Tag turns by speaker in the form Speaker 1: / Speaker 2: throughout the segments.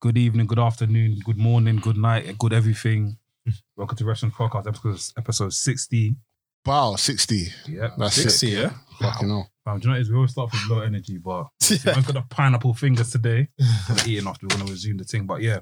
Speaker 1: Good evening, good afternoon, good morning, good night, good everything. Welcome to Restaurant Podcast, episode, episode 60.
Speaker 2: Wow, 60.
Speaker 1: Yeah.
Speaker 2: That's
Speaker 3: Sixty,
Speaker 2: it.
Speaker 3: yeah.
Speaker 2: Fucking hell.
Speaker 1: Um, do you know what it is? We always start with low energy, but I've got the pineapple fingers today. We're eating after we're going to resume the thing. But yeah,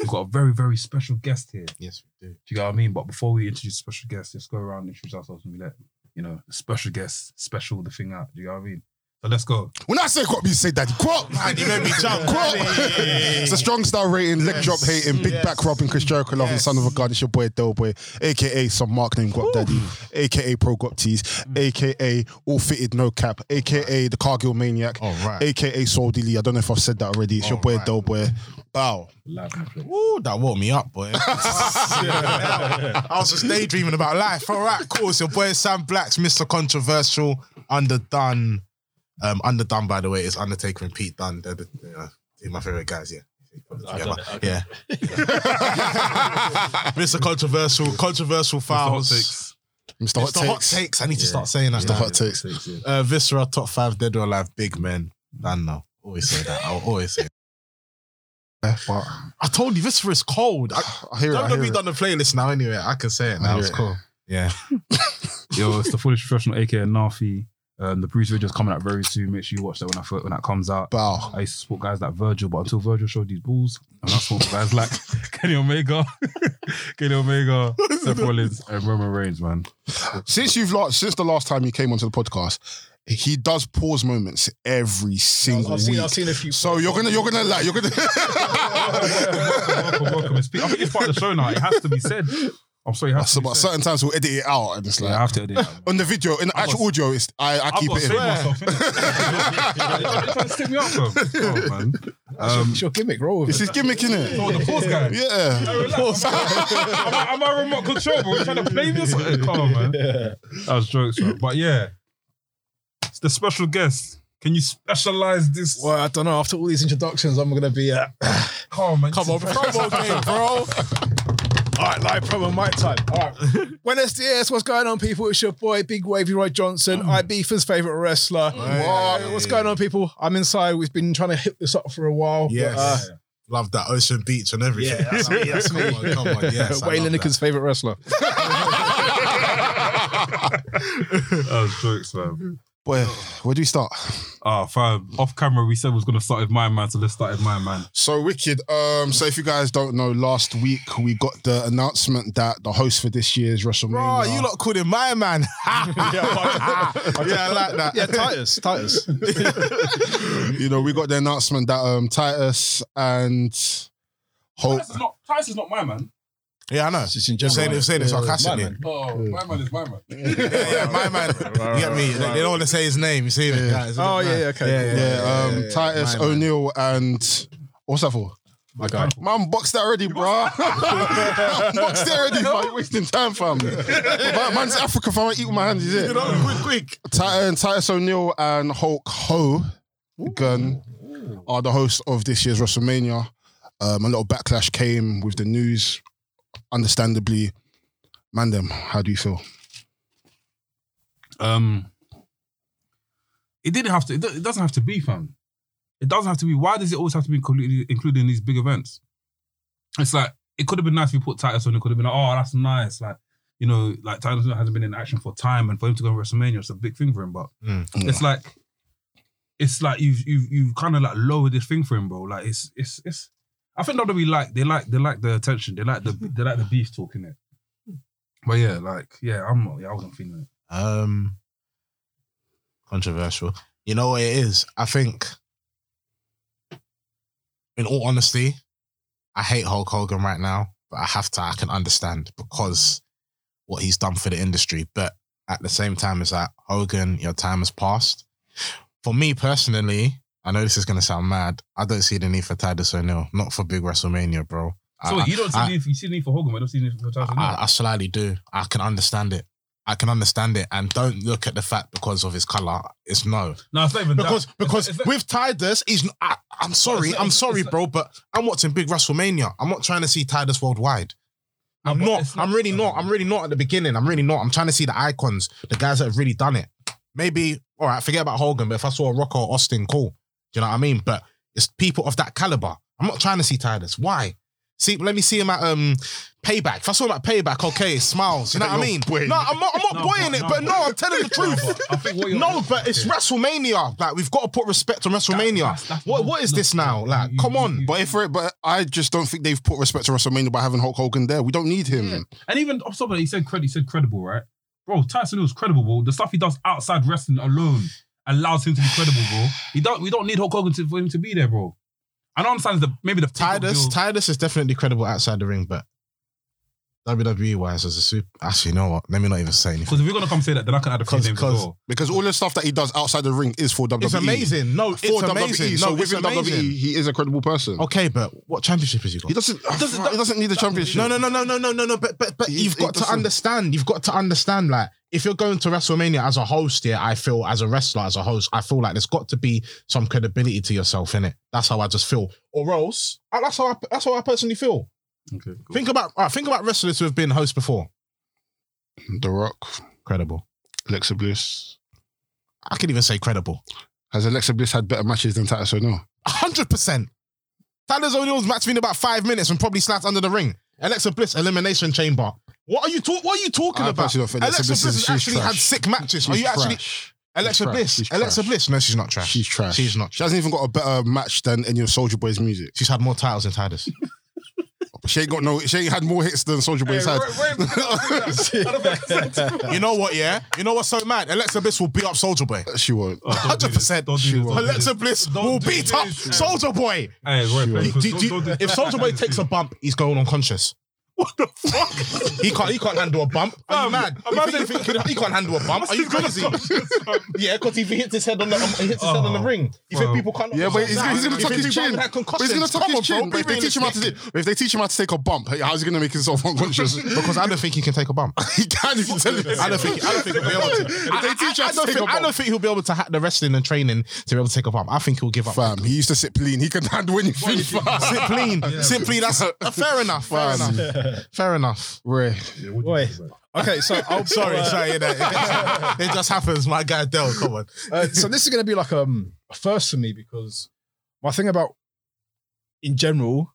Speaker 1: we've got a very, very special guest here. Do
Speaker 3: Yes, we do.
Speaker 1: you know what I mean? But before we introduce the special guest, let's go around and introduce ourselves and be like, you know, special guest, special the thing out. Do you know what I mean? So let's go.
Speaker 2: When I say quap, you say daddy quap.
Speaker 3: Man, you made me jump.
Speaker 2: Quap.
Speaker 3: Hey.
Speaker 2: it's a strong style rating, leg
Speaker 3: Yes.
Speaker 2: drop hating, big
Speaker 3: Yes.
Speaker 2: back robbing, Chris Jericho loving,
Speaker 3: Yes.
Speaker 2: son of a god. It's your boy Del Boy, aka some mark named Guap Daddy, aka Pro Guap Tees,
Speaker 3: Mm.
Speaker 2: aka All Fitted No Cap, aka the Cargill Maniac,
Speaker 3: All right.
Speaker 2: aka Soul Dilly. I don't know if I've said that already. It's your boy
Speaker 3: Alright.
Speaker 2: Del Boy. Bow.
Speaker 1: Live in the place.
Speaker 3: Ooh, that woke me up, boy. I was just daydreaming about life. All right, cool. It's your boy Sam Blacks, Mr. Controversial, Underdone. Um, Underdone, by the way, is Undertaker and Pete Dunne. They're, the, you know, two of my favorite guys, yeah. Yeah, but- yeah. Mr. Controversial, controversial files.
Speaker 1: Politics.
Speaker 2: Mr. Hot
Speaker 3: It's the hot
Speaker 2: Takes.
Speaker 3: takes. I need to
Speaker 1: Yeah.
Speaker 3: start saying that.
Speaker 2: Mr.
Speaker 3: now.
Speaker 2: Hot Takes.
Speaker 1: yeah.
Speaker 3: Uh, Viscera, top five dead or alive, big men. Dan now. Always say that. I'll always say. It.
Speaker 2: Yeah, but
Speaker 3: I told you, Viscera is cold. I,
Speaker 2: I hear it. I hear
Speaker 3: WWE
Speaker 2: it.
Speaker 3: done the playlist now. Anyway, I can say it
Speaker 2: I
Speaker 3: now.
Speaker 2: hear
Speaker 3: It's
Speaker 2: it.
Speaker 3: cool. Yeah.
Speaker 1: Yo, it's the Foolish Professional, aka Nafi. Um, the Bruce video's coming out very soon. Make sure you watch that when, I, when that comes out.
Speaker 2: Bow.
Speaker 1: I used to support guys like Virgil, but until Virgil showed these balls, and I support guys like Kenny Omega, Kenny Omega, Seth Rollins, and Roman Reigns, man.
Speaker 2: since you've lost since the last time you came onto the podcast, he does pause moments every single
Speaker 4: I've seen,
Speaker 2: week.
Speaker 4: I've seen a few.
Speaker 2: so you're gonna you're gonna like you're gonna
Speaker 1: welcome, welcome. It's, I think it's part of the show now. It has to be said. I'm sorry, it has
Speaker 2: so,
Speaker 1: to be
Speaker 2: but
Speaker 1: said.
Speaker 2: certain times we'll edit it out and it's
Speaker 1: Yeah,
Speaker 2: like
Speaker 1: I have to edit. that, man.
Speaker 2: on the video in the
Speaker 1: I've
Speaker 2: actual
Speaker 1: got-
Speaker 2: audio it's I, I
Speaker 1: I've
Speaker 2: keep
Speaker 1: got to
Speaker 2: it in.
Speaker 1: save myself. innit? You're trying to stick me up, bro. Oh, man. Um,
Speaker 4: It's your gimmick, roll with
Speaker 2: It's
Speaker 4: it.
Speaker 2: his gimmick, innit?
Speaker 1: Oh, the pause guy.
Speaker 2: Yeah.
Speaker 1: Hey, relax. am, I, am I remote control, bro? You trying to play me or something? Come on, man. That was jokes, bro. But yeah, it's the special guest. Can you specialize this?
Speaker 4: Well, I don't know. After all these introductions, I'm gonna be. Uh,
Speaker 1: Come on, man.
Speaker 4: come on, promo game, bro. All right, live promo, mic time. All right. Buenos dias. What's going on, people? It's your boy, Big Wavy Roy Johnson, Ibiza's favorite wrestler. What? What's going on, people? I'm inside. We've been trying to hit this up for a while.
Speaker 3: Yes.
Speaker 4: But,
Speaker 3: Love that ocean beach and everything.
Speaker 4: Yeah, that's me, that's me.
Speaker 3: Come on, come on.
Speaker 4: uh,
Speaker 3: Yes. I
Speaker 4: Wayne
Speaker 3: love that.
Speaker 4: Lineker's favorite wrestler.
Speaker 1: That was jokes, man.
Speaker 2: Where where do we start?
Speaker 1: Ah, fam. Off camera, we said we was gonna start with my man, so let's start with my man.
Speaker 2: So wicked. Um so if you guys don't know, last week we got the announcement that the host for this year's
Speaker 3: Bro,
Speaker 2: WrestleMania.
Speaker 3: Oh, you lot called him my man. yeah, I like that.
Speaker 4: Yeah, Titus. Titus.
Speaker 2: you know, we got the announcement that um Titus and
Speaker 4: Oh.
Speaker 2: Hope
Speaker 1: is not. Tice is not my man.
Speaker 3: Yeah, I know.
Speaker 4: Just in
Speaker 3: You're saying, you're saying it sarcastically.
Speaker 4: man.
Speaker 1: Oh, my man is my man.
Speaker 3: Yeah, yeah, my man. You get me? They, they don't want to say his name. You see me? guys?
Speaker 4: Oh, yeah, yeah, okay.
Speaker 3: Yeah, yeah.
Speaker 2: Yeah, um, Titus
Speaker 3: My man.
Speaker 2: O'Neill and what's that for?
Speaker 4: My guy.
Speaker 2: Man, boxed that already, bruh. Man, boxed it already, fam. You're wasting time, fam. Man- Man's Africa, fam. I eat with my hands, is it?
Speaker 3: You know, quick, quick.
Speaker 2: Titus, Titus O'Neill and Hulk Ho Gun are the hosts of this year's WrestleMania. Um, a little backlash came with the news, understandably. Man, them, how do you feel?
Speaker 1: Um, it didn't have to. It, do- it doesn't have to be, fam. It doesn't have to be. Why does it always have to be included, included in these big events? It's like it could have been nice if we put Titus on. It could have been like, oh, that's nice. Like you know, like Titus hasn't been in action for time, and for him to go to WrestleMania, it's a big thing for him. But
Speaker 3: Mm.
Speaker 1: it's like, it's like you've you've you've kind of like lowered this thing for him, bro. Like it's it's it's. I think WWE like they like they like the attention. They like the they like the beef talking it. But yeah, like yeah, I'm not. Yeah, I wasn't feeling it.
Speaker 3: Um, controversial. You know what it is? I think, in all honesty, I hate Hulk Hogan right now, but I have to. I can understand because what he's done for the industry. But at the same time, it's like Hogan, your time has passed. For me personally, I know this is gonna sound mad. I don't see the need for Titus O'Neil, not for big WrestleMania, bro. I-
Speaker 1: So
Speaker 3: I-
Speaker 1: you don't see
Speaker 3: I-
Speaker 1: the need, you see the need for Hogan, but I don't see the need for Tyson.
Speaker 3: I, I slightly do. I can understand it. I can understand it. And don't look at the fact because of his color. It's no.
Speaker 1: no, it's not even
Speaker 3: Because
Speaker 1: that.
Speaker 3: because
Speaker 1: It's not-
Speaker 3: with Tidus, he's. n- I, am sorry.
Speaker 1: not-
Speaker 3: I'm
Speaker 1: it's-
Speaker 3: sorry,
Speaker 1: it's
Speaker 3: bro. But I'm watching Big WrestleMania. I'm not trying to see Tidus worldwide.
Speaker 1: No,
Speaker 3: I'm
Speaker 1: but
Speaker 3: not,
Speaker 1: it's
Speaker 3: I'm really not. I'm really not at the beginning. I'm really not. I'm trying to see the icons, the guys that have really done it. Maybe all right. Forget about Hogan, but if I saw a Rock or Austin, cool. Do you know what I mean? But it's people of that caliber. I'm not trying to see Titus. Why? See, let me see him at um payback. If I saw him at payback, okay, smiles. You know what I
Speaker 2: You're
Speaker 3: Oh, mean?
Speaker 2: boying.
Speaker 3: No, I'm not. I'm not
Speaker 1: No,
Speaker 3: boying
Speaker 1: but-
Speaker 3: it,
Speaker 1: no,
Speaker 3: but no, I'm telling the
Speaker 1: No,
Speaker 3: truth.
Speaker 1: but I think what you're
Speaker 3: No, but it's WrestleMania. Like we've got to put respect on WrestleMania.
Speaker 1: that's- that's
Speaker 3: what
Speaker 1: not-
Speaker 3: what is
Speaker 1: look,
Speaker 3: this now?
Speaker 1: look,
Speaker 3: Like,
Speaker 1: you-
Speaker 3: come
Speaker 1: you-
Speaker 3: on.
Speaker 1: you-
Speaker 3: But
Speaker 2: But if it, but I just don't think they've put respect to WrestleMania by having Hulk Hogan there. We don't need him.
Speaker 1: Yeah. And even off the top of it, he said credit, he said credible, right? Bro, Tyson Hill's credible, bro. The stuff he does outside wrestling alone allows him to be credible, bro. He don't we don't need Hulk Hogan to, for him to be there, bro. I don't understand the maybe the
Speaker 3: Titus,
Speaker 1: deal-
Speaker 3: Titus is definitely credible outside the ring, but WWE wise as a super. Actually, you know what? Let me not even say anything.
Speaker 1: Because if we're gonna come say that, then I can add a few
Speaker 3: 'Cause-
Speaker 1: names as
Speaker 3: 'cause-
Speaker 1: well.
Speaker 2: Because all the stuff that he does outside the ring is for WWE.
Speaker 3: It's amazing. No, it's
Speaker 2: For
Speaker 3: amazing.
Speaker 2: WWE.
Speaker 3: No,
Speaker 2: E, so
Speaker 3: it's
Speaker 2: within
Speaker 3: amazing.
Speaker 2: WWE, he is a credible person.
Speaker 3: Okay, but what championship has he got?
Speaker 2: He doesn't. He
Speaker 1: doesn't-
Speaker 2: doesn't, need the championship.
Speaker 3: No, no, no, no, no, no, no, no. But but but
Speaker 2: He-
Speaker 3: you've
Speaker 2: he
Speaker 3: got to
Speaker 2: doesn't-
Speaker 3: understand. You've got to understand. Like, if you're going to WrestleMania as a host, here, I feel as a wrestler, as a host, I feel like there's got to be some credibility to yourself in it. That's how I just feel. Or else, I- that's how I, that's how I personally feel.
Speaker 1: Okay, cool.
Speaker 3: Think about all right, think about wrestlers who have been hosts before.
Speaker 2: The Rock,
Speaker 3: Credible.
Speaker 2: Alexa Bliss.
Speaker 3: I could even say credible.
Speaker 2: Has Alexa Bliss had better matches than Titus O'Neil?
Speaker 3: hundred percent. Tyler O'Neill's match been about five minutes and probably slapped under the ring. Alexa Bliss elimination chamber. What are you talk? What are you talking
Speaker 2: I
Speaker 3: about?
Speaker 2: personally don't think Alexa Bliss is-
Speaker 3: has
Speaker 2: she's
Speaker 3: actually
Speaker 2: trash.
Speaker 3: had sick matches.
Speaker 2: She's
Speaker 3: are you actually
Speaker 2: trash.
Speaker 3: Alexa
Speaker 2: trash.
Speaker 3: Bliss?
Speaker 2: She's
Speaker 3: Alexa
Speaker 2: trash.
Speaker 3: Bliss? No, she's not trash.
Speaker 2: She's trash.
Speaker 3: She's not.
Speaker 2: She
Speaker 3: Trash.
Speaker 2: hasn't even got a better match than any of Soldier Boy's music.
Speaker 3: She's had more titles than Titus.
Speaker 2: She ain't got no. She ain't had more hits than Soldier Boy's had.
Speaker 3: you know what? Yeah. You know what's so mad? Alexa Bliss will beat up Soldier Boy.
Speaker 2: She won't.
Speaker 1: Oh.
Speaker 3: Hundred percent.
Speaker 1: Don't do this. Don't do this.
Speaker 3: Alexa Bliss
Speaker 1: Don't
Speaker 3: will
Speaker 1: do
Speaker 3: beat
Speaker 1: this.
Speaker 3: up Soldier Boy.
Speaker 1: Hey, Roy,
Speaker 3: Do-
Speaker 1: please, don't-
Speaker 3: do- do-
Speaker 1: don't do this.
Speaker 3: if Soldier Boy takes a bump, he's going unconscious. What the fuck? He can't. He can't handle a bump. Are you
Speaker 1: Fam,
Speaker 3: mad? You
Speaker 1: imagine-
Speaker 3: think- you think he can't handle a bump. Are you crazy? yeah, because if he hits his head on the, um, he hits his head on the
Speaker 1: Oh,
Speaker 3: ring, you
Speaker 1: well.
Speaker 3: think people can't?
Speaker 2: Yeah, but he's, he's gonna
Speaker 3: You
Speaker 2: tuck
Speaker 3: think
Speaker 2: his
Speaker 3: people
Speaker 2: chin.
Speaker 3: haven't had
Speaker 2: But he's
Speaker 3: concussions?
Speaker 2: gonna tuck
Speaker 3: Come
Speaker 2: his
Speaker 3: on, bro,
Speaker 2: chin. But
Speaker 3: be
Speaker 2: if they teach him how to,
Speaker 3: realistic.
Speaker 2: do- if they teach him how to take a bump, how's he gonna make himself unconscious?
Speaker 3: Because I don't think he can take a bump.
Speaker 2: he can if you tell him.
Speaker 3: I don't think. I don't think he'll be able to. I,
Speaker 2: They teach you how
Speaker 3: I- I
Speaker 2: to
Speaker 3: don't
Speaker 2: take
Speaker 3: think-
Speaker 2: a
Speaker 3: I
Speaker 2: bump.
Speaker 3: don't think he'll be able to hack the wrestling and training to be able to take a bump. I think he'll give up.
Speaker 2: Fam, he used to sit clean. He can handle anything.
Speaker 3: Sit clean. Sit clean. That's uh, fair enough. Fair
Speaker 2: Fam.
Speaker 3: enough. Fair enough.
Speaker 2: Right.
Speaker 4: Wait. Okay, so I'll,
Speaker 3: Sorry,
Speaker 4: uh,
Speaker 3: sorry, you know, it, just, it just happens. My guy Dell, come on.
Speaker 4: Uh, so this is going to be like um, a first for me because my thing about in general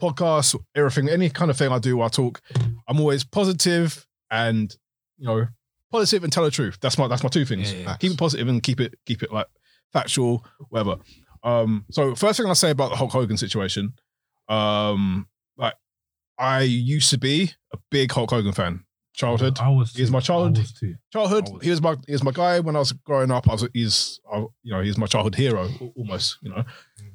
Speaker 4: podcasts everything any kind of thing i do i talk i'm always positive and you know positive and tell the truth that's my that's my two things
Speaker 1: Yeah, yeah.
Speaker 4: keep it positive and keep it keep it like factual whatever um so first thing i'll say about the hulk hogan situation um like i used to be a big hulk hogan fan childhood
Speaker 1: I was
Speaker 4: He's my child.
Speaker 1: I was too.
Speaker 4: childhood.
Speaker 1: I was-
Speaker 4: He was my he was my guy when I was growing up. I was he's I, you know he's my childhood hero al- almost. You know,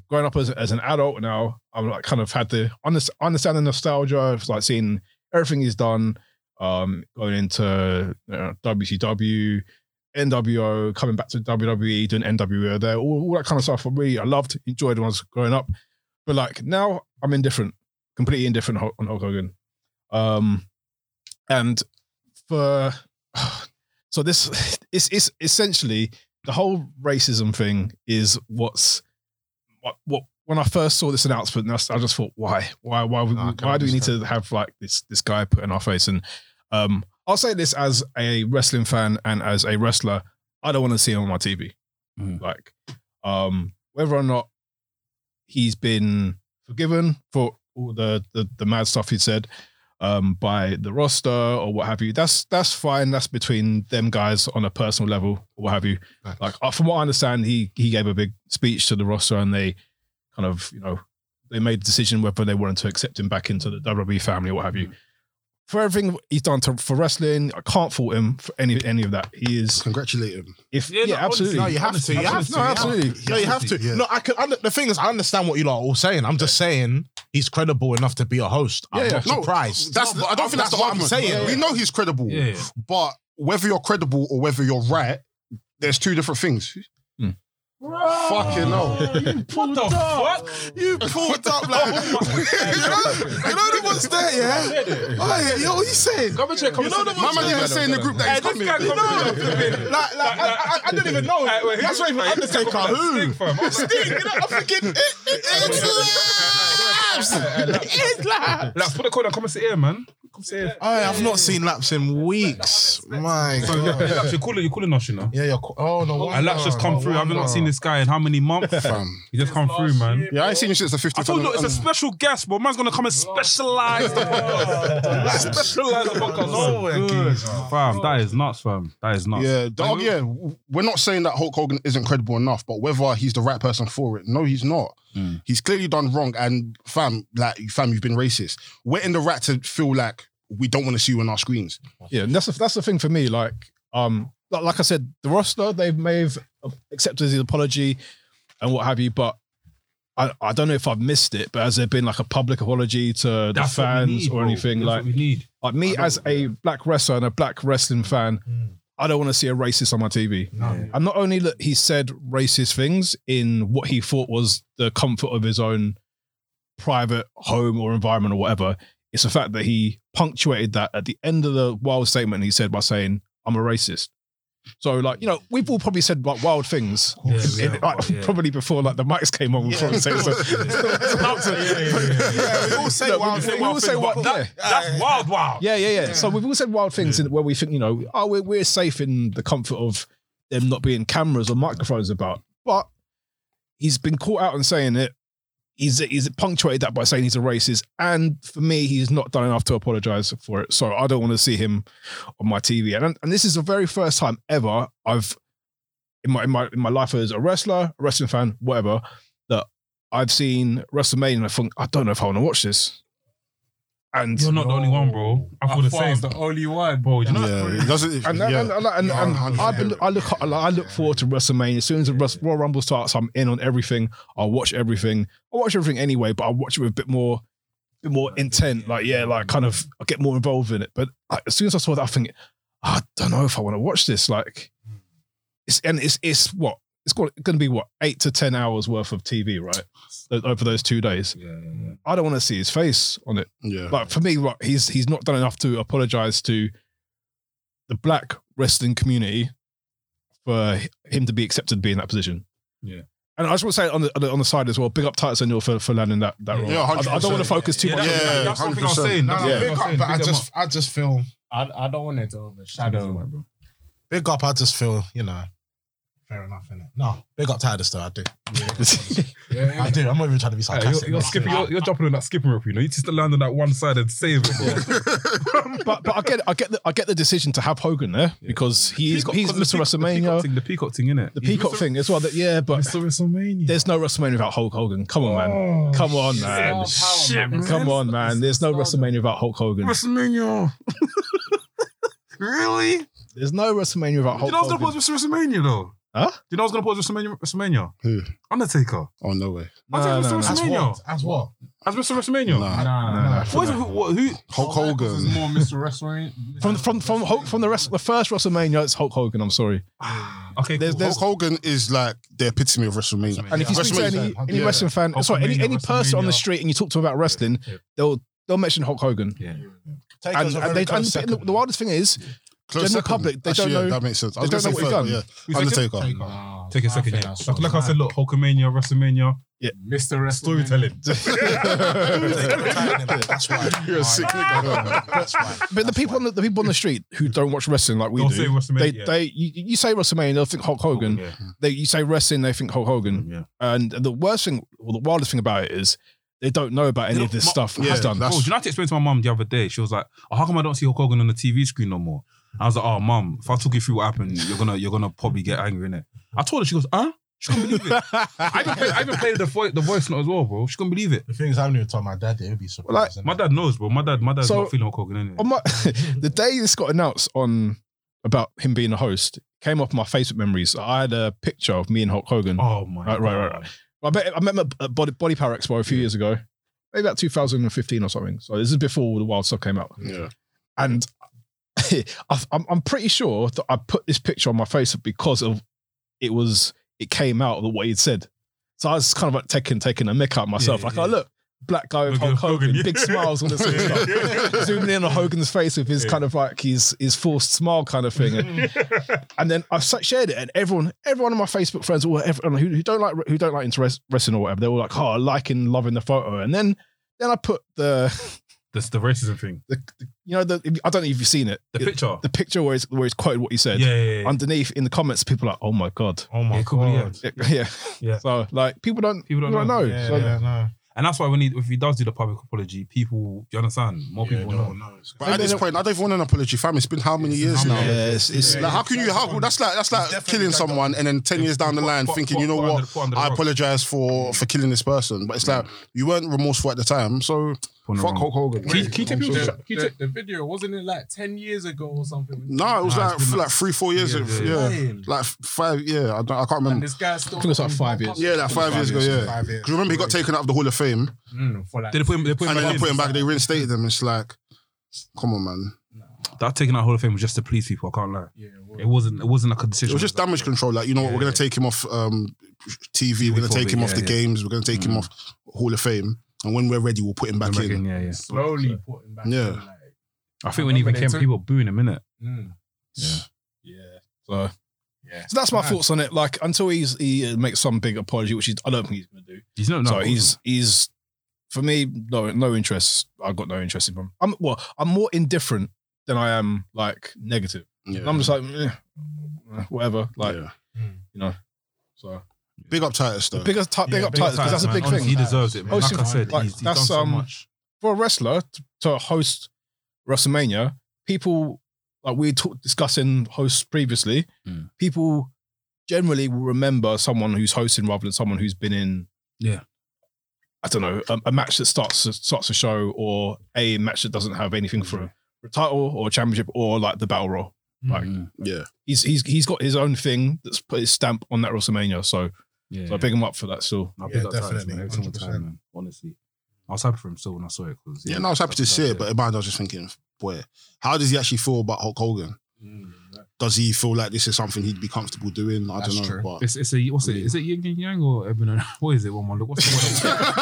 Speaker 4: growing up as, as an adult now, I'm like kind of had the unders- understand the nostalgia of like seeing everything he's done. Um, going into you know, WCW, NWO, coming back to WWE, doing NWO there, all, all that kind of stuff. I really I loved, enjoyed when I was growing up. But like now, I'm indifferent, completely indifferent ho- on Hulk Hogan. Um, and for so this it's it's essentially the whole racism thing is what's what, what when I first saw this announcement, and I s- I just thought, why, why, why, would
Speaker 3: No, I
Speaker 4: we
Speaker 3: can
Speaker 4: why do we need to have like this this guy put in our face? And um, I'll say this as a wrestling fan and as a wrestler, I don't want to see him on my TV.
Speaker 1: Mm.
Speaker 4: Like, um, whether or not he's been forgiven for all the the, the mad stuff he said um, by the roster or what have you. That's that's fine. That's between them guys on a personal level or what have you.
Speaker 3: Right.
Speaker 4: Like uh, from what I understand, he he gave a big speech to the roster and they kind of you know they made the decision whether they wanted to accept him back into the WWE family or what have
Speaker 1: Mm.
Speaker 4: you. For everything he's done to, for wrestling, I can't fault him for any any of that. He is
Speaker 2: Congratulate him.
Speaker 4: if
Speaker 1: Yeah,
Speaker 4: yeah,
Speaker 1: no,
Speaker 4: absolutely.
Speaker 1: honestly,
Speaker 3: have
Speaker 1: honestly,
Speaker 3: to, you have
Speaker 1: honestly,
Speaker 3: to,
Speaker 1: yeah.
Speaker 4: absolutely.
Speaker 3: No, you have to.
Speaker 2: Yeah.
Speaker 3: No, I can. Under, the thing is, I understand what you lot are all saying. I'm just saying he's credible enough to be a host. I'm
Speaker 4: Yeah,
Speaker 3: not
Speaker 2: yeah. No,
Speaker 3: surprised.
Speaker 2: That's. I don't think that's,
Speaker 3: what I'm
Speaker 2: the argument.
Speaker 3: saying.
Speaker 2: We know he's credible,
Speaker 1: Yeah, yeah.
Speaker 2: but whether you're credible or whether you're right, there's two different things. Fucking hell.
Speaker 1: What the fuck?
Speaker 3: You pulled up like, you, know, you know the one's there, yeah? Oh, yeah, yo, what you saying?
Speaker 1: Come and check.
Speaker 3: You know the
Speaker 2: My
Speaker 3: one's
Speaker 2: man
Speaker 3: there.
Speaker 2: didn't say in the group that
Speaker 1: Hey,
Speaker 2: he's
Speaker 1: this
Speaker 2: coming.
Speaker 1: guy coming.
Speaker 3: Like, like, I, I, I didn't even know.
Speaker 1: Hey, wait,
Speaker 3: That's not even
Speaker 1: wait,
Speaker 3: Undertaker.
Speaker 1: Stick
Speaker 3: Who?
Speaker 1: for him. I'm like,
Speaker 3: Sting, you know, I'm thinking, it, it, it's lapsing. It's lapsing.
Speaker 1: Let's put a call and come and sit here, man. Come sit here.
Speaker 3: I have not seen laps in weeks. My
Speaker 1: So, yeah,
Speaker 3: God.
Speaker 1: Laps, you're calling, you're calling us, you know.
Speaker 3: Yeah, you're. co- Oh no.
Speaker 1: And Laps just come through. I haven't not seen this guy in how many months?
Speaker 2: Fam.
Speaker 1: He just come through, man.
Speaker 2: Yeah, I ain't seen you since the 50th.
Speaker 1: I told you, look, it's a
Speaker 2: and-
Speaker 1: special guest, but man's gonna come and specialize the podcast. specialize the podcast. Oh,
Speaker 3: No way,
Speaker 1: good. Fam, that is nuts, fam. That is nuts.
Speaker 2: Yeah, dog, yeah. w- We're not saying that Hulk Hogan isn't credible enough, but whether he's the right person for it, no, he's not.
Speaker 4: Hmm.
Speaker 2: He's clearly done wrong. And fam, like fam, you've been racist. We're in the right to feel like we don't want to see you on our screens.
Speaker 4: Yeah, and that's the, that's the thing for me. Like, um, like, like I said, the roster they may have accepted his apology and what have you, but I, I don't know if I've missed it. But has there been like a public apology to
Speaker 1: That's
Speaker 4: the
Speaker 1: what we
Speaker 4: fans
Speaker 1: need,
Speaker 4: or
Speaker 1: bro.
Speaker 4: anything
Speaker 1: That's
Speaker 4: like?
Speaker 1: what we need.
Speaker 4: Like me as a black wrestler and a black wrestling fan,
Speaker 1: Mm.
Speaker 4: I don't want to see a racist on my TV. And not only that he said racist things in what he thought was the comfort of his own private home or environment or whatever, it's the fact that he punctuated that at the end of the wild statement he said by saying, I'm a racist. So like, you know, we've all probably said like wild things.
Speaker 1: Yeah,
Speaker 4: in-
Speaker 1: yeah,
Speaker 4: like,
Speaker 1: yeah.
Speaker 4: Probably before like the mics came on, we probably said so.
Speaker 3: Yeah, we all say
Speaker 4: No,
Speaker 3: wild
Speaker 4: we
Speaker 3: things.
Speaker 4: all say wild yeah.
Speaker 1: That's wild, wild.
Speaker 4: Yeah, yeah, yeah. So we've all said wild things in, where we think, you know, oh, we're, we're safe in the comfort of them not being cameras or microphones about. But he's been caught out on saying it. He's, he's punctuated that by saying he's a racist. And for me, he's not done enough to apologize for it. So I don't want to see him on my TV. And, and this is the very first time ever I've, in my, in my, in my life as a wrestler, a wrestling fan, whatever, that I've seen WrestleMania and I think, I don't know if I want to watch this. And
Speaker 1: You're not the only one, bro. I feel the
Speaker 5: I
Speaker 1: same.
Speaker 5: was the only one.
Speaker 1: Bro, you know,
Speaker 2: Yeah, it doesn't.
Speaker 4: And, and,
Speaker 2: yeah.
Speaker 4: and, and, and,
Speaker 2: Yeah,
Speaker 4: and
Speaker 2: 100%.
Speaker 4: I've been, I look I look forward to WrestleMania. As soon as the Rus- Royal Rumble starts, I'm in on everything. I'll watch everything. I watch everything anyway, but I watch it with a bit more, bit more intent. Like yeah, like kind of I get more involved in it. But like, as soon as I saw that, I think "Ah, I don't know if I want to watch this. Like it's and it's it's what it's going to be what eight to ten hours worth of TV, right? O- Over those two days, I don't want to see his face on it
Speaker 2: yeah.
Speaker 4: like for me, right, he's he's not done enough to apologize to the black wrestling community for him to be accepted to be in that position.
Speaker 1: Yeah.
Speaker 4: And I just want to say on the on the- on the side as well, big up Tyson Hill for, for landing that that role.
Speaker 2: Yeah,
Speaker 4: I, I don't want to
Speaker 2: 100%.
Speaker 4: focus too
Speaker 1: yeah,
Speaker 4: much.
Speaker 1: that's,
Speaker 4: on
Speaker 2: Yeah,
Speaker 1: yeah,
Speaker 4: that.
Speaker 1: that's something I was
Speaker 2: 100%.
Speaker 1: saying. No,
Speaker 3: No,
Speaker 1: no,
Speaker 3: no,
Speaker 1: I
Speaker 3: big
Speaker 1: was
Speaker 3: up,
Speaker 1: saying,
Speaker 3: but
Speaker 1: big
Speaker 3: I
Speaker 1: them
Speaker 3: just, I just feel
Speaker 5: I, I don't want it to overshadow.
Speaker 1: up.
Speaker 3: big up. I just feel, you know, fair enough, innit? No, big up Titus though. I do,
Speaker 5: Yeah.
Speaker 3: I do. I'm not even trying to be
Speaker 1: Hey, you're,
Speaker 3: sarcastic.
Speaker 1: you're skipping, you're, you're jumping on that skipping rope, you know. You just land on that one side and save it. Bro.
Speaker 4: But but I get I get the, I get the decision to have Hogan there because he's got he's
Speaker 1: Because
Speaker 4: Mr.
Speaker 1: the peacock-
Speaker 4: WrestleMania,
Speaker 1: The peacock thing, innit?
Speaker 4: the peacock thing as well. That yeah, but
Speaker 1: Mr. WrestleMania.
Speaker 4: there's no WrestleMania without Hulk Hogan. Come on, man. Come on, man.
Speaker 5: Shit, man.
Speaker 4: Come on, man. There's no WrestleMania without Hulk Hogan.
Speaker 1: WrestleMania. really? Do
Speaker 4: There's no WrestleMania without
Speaker 1: you
Speaker 4: Hulk
Speaker 1: know I was gonna pause
Speaker 4: Hogan.
Speaker 1: Mr. WrestleMania though?
Speaker 4: Huh?
Speaker 1: Do you know I was gonna pause WrestleMania? WrestleMania?
Speaker 2: Who?
Speaker 1: Undertaker.
Speaker 2: Oh no way.
Speaker 1: I
Speaker 4: No,
Speaker 1: was
Speaker 4: no,
Speaker 1: like,
Speaker 4: no.
Speaker 1: Mr.
Speaker 3: As
Speaker 1: WrestleMania.
Speaker 3: what? As what?
Speaker 1: As Mr. WrestleMania.
Speaker 2: Nah.
Speaker 5: Nah, nah,
Speaker 1: Nah. What is it? Who? what- who
Speaker 2: Hulk
Speaker 5: This is
Speaker 2: Hogan.
Speaker 5: more Mr. Wrestling.
Speaker 4: From from from Hulk, from the rest the first WrestleMania, it's Hulk Hogan. I'm sorry.
Speaker 1: okay,
Speaker 4: There's,
Speaker 2: Hulk
Speaker 4: there's
Speaker 2: Hogan is like the epitome of WrestleMania.
Speaker 4: and if you speak to any,
Speaker 2: WrestleMania.
Speaker 4: any
Speaker 2: Yeah.
Speaker 4: wrestling fan, sorry, any,
Speaker 5: WrestleMania,
Speaker 4: any person on the
Speaker 5: WrestleMania.
Speaker 4: street and you talk to them about wrestling, they'll they'll mention Hulk Hogan.
Speaker 3: Take
Speaker 4: And, and, they, and the, the wildest thing is,
Speaker 2: Close
Speaker 4: General
Speaker 2: second.
Speaker 4: public, they
Speaker 2: Actually,
Speaker 4: don't
Speaker 2: yeah,
Speaker 4: know-
Speaker 2: that makes sense. I
Speaker 4: they
Speaker 2: was gonna say
Speaker 4: don't know
Speaker 2: third,
Speaker 4: what he's
Speaker 2: yeah.
Speaker 1: Who's second?
Speaker 2: Undertaker.
Speaker 1: Take a second, yeah. Like, like I said, look, Hulkamania, WrestleMania,
Speaker 5: Mr. Wrestling.
Speaker 1: storytelling.
Speaker 3: That's why.
Speaker 2: You're a sick nigga.
Speaker 3: That's why.
Speaker 4: but the people on the, the people on the street who don't watch wrestling like we
Speaker 1: They'll
Speaker 4: do,
Speaker 1: say WrestleMania,
Speaker 4: they
Speaker 1: yeah.
Speaker 4: they you, you say WrestleMania, they'll think Hulk Hogan.
Speaker 1: Yeah.
Speaker 4: They you say wrestling, they think Hulk Hogan.
Speaker 1: Yeah.
Speaker 4: And the worst thing, or the wildest thing about it is, they don't know about any
Speaker 1: They
Speaker 4: of this
Speaker 1: don't-
Speaker 4: stuff
Speaker 2: yeah,
Speaker 4: he's done.
Speaker 2: that's-
Speaker 1: Bro, Oh, do you know I had to explain to my mum the other day? She was like, oh, "How come I don't see Hulk Hogan on the TV screen no more?" I was like, "Oh, mum, if I talk you through what happened, you're gonna you're gonna probably get angry innit? I told her. She goes, "Huh?" She couldn't believe it. I even played, I even played the voice the voice note as well, bro. She couldn't believe it.
Speaker 3: The thing is, I haven't even told my dad that it would be surprised.
Speaker 1: My dad knows, bro. My dad, my dad's
Speaker 4: So-
Speaker 1: not feeling Hulk Hogan innit?
Speaker 4: on Oh, my the day this got announced on about him being a host came off my Facebook memories. I had a picture of me and Hulk Hogan.
Speaker 1: Oh my.
Speaker 4: Right, right, right,
Speaker 1: God.
Speaker 4: I met I met him at Body, Body Power Expo a few years ago, maybe about 2015 or something. So this is before the Wild Stuff came out,
Speaker 2: Yeah.
Speaker 4: and I've- I'm I'm pretty sure that I put this picture on my Facebook because of it was it came out of what he'd said. So I was kind of like taking taking a mick out of myself.
Speaker 1: Yeah,
Speaker 4: like,
Speaker 1: yeah.
Speaker 4: oh look, black guy
Speaker 1: Look
Speaker 4: with
Speaker 1: at
Speaker 4: Hulk Hogan,
Speaker 1: Hogan, yeah.
Speaker 4: big smiles on this sort of stuff zooming in on Hogan's face with his
Speaker 1: Yeah. Mm-hmm.
Speaker 4: kind of like his his forced smile kind of thing, and, and then I s- shared it, and everyone everyone on my Facebook friends, or everyone who, who don't like who don't like interest wrestling or whatever, they were like, oh, liking, loving the photo, and then Then I put the,
Speaker 1: That's the racism thing.
Speaker 4: the, the- you know, the I don't know if you've seen it.
Speaker 1: The
Speaker 4: It-
Speaker 1: picture.
Speaker 4: the picture where it's, where it's quoted what he said.
Speaker 1: yeah, yeah, yeah.
Speaker 4: Underneath in the comments, people are like, oh my God.
Speaker 3: Oh my
Speaker 1: Yeah, cool, yeah.
Speaker 3: God.
Speaker 4: Yeah. yeah.
Speaker 1: Yeah.
Speaker 4: So, like, people don't, people don't, know.
Speaker 3: Yeah,
Speaker 4: So,
Speaker 3: yeah, no.
Speaker 1: And that's why when he if he does do the public apology, people do you understand? More
Speaker 3: Yeah,
Speaker 1: people
Speaker 3: no
Speaker 1: know.
Speaker 3: one knows.
Speaker 2: But at this point, I don't even want an apology, fam. It's been how many years now?
Speaker 4: Yeah, it's, it's,
Speaker 2: Like, how can you? How that's like that's like
Speaker 3: definitely
Speaker 2: killing
Speaker 3: dragged
Speaker 2: someone and then ten years down the
Speaker 1: Put-
Speaker 2: line
Speaker 1: put-
Speaker 2: thinking,
Speaker 1: put-
Speaker 2: you know
Speaker 1: put
Speaker 2: what?
Speaker 1: under- put under the
Speaker 2: I
Speaker 1: rug.
Speaker 2: apologize for for killing this person, but it's like you weren't remorseful at the time, so
Speaker 1: Put under
Speaker 2: fuck
Speaker 1: the rug.
Speaker 2: Hulk Hogan.
Speaker 1: Can you- can you take people-
Speaker 5: The,
Speaker 1: can you
Speaker 5: the,
Speaker 1: take-
Speaker 5: the video wasn't it like ten years ago or something?
Speaker 2: No, it was
Speaker 1: Nah,
Speaker 2: like
Speaker 1: it's been
Speaker 2: f-
Speaker 1: like-
Speaker 2: like three, four years.
Speaker 1: Yeah,
Speaker 2: ago.
Speaker 1: yeah,
Speaker 2: yeah,
Speaker 5: Damn.
Speaker 2: like f- five. Yeah, I, don't, I can't
Speaker 5: And
Speaker 2: remember.
Speaker 5: this guy's still.
Speaker 4: I think it was like five years.
Speaker 2: Yeah, like five, years ago. Yeah,
Speaker 3: Five years.
Speaker 2: 'Cause remember he got taken out of the Hall of Fame,
Speaker 5: Mm, for like
Speaker 1: They put him, they put him
Speaker 2: and then
Speaker 1: back
Speaker 2: they
Speaker 1: in.
Speaker 2: put him back. They reinstated him. It's like, come on, man.
Speaker 1: That taking out Hall of Fame was just to please people, I can't lie.
Speaker 5: Yeah,
Speaker 1: It wasn't it wasn't like a decision.
Speaker 2: It was just damage control. Like, you know what? We're gonna take him off um, TV. We're gonna
Speaker 1: Before
Speaker 2: take
Speaker 1: the-
Speaker 2: him off
Speaker 1: yeah,
Speaker 2: the
Speaker 1: yeah.
Speaker 2: games. We're gonna take him
Speaker 1: Mm.
Speaker 2: off Hall of Fame. And Mm-hmm. when we're ready, we'll put him back
Speaker 1: Back
Speaker 2: in.
Speaker 1: in, Yeah, yeah.
Speaker 5: slowly put him back.
Speaker 2: Yeah.
Speaker 5: in, like,
Speaker 1: I think when he even
Speaker 5: Remember they
Speaker 1: came,
Speaker 5: took-
Speaker 1: people were booing him, innit?
Speaker 5: mm.
Speaker 4: So, so that's my thoughts on it. Like, until he's, he makes some big apology, which he's, I don't think he's going to do.
Speaker 1: He's not.
Speaker 4: so he's he's for me no no interest. I got no interest in him. I'm well. I'm more indifferent than I am like negative.
Speaker 2: Yeah.
Speaker 4: I'm just like eh, eh, whatever. Like
Speaker 2: Yeah.
Speaker 4: you know. So
Speaker 2: big up Titus though.
Speaker 4: big up, ti- big up Titus because that's a big
Speaker 1: He
Speaker 4: thing
Speaker 1: deserves it. Man.
Speaker 4: Honestly,
Speaker 1: like I said,
Speaker 4: like,
Speaker 1: he's, he's
Speaker 4: that's,
Speaker 1: done so
Speaker 4: um,
Speaker 1: much.
Speaker 4: for a wrestler t- to host WrestleMania. People like we talked discussing hosts previously.
Speaker 1: Mm.
Speaker 4: People generally will remember someone who's hosting rather than someone who's been in.
Speaker 1: Yeah.
Speaker 4: I don't know a, a match that starts starts a show or a match that doesn't have anything for a, for a title or a championship or like the battle royal. like-
Speaker 1: Mm.
Speaker 2: yeah.
Speaker 4: He's he's he's got his own thing that's put his stamp on that WrestleMania. So,
Speaker 1: yeah,
Speaker 4: so I pick him up for that still.
Speaker 1: I
Speaker 3: Yeah,
Speaker 1: pick up Titus,
Speaker 3: definitely,
Speaker 1: man, every single time,
Speaker 3: 100%.
Speaker 1: man. Honestly, I was happy for him still when I saw it. 'cause,
Speaker 2: Yeah, no, I was happy to
Speaker 1: that's-
Speaker 2: see
Speaker 1: that's
Speaker 2: it, but in mind I was just thinking, boy, how does he actually feel about Hulk Hogan?
Speaker 5: Mm.
Speaker 2: Does he feel like this is something he'd be comfortable doing? I
Speaker 3: That's
Speaker 2: don't know.
Speaker 3: true.
Speaker 2: But
Speaker 1: It's, it's a what's it? Is it yin and yang or Ebon and what is it? One more look. What's the one?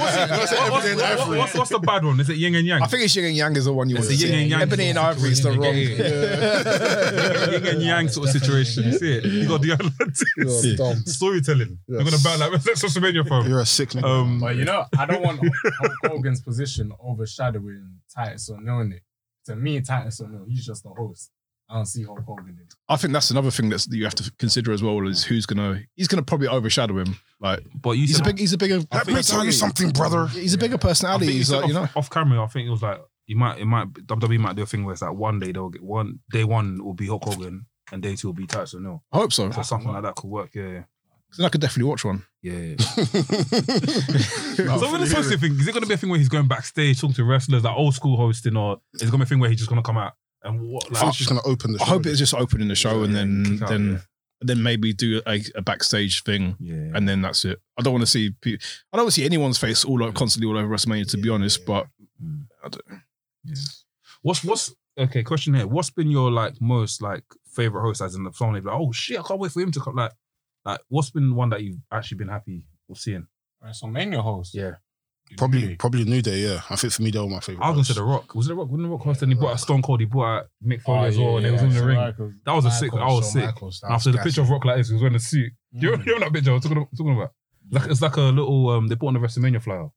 Speaker 2: What's it,
Speaker 1: What- what-
Speaker 2: Ebony and
Speaker 1: what-
Speaker 2: Ivory?
Speaker 1: what's, what's the bad one? Is it yin and yang?
Speaker 4: I think it's Yin and Yang is the one you
Speaker 1: It's
Speaker 4: want
Speaker 1: the
Speaker 4: to
Speaker 1: yin
Speaker 4: see.
Speaker 1: and yang.
Speaker 4: Ebony and Ivory is the
Speaker 1: Yeah.
Speaker 4: wrong.
Speaker 1: yin and yang sort of situation. You see it? You got the other
Speaker 6: You're dumb.
Speaker 1: storytelling. They're gonna battle like that's WrestleMania from.
Speaker 2: You're a sick nigga.
Speaker 1: Um,
Speaker 5: But you know, I don't want Hulk Hogan's position overshadowing Titus O'Neil. innit? To me, Titus O'Neil, he's just the host. I don't see Hulk Hogan in it.
Speaker 4: I think that's another thing that's, that you have to consider as well is who's gonna he's gonna probably overshadow him. Like
Speaker 1: But you
Speaker 4: he's a
Speaker 1: said
Speaker 4: big he's a bigger
Speaker 2: Let me tell you something, brother.
Speaker 4: He's a bigger
Speaker 1: I
Speaker 4: personality.
Speaker 1: think
Speaker 4: He's
Speaker 1: said
Speaker 4: like you know
Speaker 1: off, off camera. I think it was like you might it might WWE might do a thing where it's like one day they'll get one day one will be Hulk Hogan and day two will be Tyson Hill.
Speaker 4: I hope so.
Speaker 1: So something like that could work. Yeah,
Speaker 4: Then I could definitely watch one.
Speaker 1: yeah, yeah.
Speaker 2: No,
Speaker 1: so what
Speaker 2: really,
Speaker 1: is supposed
Speaker 2: really.
Speaker 1: to think? Is it gonna be a thing where he's going backstage talking to wrestlers like old school hosting, or is it gonna be a thing where he's just gonna come out and what?
Speaker 2: I
Speaker 1: Like,
Speaker 2: think she's gonna open the.
Speaker 4: I
Speaker 2: show.
Speaker 4: hope it's just opening the show and
Speaker 1: Yeah,
Speaker 4: then
Speaker 1: kick out,
Speaker 4: then
Speaker 1: yeah.
Speaker 4: then maybe do a, a backstage thing
Speaker 1: yeah.
Speaker 4: and then that's it. I don't want to see pe- I don't want to see anyone's face all over, constantly all over WrestleMania to be honest. But
Speaker 1: What's what's okay? Question here. What's been your like most like favorite host as in the family? Like, oh shit, I can't wait for him to come. Like, like what's been one that you've actually been happy with seeing?
Speaker 5: WrestleMania host.
Speaker 1: Yeah.
Speaker 2: probably probably New Day. Yeah, I think for me they were my favorite.
Speaker 1: I was gonna say The Rock. Was it The Rock? Wasn't The Rock host? And he brought out Stone Cold. He brought out Mick
Speaker 5: Oh,
Speaker 1: Foley as well, and they was in the
Speaker 5: Shawn
Speaker 1: ring.
Speaker 5: Michaels.
Speaker 1: That was a sick. I was sick. And after the picture of Rock like this, he was wearing a suit. Do you
Speaker 5: Mm.
Speaker 1: remember, you remember that picture I was talking, talking about? It's like, it's like a little. Um, they put on the WrestleMania flyer.
Speaker 4: yeah,
Speaker 2: Oh,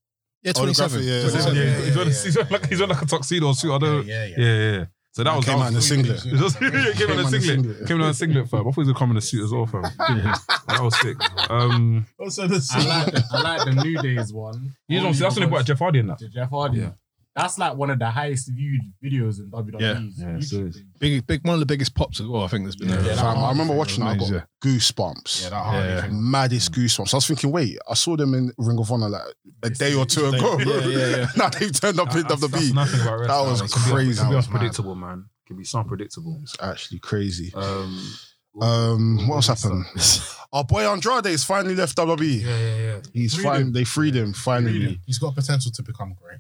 Speaker 2: the
Speaker 4: twenty seven.
Speaker 2: graphic, yeah.
Speaker 1: He's wearing-
Speaker 2: yeah,
Speaker 1: yeah, he's wearing- he's wearing like he's wearing like a tuxedo or suit. I don't.
Speaker 3: Yeah,
Speaker 1: Yeah, yeah. yeah. So that was
Speaker 2: came
Speaker 1: that
Speaker 2: out in a
Speaker 1: was-
Speaker 2: singlet.
Speaker 1: It was- yeah, came out in a singlet. Came in a singlet, fam. I thought he was gonna come in a suit as well, fam. That was sick. Um,
Speaker 5: I like, the, I like the New Days one.
Speaker 1: you know,
Speaker 5: Only
Speaker 1: see, that's when they
Speaker 5: because
Speaker 1: brought Jeff Hardy in that.
Speaker 5: to Jeff Hardy.
Speaker 1: Yeah.
Speaker 5: That's like one of the highest viewed videos in E. WWE's
Speaker 4: Yeah.
Speaker 1: Yeah,
Speaker 5: YouTube
Speaker 1: serious.
Speaker 5: thing.
Speaker 4: Big big one of the biggest pops as well. I think there's been.
Speaker 5: Yeah,
Speaker 4: a-
Speaker 5: that
Speaker 2: Fam, I remember watching that. I
Speaker 4: Yeah.
Speaker 2: got goosebumps.
Speaker 3: Yeah, that Hardy
Speaker 4: Yeah.
Speaker 3: thing.
Speaker 2: maddest goosebumps. I was thinking, wait, I saw them in Ring of Honor like a day or two ago.
Speaker 4: Yeah, yeah, yeah.
Speaker 2: now they've turned up in E.
Speaker 1: That- that's- that's
Speaker 2: WWE.
Speaker 1: nothing about wrestling. It
Speaker 2: was
Speaker 1: could be- it could
Speaker 2: crazy.
Speaker 1: be
Speaker 3: That was mad.
Speaker 1: unpredictable, man. It Can be so unpredictable.
Speaker 2: It's actually crazy.
Speaker 1: Um,
Speaker 2: Um, what else happened? Our boy Andrade's finally left WWE.
Speaker 1: Yeah, yeah, yeah.
Speaker 2: He's
Speaker 3: Freed
Speaker 2: fine.
Speaker 3: him.
Speaker 2: They freed him finally.
Speaker 3: He's got potential to become great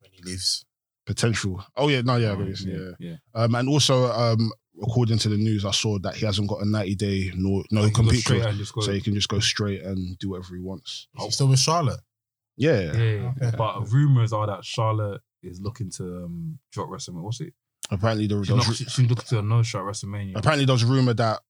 Speaker 3: when he leaves.
Speaker 2: Potential. Oh yeah, no, yeah, obviously, yeah.
Speaker 1: yeah.
Speaker 2: Um, and also, um, according to the news, I saw that he hasn't got a ninety day nor no
Speaker 1: Like, you go
Speaker 2: compete
Speaker 1: straight
Speaker 2: clause,
Speaker 1: and just go-
Speaker 2: so he can just go straight and do whatever he wants.
Speaker 3: Is he still with Charlotte?
Speaker 2: Yeah,
Speaker 1: Yeah, yeah.
Speaker 3: Okay.
Speaker 1: But rumors are that Charlotte is looking to um, drop WrestleMania. What's it?
Speaker 2: apparently there was.
Speaker 1: She's, not, she- she's looking to a no shot at WrestleMania.
Speaker 2: Apparently, there was a rumor that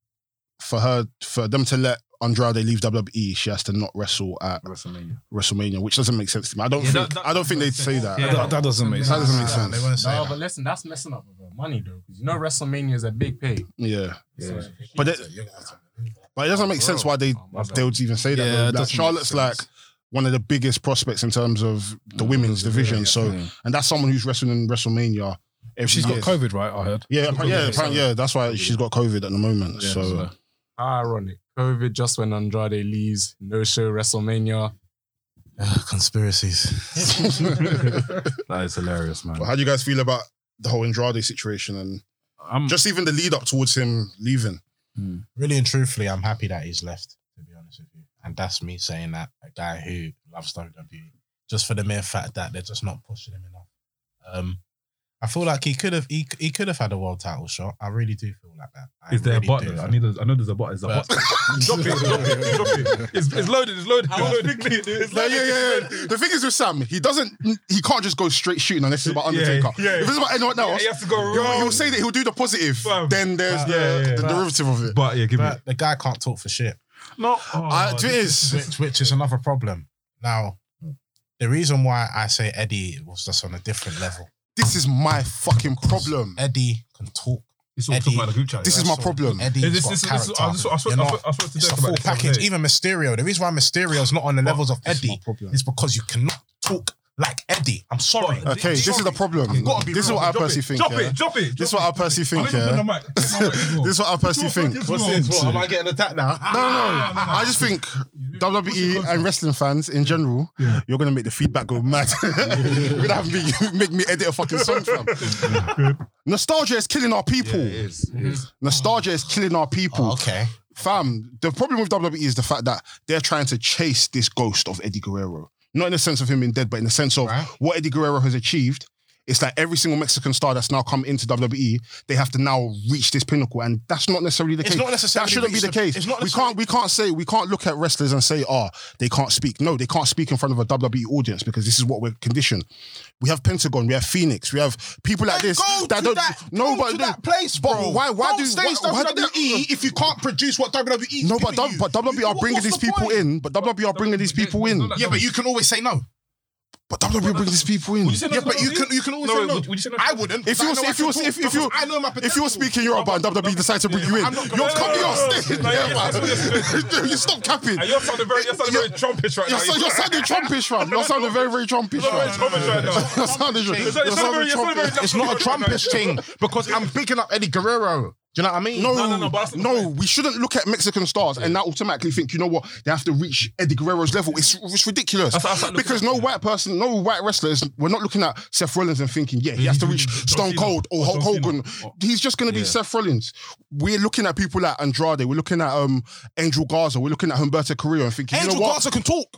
Speaker 2: for her, for them to let Andrade leaves WWE, E, she has to not wrestle at
Speaker 5: WrestleMania.
Speaker 2: WrestleMania, which doesn't make sense to me. I don't
Speaker 1: Yeah,
Speaker 2: think
Speaker 1: that- that
Speaker 2: I don't think they'd
Speaker 1: makes
Speaker 2: say
Speaker 1: sense.
Speaker 2: that.
Speaker 1: Yeah.
Speaker 4: That, that doesn't make
Speaker 2: That
Speaker 4: sense.
Speaker 2: doesn't make
Speaker 3: Nah,
Speaker 2: sense.
Speaker 3: They won't say
Speaker 5: No,
Speaker 3: that.
Speaker 5: but listen, that's messing up with her money though, because you know WrestleMania is a big pay.
Speaker 2: Yeah,
Speaker 5: So,
Speaker 2: but it, but it doesn't make sense why they
Speaker 5: Oh, my bad.
Speaker 2: they would even say that.
Speaker 4: Yeah,
Speaker 2: though.
Speaker 4: it
Speaker 2: Like,
Speaker 4: doesn't make
Speaker 2: Charlotte's like
Speaker 4: sense.
Speaker 2: one of the biggest prospects in terms of the women's division. So and that's someone who's wrestling in WrestleMania. If
Speaker 4: She's got
Speaker 2: yeah.
Speaker 4: COVID, right? I heard.
Speaker 2: Yeah, apparently, yeah,
Speaker 4: Yeah,
Speaker 2: apparently, yeah. That's why she's got COVID at the moment.
Speaker 4: Yeah,
Speaker 2: so,
Speaker 4: so-
Speaker 5: How ironic. COVID just when Andrade leaves, no show WrestleMania.
Speaker 3: Ugh, conspiracies.
Speaker 1: That is hilarious, man.
Speaker 2: But how do you guys feel about the whole Andrade situation and
Speaker 1: I'm,
Speaker 2: just even the lead up towards him leaving?
Speaker 3: really and truthfully, I'm happy that he's left, to be honest with you. And that's me saying that a guy who loves WWE, just for the mere fact that they're just not pushing him enough. Um, I feel like he could have he, he could have had a world title shot. I really do feel like that. I
Speaker 1: is there
Speaker 3: really
Speaker 1: a bot?
Speaker 3: do
Speaker 1: though? I
Speaker 3: feel-
Speaker 1: need. A, I know there's a bot. Is a
Speaker 3: But-
Speaker 1: bot? drop it. Drop it. Drop it. It's, it's loaded. It's loaded. It's loaded. It's
Speaker 2: No,
Speaker 1: loaded.
Speaker 2: yeah, yeah, yeah. The thing is with Sam, he doesn't. He can't just go straight shooting unless it's about
Speaker 1: Yeah,
Speaker 2: Undertaker.
Speaker 1: yeah.
Speaker 2: If it's about anyone else,
Speaker 1: He has to go
Speaker 2: he'll, he'll
Speaker 1: wrong.
Speaker 2: say that he'll do the positive.
Speaker 1: Fam.
Speaker 2: Then there's
Speaker 1: Fam.
Speaker 2: the,
Speaker 1: Yeah, yeah.
Speaker 2: the
Speaker 1: Fam.
Speaker 2: derivative of it.
Speaker 1: But yeah, give me.
Speaker 3: But the guy can't talk for shit,
Speaker 1: No.
Speaker 2: Uh, do it is.
Speaker 3: which, which is another problem. Now, the reason why I say Eddie was just on a different level.
Speaker 2: This is my fucking problem.
Speaker 3: Eddie can talk.
Speaker 1: It's all
Speaker 3: Eddie,
Speaker 1: talking about the group chat.
Speaker 2: This is my
Speaker 3: Wrestle.
Speaker 2: problem.
Speaker 3: Eddie's
Speaker 1: Is this,
Speaker 3: got
Speaker 1: this, this,
Speaker 3: character.
Speaker 1: I, swear, I, swear,
Speaker 3: You're
Speaker 1: I,
Speaker 3: not-
Speaker 1: swear, I swear to
Speaker 3: It's
Speaker 1: talk about
Speaker 3: the full
Speaker 1: this the other
Speaker 3: package.
Speaker 1: day.
Speaker 3: Even Mysterio. The reason why Mysterio's not on the levels of
Speaker 2: This is my
Speaker 3: Eddie
Speaker 2: problem.
Speaker 3: is because you cannot talk like Eddie. I'm sorry.
Speaker 1: But-
Speaker 2: Okay, this is the problem.
Speaker 3: I've gotta be
Speaker 2: This is
Speaker 3: real.
Speaker 2: what I
Speaker 1: Drop
Speaker 2: personally
Speaker 1: it,
Speaker 2: think.
Speaker 1: Drop
Speaker 2: yeah.
Speaker 1: it. Drop it.
Speaker 2: This is
Speaker 1: drop
Speaker 2: what I personally
Speaker 1: it.
Speaker 2: think.
Speaker 1: I
Speaker 2: yeah.
Speaker 1: don't even put the mic. Put the mic.
Speaker 2: This is what I personally think.
Speaker 1: Am I
Speaker 3: getting attacked now?
Speaker 2: Ah, No, no. I just think WWE and wrestling fans in general, you're gonna make the feedback go mad. you're gonna have me make me edit a fucking song. Fam. Nostalgia is killing our people.
Speaker 1: is. It is.
Speaker 2: Nostalgia is killing our people.
Speaker 3: Oh, okay.
Speaker 2: Fam, the problem with WWE is the fact that they're trying to chase this ghost of Eddie Guerrero. Not in the sense of him being dead, but in the sense of
Speaker 3: Right.
Speaker 2: what Eddie Guerrero has achieved. It's like every single Mexican star that's now come into WWE, they have to now reach this pinnacle, and that's not necessarily the
Speaker 3: It's
Speaker 2: case.
Speaker 3: not necessarily
Speaker 2: that shouldn't be
Speaker 3: reached
Speaker 2: the
Speaker 3: the-
Speaker 2: case.
Speaker 3: it's not
Speaker 2: we
Speaker 3: necessarily-
Speaker 2: can't we can't say we can't look at wrestlers and say, oh, they can't speak. No, they can't speak in front of a WWE audience because this is what we're conditioned. We have Pentagon, we have Phoenix, we have people like
Speaker 3: Then
Speaker 2: this
Speaker 3: go to that-
Speaker 2: no,
Speaker 3: go
Speaker 2: but
Speaker 3: to that place,
Speaker 2: but
Speaker 3: bro.
Speaker 2: why why
Speaker 3: Don't
Speaker 2: do
Speaker 3: stage
Speaker 2: why, why do-
Speaker 3: WWE if you can't produce what WWE? 's
Speaker 2: no, but,
Speaker 3: giving
Speaker 2: dub-
Speaker 3: you?
Speaker 2: but WWE are
Speaker 3: What-
Speaker 2: bringing
Speaker 3: what's
Speaker 2: these
Speaker 3: the
Speaker 2: people
Speaker 3: point?
Speaker 2: in. But WWE are bringing these people in.
Speaker 1: It's
Speaker 3: Yeah,
Speaker 1: not
Speaker 3: but
Speaker 1: like-
Speaker 3: you can always say no.
Speaker 2: But WWE are bringing these people in.
Speaker 1: Would you say no
Speaker 3: Yeah,
Speaker 1: to
Speaker 3: but you
Speaker 1: WWE?
Speaker 3: can you can always
Speaker 1: No,
Speaker 3: say
Speaker 1: wait,
Speaker 3: no.
Speaker 1: would- would you say no to-
Speaker 3: I wouldn't.
Speaker 2: If
Speaker 3: I
Speaker 2: you
Speaker 3: know I
Speaker 2: if you
Speaker 3: can talk
Speaker 2: if if you
Speaker 3: because I know my
Speaker 2: if you're
Speaker 3: potential.
Speaker 2: speaking Europe and WWE E decides to bring you in,
Speaker 3: I'm not gonna-
Speaker 2: you'll come here
Speaker 1: No,
Speaker 2: on
Speaker 1: no, no,
Speaker 2: stage.
Speaker 1: no, no,
Speaker 2: Yeah,
Speaker 1: no, no,
Speaker 2: man. You stop capping.
Speaker 1: And you're sounding very, you're sounding very Trumpish right
Speaker 2: You're,
Speaker 1: now.
Speaker 2: so- you're sounding Trumpish, fam. You're sounding very, very Trumpish,
Speaker 1: You're very
Speaker 2: fam.
Speaker 1: Trumpish right now.
Speaker 2: You're sounding, you're
Speaker 1: You're sounding very-
Speaker 2: sounding
Speaker 1: you're sounding very-
Speaker 2: Trumpish.
Speaker 3: It's not a Trumpist thing because I'm picking up Eddie Guerrero. Do you know what I mean?
Speaker 2: No,
Speaker 1: No,
Speaker 2: no,
Speaker 1: no, no, but that's not the point.
Speaker 2: we shouldn't look at Mexican stars and now automatically think, you know what, they have to reach Eddie Guerrero's level. It's, it's ridiculous.
Speaker 1: That's- that's like
Speaker 2: because
Speaker 1: looking-
Speaker 2: no white person, no white wrestlers, we're not looking at Seth Rollins and thinking, yeah, he has to reach
Speaker 1: John
Speaker 2: Stone
Speaker 1: Cena.
Speaker 2: Cold or
Speaker 1: Or
Speaker 2: Hulk
Speaker 1: John
Speaker 2: Hogan.
Speaker 1: Cena.
Speaker 2: He's just going to be
Speaker 1: Yeah.
Speaker 2: Seth Rollins. We're looking at people like Andrade, we're looking at um, Angel Garza, we're looking at Humberto Carrillo and thinking,
Speaker 3: Angel
Speaker 2: you know what?
Speaker 3: Garza can talk.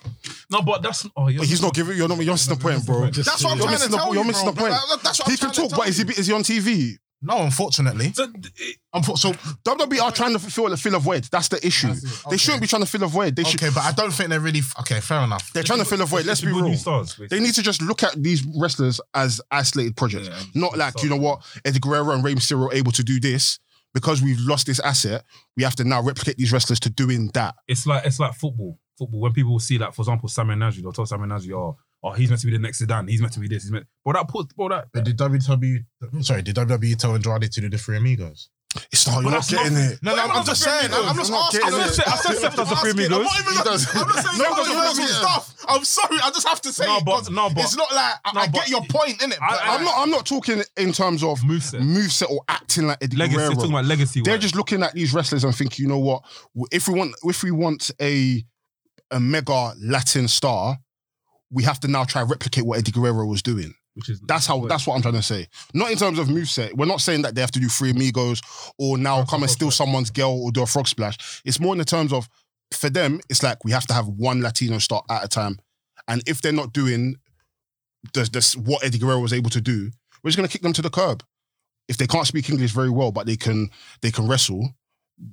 Speaker 1: No, but that's. Oh,
Speaker 2: But he's not giving. You're not. You're missing the point, bro.
Speaker 4: Just-
Speaker 3: That's what I'm
Speaker 2: You're
Speaker 3: trying to
Speaker 2: missing the,
Speaker 3: tell
Speaker 2: you're
Speaker 3: you,
Speaker 2: missing
Speaker 3: bro.
Speaker 2: the point.
Speaker 3: That- that's what
Speaker 2: he can
Speaker 3: I'm trying to
Speaker 2: talk,
Speaker 3: tell
Speaker 2: but is he,
Speaker 3: you.
Speaker 2: is he on TV?
Speaker 3: No, unfortunately.
Speaker 1: So, it-
Speaker 3: Unfor- So
Speaker 2: WWE E are trying to fill a fill a void. That's the issue. They shouldn't be trying to fill a void. They should.
Speaker 3: okay, but I don't think they're really okay. Fair enough.
Speaker 2: They're trying to fill a void. Let's be
Speaker 1: people
Speaker 2: real.
Speaker 1: New stars, basically.
Speaker 2: They need to just look at these wrestlers as isolated projects,
Speaker 1: Yeah,
Speaker 2: not like you know what Eddie Guerrero and Rey Mysterio are able to do this because we've lost this asset. We have to now replicate these wrestlers to doing that.
Speaker 1: it's like it's like football. Football. When people see like, for example, Samuel Najri, they'll tell Samuel Najri, oh, oh, he's meant to be the next Zidane. He's meant to be this. He's meant. But that puts. But that.
Speaker 3: But did WWE? Sorry, did WWE tell Andrade to do the Three Amigos?
Speaker 2: It's not. You're not
Speaker 1: that's not-
Speaker 2: getting it.
Speaker 3: No, no, I'm, just saying. I'm, I'm just
Speaker 2: You're not
Speaker 3: asking.
Speaker 2: getting
Speaker 3: I'm
Speaker 2: it.
Speaker 3: just saying-
Speaker 1: I said
Speaker 3: I'm
Speaker 1: Seth
Speaker 3: just
Speaker 1: does the Three
Speaker 3: asking. I'm
Speaker 1: Amigos.
Speaker 3: not even.
Speaker 2: He does.
Speaker 3: I'm not saying
Speaker 2: No,
Speaker 3: no,
Speaker 2: but
Speaker 3: no,
Speaker 2: you're not getting it.
Speaker 3: stuff. I'm sorry. I just have to say.
Speaker 1: No,
Speaker 3: it
Speaker 1: but-
Speaker 3: 'cause
Speaker 1: no, but-
Speaker 3: it's not like I,
Speaker 1: No,
Speaker 3: I
Speaker 1: but-
Speaker 3: get your point in it.
Speaker 1: I- I-
Speaker 2: I'm not. I'm not talking in terms of
Speaker 1: Moveset.
Speaker 2: moveset or acting like Eddie
Speaker 1: Legacy.
Speaker 2: Guerrero.
Speaker 1: Talking about legacy.
Speaker 2: They're
Speaker 1: work.
Speaker 2: just looking at these wrestlers and thinking, you know what? If we want, if we want a a mega Latin star, we have to now try and replicate what Eddie Guerrero was doing.
Speaker 1: Which is
Speaker 2: That's how. That's what I'm trying to say. Not in terms of moveset. We're not saying that they have to do three amigos or now come and steal someone's girl or do a frog splash. It's more in the terms of for them. It's like we have to have one Latino star at a time, and if they're not doing the, the, what Eddie Guerrero was able to do, we're just gonna kick them to the curb. If they can't speak English very well, but they can they can wrestle,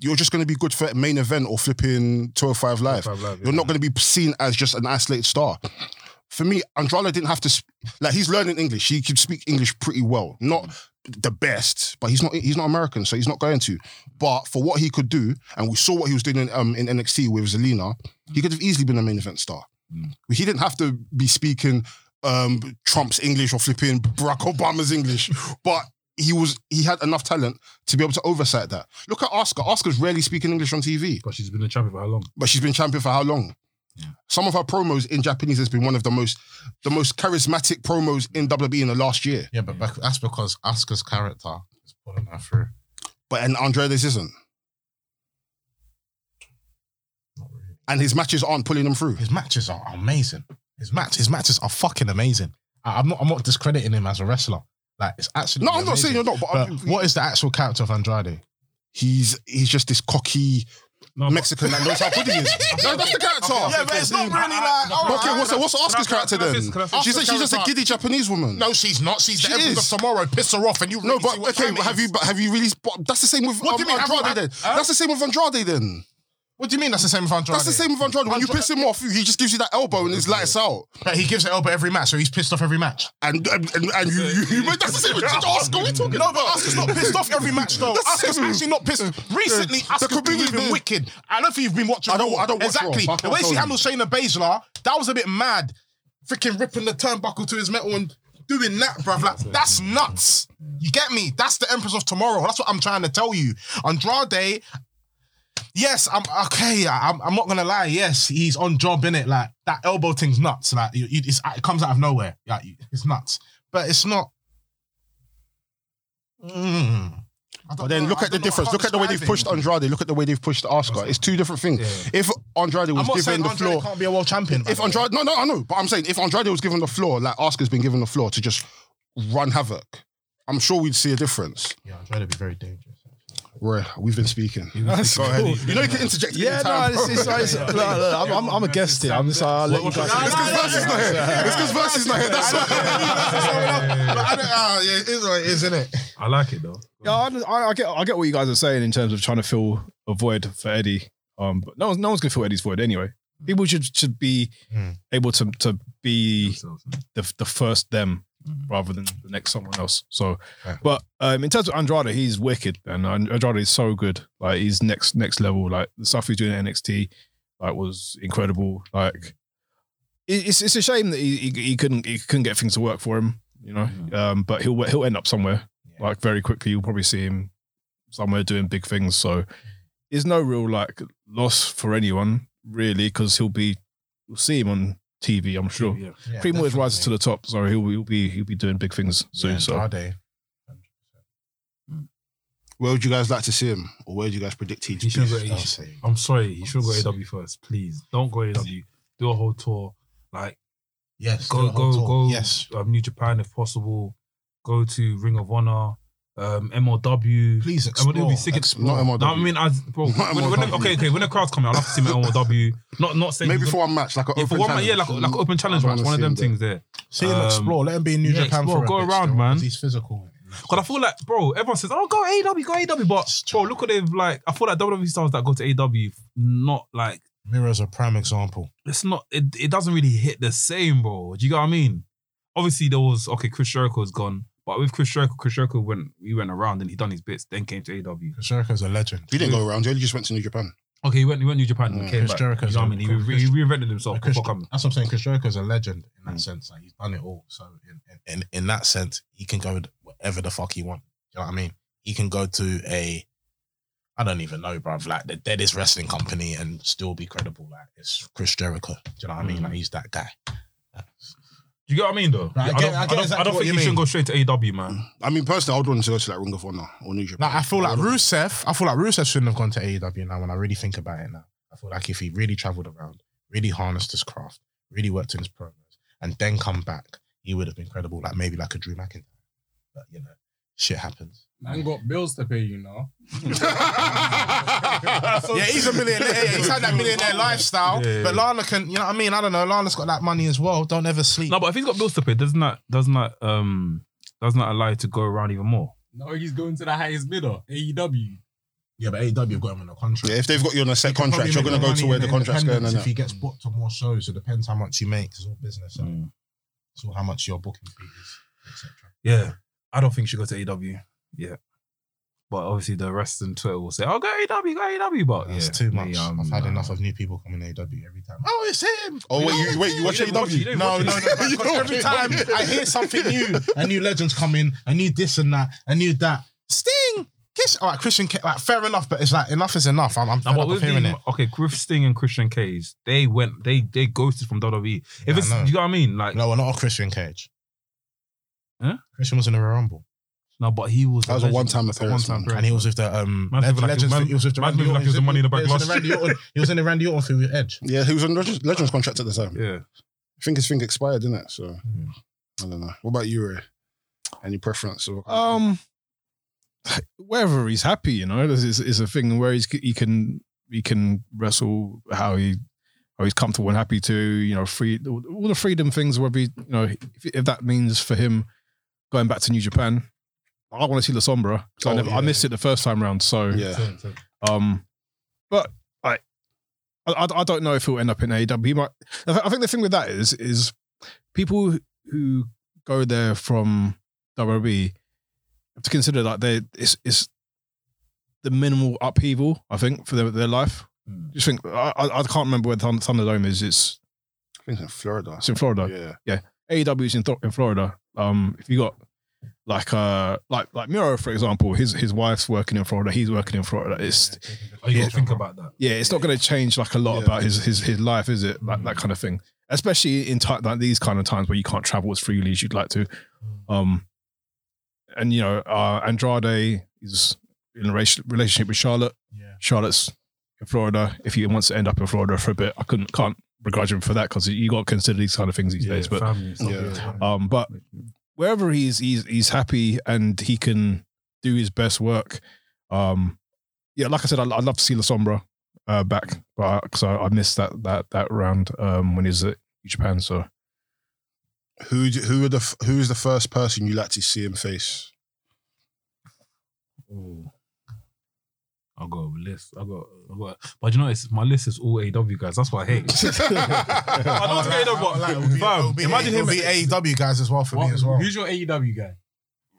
Speaker 2: you're just gonna be good for main event or flipping 205 live.
Speaker 1: oh Five Live, yeah.
Speaker 2: You're not going to be seen as just an isolated star. For me, Andrade didn't have to sp- like he's learning English. He could speak English pretty well. Not the best, but he's not he's not American, so he's not going to. But for what he could do, and we saw what he was doing in, um, in NXT with Zelina, he could have easily been a main event star. He didn't have to be speaking um, Trump's English or flipping Barack Obama's English, but he was he had enough talent to be able to oversight that. Look at Oscar. Oscar's rarely speaking English on TV,
Speaker 1: But she's been a champion for how long?
Speaker 2: but she's been champion for how long? Some of her promos in Japanese has been one of the most the most charismatic promos in WWE in the last year.
Speaker 3: Yeah, but bec- that's because Asuka's character is pulling her through.
Speaker 2: But and Andrade's isn't. And his matches aren't pulling them through.
Speaker 3: His matches are amazing. His match, his matches are fucking amazing. I, am not, I'm not discrediting him as a wrestler. Like it's
Speaker 2: No,
Speaker 3: absolutely.
Speaker 2: I'm not saying
Speaker 3: amazing.
Speaker 2: you're not, but,
Speaker 3: But
Speaker 2: I'm-
Speaker 3: what is the actual character of Andrade?
Speaker 2: he's he's just this cocky
Speaker 1: No, but-
Speaker 2: Mexican that knows how good he is. No, that's the character.
Speaker 1: Yeah, but it's not really like-
Speaker 2: Okay, what's, what's Oscar's
Speaker 1: Can I-
Speaker 2: character
Speaker 1: can I
Speaker 2: then?
Speaker 1: say- can I say-
Speaker 2: She's, a, she's just a giddy Japanese woman.
Speaker 6: No, she's not. She's
Speaker 2: She
Speaker 6: the Empress
Speaker 2: is.
Speaker 6: of tomorrow. Piss her off, and you.
Speaker 2: No,
Speaker 6: Really see
Speaker 2: but
Speaker 6: what
Speaker 2: okay,
Speaker 6: time it
Speaker 2: but have
Speaker 6: is.
Speaker 2: you but have you really? But that's the same with
Speaker 6: What do
Speaker 2: um,
Speaker 6: you mean,
Speaker 2: Andrade.
Speaker 6: Andrade?
Speaker 2: then. That's the same with Andrade. Then
Speaker 3: What do you mean? That's the same with Andrade.
Speaker 2: that's the same with Andrade. When you piss him off, he just gives you that elbow and it's lights out.
Speaker 3: But he gives it elbow every match, so he's pissed off every match.
Speaker 2: And and, and, and you, you, you that's the same with Oscar. What are you talking
Speaker 3: No,
Speaker 2: about?
Speaker 3: but Asuka's not pissed off every match though.
Speaker 2: That's
Speaker 3: Asuka's
Speaker 2: true.
Speaker 3: actually not pissed. Recently,
Speaker 2: There
Speaker 3: Asuka's
Speaker 2: could be
Speaker 3: been, been
Speaker 2: reasons.
Speaker 3: wicked. I don't think you've been watching.
Speaker 2: I don't-
Speaker 3: Raw.
Speaker 2: I don't watch Raw,
Speaker 3: exactly
Speaker 2: so I
Speaker 3: the
Speaker 2: can't
Speaker 3: way
Speaker 2: tell
Speaker 3: she
Speaker 2: you.
Speaker 3: handled Shayna Baszler. That was a bit mad. Freaking ripping the turnbuckle to his metal and doing that, bruv. Like that's nuts. You get me? That's the Empress of Tomorrow. That's what I'm trying to tell you. Andrade. Yes, I'm okay. I- I'm, I'm not gonna lie. Yes, he's on job in it. Like that elbow thing's nuts. Like you, you, it's, it comes out of nowhere. Like it's nuts, but it's not. Mm. I don't
Speaker 2: But then
Speaker 3: know.
Speaker 2: look
Speaker 3: I
Speaker 2: at the
Speaker 3: don't know. I
Speaker 2: difference.
Speaker 3: can't
Speaker 2: Look at the way
Speaker 3: describe
Speaker 2: they've
Speaker 3: it.
Speaker 2: pushed Andrade. Look at the way they've pushed Oscar. It's two different things. If Andrade
Speaker 3: I'm
Speaker 2: was
Speaker 3: not
Speaker 2: given
Speaker 3: saying
Speaker 2: the
Speaker 3: Andrade
Speaker 2: floor,
Speaker 3: can't be a world champion. by
Speaker 2: if
Speaker 3: the way.
Speaker 2: Andrade, no, no, I know, but I'm saying if Andrade was given the floor, like Oscar's been given the floor to just run havoc, I'm sure we'd see a difference.
Speaker 3: yeah, Andrade would be very dangerous.
Speaker 2: Roy, we've been speaking.
Speaker 4: That's
Speaker 2: Go ahead.
Speaker 4: cool.
Speaker 2: You know you can interject.
Speaker 4: Yeah, no,
Speaker 2: anytime,
Speaker 4: it's,
Speaker 2: bro.
Speaker 4: it's, it's, look, look, I'm, I'm, I'm a guest here. I'm just like, I'll let you guys.
Speaker 2: It's because Versus is not here. It's because Versus is not here. That's
Speaker 3: I don't, uh, yeah, it is what it is, isn't it?
Speaker 1: I like it though.
Speaker 4: Yeah, I, under- I, I get I get what you guys are saying in terms of trying to fill a void for Eddie. Um, but no one's no one's gonna fill Eddie's void anyway. People should should be
Speaker 3: Mm.
Speaker 4: able to to be the the first them rather than the next someone else. So,
Speaker 3: Yeah.
Speaker 4: but um, in terms of Andrade, he's wicked, and Andrade is so good. Like he's next next level. Like the stuff he's doing at NXT, like was incredible. Like it- it's it's a shame that he, he he couldn't he couldn't get things to work for him. You know, um, but he'll he'll end up somewhere. Like very quickly, you'll probably see him somewhere doing big things. So there's no real like loss for anyone really because he'll be we'll see him on TV. I'm sure.
Speaker 1: Yeah.
Speaker 3: Yeah,
Speaker 4: Primo is rising to the top, so he'll, he'll be he'll be doing big things soon. so
Speaker 3: Andrade.
Speaker 2: Where would you guys like to see him, or where do you guys predict he'd
Speaker 1: He should have
Speaker 2: be?
Speaker 1: got. he should- I'm sorry, he should have got AW first, please. Don't go AW. Do a whole tour. Like
Speaker 3: Yes,
Speaker 1: go
Speaker 3: do a whole
Speaker 1: go
Speaker 3: tour.
Speaker 1: go.
Speaker 3: Yes,
Speaker 1: um, New Japan if possible. Go to Ring of Honor, um, MLW.
Speaker 3: please
Speaker 1: I mean, it would
Speaker 3: explore.
Speaker 1: be sick.
Speaker 3: Ex-
Speaker 2: Not
Speaker 1: No, I
Speaker 2: MLW.
Speaker 1: mean, as bro,
Speaker 2: Not
Speaker 1: when, when the,
Speaker 2: MLW.
Speaker 1: okay, okay, when the crowd's coming, I'll have to see my MLW. Not not saying
Speaker 2: Maybe
Speaker 1: he's
Speaker 2: for one match, like an
Speaker 1: yeah,
Speaker 2: open
Speaker 1: for one,
Speaker 2: challenge.
Speaker 1: yeah, like like open challenge
Speaker 2: I
Speaker 1: match,
Speaker 2: wanna
Speaker 1: one of
Speaker 2: see
Speaker 1: them
Speaker 2: him there.
Speaker 1: things there.
Speaker 3: See him
Speaker 1: Um,
Speaker 3: explore. Let him be in New
Speaker 1: yeah,
Speaker 3: Japan
Speaker 1: explore.
Speaker 3: for a
Speaker 1: Go
Speaker 3: bit
Speaker 1: around,
Speaker 3: still,
Speaker 1: man.
Speaker 3: 'cause He's physical.
Speaker 1: Because I feel like, bro, everyone says, "Oh, go AW, go AW," but bro, look what they've like. I feel like WWE stars that go to AW, not like
Speaker 3: Mira's a prime example.
Speaker 1: it's not. It, it doesn't really hit the same, bro. Do you get what I mean? Obviously, there was okay. Chris Jericho's gone, but with Chris Jericho, Chris Jericho went. He went around and he done his bits. Then came to AW.
Speaker 3: Chris Jericho's a legend.
Speaker 2: He didn't go around. He just went to New Japan.
Speaker 1: Okay, he went. He went to New Japan.
Speaker 2: Yeah.
Speaker 1: And came
Speaker 3: Mm, Chris
Speaker 1: back.
Speaker 3: Jericho's
Speaker 1: You know what I mean? He,
Speaker 3: cool.
Speaker 1: re- he reinvented himself
Speaker 3: Chris-
Speaker 1: before coming.
Speaker 3: That's what I'm saying. Chris Jericho's a legend in that
Speaker 1: Mm.
Speaker 3: sense. Like he's done it all. So Hmm. in, in, in, in that sense, he can go whatever the fuck he wants. You know what I mean? He can go to a I don't even know, bruv, like the deadest wrestling company and still be credible. Like it's Chris Jericho. Do you know what I mean? Like he's that guy.
Speaker 1: Do you get what I mean, though?
Speaker 3: Right, I get-
Speaker 1: don't,
Speaker 3: I get
Speaker 1: don't,
Speaker 3: exactly
Speaker 1: I don't
Speaker 3: what
Speaker 1: think
Speaker 3: you
Speaker 1: you should
Speaker 3: mean. Mm.
Speaker 1: go straight to AW, man.
Speaker 2: I mean, personally, I would want to go to like Ring of Honor or New Japan.
Speaker 3: Like I feel like
Speaker 2: Ruth.
Speaker 3: Rusev, I feel like Rusev shouldn't have gone to AEW now when I really think about it now. I feel like if he really traveled around, really harnessed his craft, really worked in his promos, and then come back, he would have been credible, like maybe like a Drew McIntyre. But you know, shit happens.
Speaker 5: Man got bills to pay, you know.
Speaker 3: yeah, he's a millionaire. He's had that millionaire lifestyle.
Speaker 1: Yeah.
Speaker 3: But Lana can, you know what I mean? I don't know. Lana's got that money as well. Don't ever sleep.
Speaker 1: No, but if he's got bills to pay, doesn't that doesn't that um doesn't that allow you to go around even more?
Speaker 5: No, he's going to the highest bidder, E AEW.
Speaker 3: yeah, but AEW got him on a contract.
Speaker 2: Yeah, if they've got you on a set contract, you're going to go to where the contract's going.
Speaker 3: If
Speaker 2: innit?
Speaker 3: he gets booked on more shows, it depends Mm. how much he makes. It's all business. innit? It's all how much your booking fee is, etc.
Speaker 1: Yeah. I don't think she go to AW yet. But obviously the rest in Twitter will say, "Oh, go AW, go AW." But
Speaker 3: It's
Speaker 1: yeah,
Speaker 3: too much.
Speaker 1: me, um,
Speaker 3: I've had
Speaker 1: nah.
Speaker 3: enough of new people coming to AW every time. Oh, it's him.
Speaker 2: Oh wait, you, wait, you watch
Speaker 1: You didn't watch it, you
Speaker 2: AEW?
Speaker 1: didn't
Speaker 3: No,
Speaker 1: watch
Speaker 3: no,
Speaker 1: it.
Speaker 3: no. because every time I hear something new, a new legend's coming, a new this and that, a new that. Sting, Kiss. All right, Christian, Ca- like, fair enough, but it's like enough is enough. I'm, I'm
Speaker 1: Now,
Speaker 3: fed
Speaker 1: what
Speaker 3: up of
Speaker 1: with
Speaker 3: hearing
Speaker 1: the,
Speaker 3: it.
Speaker 1: okay, Griff Sting and Christian Cage, they went, they they ghosted from WWE. If
Speaker 3: Yeah, I
Speaker 1: it's,
Speaker 3: know.
Speaker 1: you know what I mean? Like, no,
Speaker 3: No, well, not a Christian Cage.
Speaker 1: Huh?
Speaker 3: Christian was in the Royal Rumble,
Speaker 1: but he was
Speaker 2: That was a
Speaker 1: legend.
Speaker 2: one-time
Speaker 1: That's a
Speaker 2: appearance,
Speaker 1: one-time
Speaker 2: man.
Speaker 1: appearance.
Speaker 3: and he was with the um.
Speaker 1: Man's
Speaker 3: Leg-
Speaker 1: moving like he was-
Speaker 3: Legends,
Speaker 1: man-
Speaker 3: he was with the
Speaker 1: man's
Speaker 3: Randy
Speaker 1: moving like he was
Speaker 3: Orton.
Speaker 1: the Money in the Bank
Speaker 3: He was
Speaker 1: loss.
Speaker 3: in the Randy Orton. He was in the Randy Orton thing with Edge.
Speaker 2: Yeah, he was on Legends, Legends contract at the time.
Speaker 1: Yeah.
Speaker 2: I think his thing expired, didn't it? So
Speaker 1: Hmm.
Speaker 2: I don't know. What about you, Ray? Any preference? Or,
Speaker 4: Um, wherever he's happy, you know, this is, is a thing where he's he can he can wrestle how he how he's comfortable and happy to, you know, free all the freedom things. Whether he, you know, if, if that means for him going back to New Japan, I want to see La Sombra. 'cause I,
Speaker 2: Oh,
Speaker 4: never,
Speaker 2: yeah.
Speaker 4: I missed it the first time round, so
Speaker 2: yeah.
Speaker 4: um, but I, I, I don't know if he'll end up in AEW. He might. I th- I think the thing with that is, is people who go there from WWE have to consider like they it's it's the minimal upheaval. I think for their, their life.
Speaker 1: Mm.
Speaker 4: Just think, I, I I can't remember where Thund- Thunderdome is. It's
Speaker 2: I think it's in Florida.
Speaker 4: it's in Florida.
Speaker 2: Yeah.
Speaker 4: AEW is in, Thor in Florida. Um, if you got like uh like like Miro for example, his his wife's working in Florida. He's working in Florida. It's
Speaker 1: Oh, you
Speaker 4: Yeah.
Speaker 1: got to think about that.
Speaker 4: yeah, it's not going to change like a lot
Speaker 2: Yeah.
Speaker 4: about his his his life, is it? Like that kind of thing, especially in ti like these kind of times where you can't travel as freely as you'd like to. Um, and you know, uh, Andrade is in a rela- relationship with Charlotte.
Speaker 3: Yeah.
Speaker 4: Charlotte's in Florida. If he wants to end up in Florida for a bit, I couldn't can't begrudge him for that because you got to consider these kind of things these days. But
Speaker 1: family and stuff,
Speaker 2: Yeah.
Speaker 4: um, but wherever he's he's he's happy and he can do his best work. Um, yeah, like I said, I'd, I'd love to see La Sombra uh, back, but because I, I missed that that that round um, when he was at Japan. So
Speaker 2: Who do- who are the f- who is the first person you like to see him face?
Speaker 1: I got a list. I got, I got, but you know, it's my list is all AW guys. That's what I hate. I don't think AW, but
Speaker 3: Like, it would be-
Speaker 1: fam,
Speaker 3: it would be-
Speaker 1: imagine
Speaker 3: it would
Speaker 1: him.
Speaker 3: be AEW guys as well for me as well.
Speaker 5: Who's your AEW guy?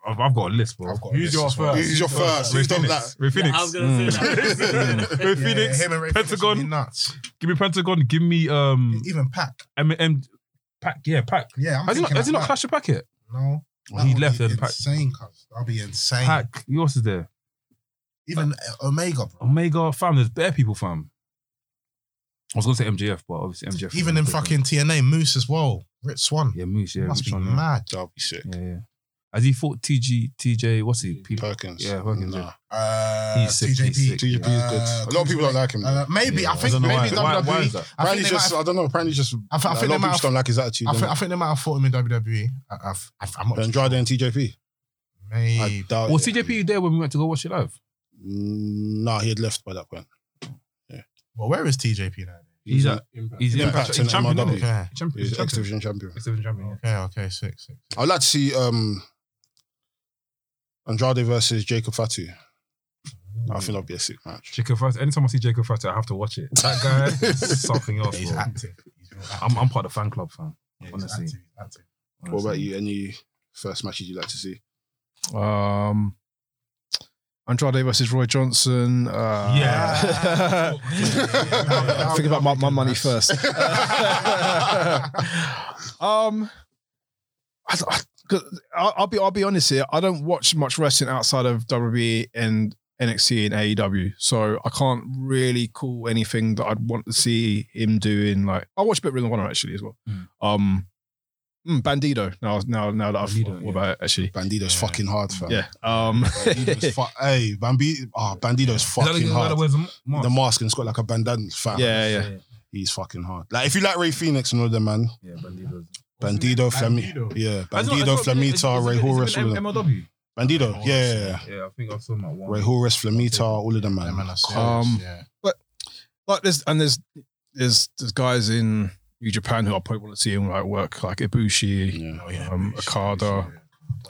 Speaker 1: I've, I've got a list, bro.
Speaker 3: I've got a
Speaker 5: Who's
Speaker 3: list
Speaker 5: your
Speaker 3: as well.
Speaker 5: first?
Speaker 2: Who's your first?
Speaker 1: Ray
Speaker 2: Stop
Speaker 1: Phoenix.
Speaker 2: that.
Speaker 1: Ray Phoenix.
Speaker 6: I was gonna say that.
Speaker 1: Ray
Speaker 3: Yeah,
Speaker 1: Phoenix.
Speaker 3: him and Ray Phoenix would be
Speaker 1: Pentagon.
Speaker 3: nuts.
Speaker 1: Give me Pentagon. Give me um
Speaker 3: Even Pac.
Speaker 1: M M. Pack. Yeah, Pack.
Speaker 3: Yeah, I'm
Speaker 1: Has he not?
Speaker 3: thinking
Speaker 1: Has he
Speaker 3: like
Speaker 1: not
Speaker 3: that.
Speaker 1: clashed a packet?
Speaker 3: No.
Speaker 1: Well, he
Speaker 3: That would
Speaker 1: left
Speaker 3: be
Speaker 1: and Pac-
Speaker 3: insane, cuz. That'll be insane.
Speaker 1: Pack. Who else is there?
Speaker 3: Even Omega, bro.
Speaker 1: Omega fam. There's bare people fam. I was gonna say MJF, but obviously MJF.
Speaker 3: Even in fucking TNA, Moose as well. Rich Swan.
Speaker 1: Yeah, Moose. Yeah,
Speaker 3: Must be
Speaker 1: Moose on there.
Speaker 3: mad.
Speaker 2: That'll be sick.
Speaker 1: Yeah, yeah. Has he fought TG, TJ? What's he? P-
Speaker 2: Perkins.
Speaker 1: Yeah, Perkins,
Speaker 2: Nah.
Speaker 1: yeah.
Speaker 3: Uh,
Speaker 1: He's sick,
Speaker 3: TJP.
Speaker 1: he's sick.
Speaker 2: TJP is good.
Speaker 3: Uh,
Speaker 2: A lot of people don't like him.
Speaker 3: Uh, maybe
Speaker 1: Yeah,
Speaker 3: I think
Speaker 1: don't know
Speaker 3: maybe
Speaker 1: why.
Speaker 3: WWE.
Speaker 1: Why- why is that?
Speaker 3: I think
Speaker 2: Apparently,
Speaker 3: they
Speaker 2: it's
Speaker 3: might
Speaker 2: just
Speaker 3: have-
Speaker 2: I don't know. Apparently, it's just
Speaker 3: I think- I
Speaker 2: like, a lot
Speaker 3: think they
Speaker 2: of
Speaker 3: might
Speaker 2: people
Speaker 3: have-
Speaker 2: just don't like his attitude.
Speaker 3: I
Speaker 2: don't
Speaker 3: think, I
Speaker 2: they?
Speaker 3: think they might have fought him in WWE. I, I, I, I'm not.
Speaker 2: Andrade and TJP. I
Speaker 3: Maybe.
Speaker 2: doubt.
Speaker 1: Was
Speaker 2: it.
Speaker 1: TJP there when we went to go watch it live?
Speaker 2: Mm, Nah, he had left by that point.
Speaker 3: Well, where is TJP now?
Speaker 1: He's
Speaker 2: an
Speaker 1: at he's
Speaker 2: Impact
Speaker 1: Impact. He's
Speaker 2: and
Speaker 1: champion.
Speaker 2: MLW.
Speaker 1: isn't he?
Speaker 3: Okay.
Speaker 1: Champion.
Speaker 2: he's
Speaker 1: He's
Speaker 2: an X
Speaker 1: champion.
Speaker 2: Division champion.
Speaker 1: He's champion. yeah.
Speaker 3: Okay. Okay. Six. Six.
Speaker 2: I'd like to see um, Andrade versus Jacob Fatu. I think that'll be a sick match.
Speaker 1: Jacob Fratty. Anytime I see Jacob Fratty, I have to watch it. That guy is something else.
Speaker 3: He's
Speaker 1: bro.
Speaker 3: active. He's real active.
Speaker 1: I'm, I'm part of the fan club, fam.
Speaker 3: Yeah, he's
Speaker 1: honestly.
Speaker 3: active, he's active.
Speaker 2: What about
Speaker 1: honestly.
Speaker 2: you? Any first matches you'd like to see?
Speaker 4: um, Andrade versus Roy Johnson. Uh,
Speaker 3: Yeah.
Speaker 4: I think about my, my money first. um, I, I, 'cause I'll I'll be I'll be honest here. I don't watch much wrestling outside of WWE and NXT and AEW, so I can't really call anything that I'd want to see him doing. Like I watch a bit of Ring of Honor actually as well.
Speaker 1: Mm.
Speaker 4: Um, mm, Bandido. Now now now that I've
Speaker 1: Bandido,
Speaker 4: thought
Speaker 1: yeah.
Speaker 4: about it actually.
Speaker 2: Bandido's
Speaker 3: Yeah.
Speaker 2: fucking hard, fam.
Speaker 4: Yeah. Um,
Speaker 2: Bandido's fu- hey, Bambi- oh, Bandido's
Speaker 1: Is that the
Speaker 2: fucking
Speaker 1: guy that
Speaker 2: hard.
Speaker 1: wears a mask?
Speaker 2: The mask and it's got like a bandana, fam.
Speaker 4: yeah, yeah.
Speaker 2: He's fucking hard. Like, if you like Ray Phoenix and all them, man,
Speaker 1: Yeah, Bandido.
Speaker 2: Bandido, Flamita.
Speaker 5: Bandido.
Speaker 2: Yeah, Bandido, Flamita, Ray Horace, all of them.
Speaker 1: MLW.
Speaker 2: Bandido, yeah, yeah, yeah.
Speaker 1: Yeah, I think I've seen that one.
Speaker 2: Ray Horace, Flamita, all of them,
Speaker 3: Yeah, man,
Speaker 2: man.
Speaker 3: that's serious,
Speaker 4: Um,
Speaker 3: yeah.
Speaker 4: like there's and there's there's there's guys in New Japan who I probably want to see him like work like Ibushi,
Speaker 2: Yeah.
Speaker 3: Oh, yeah.
Speaker 4: um, Okada,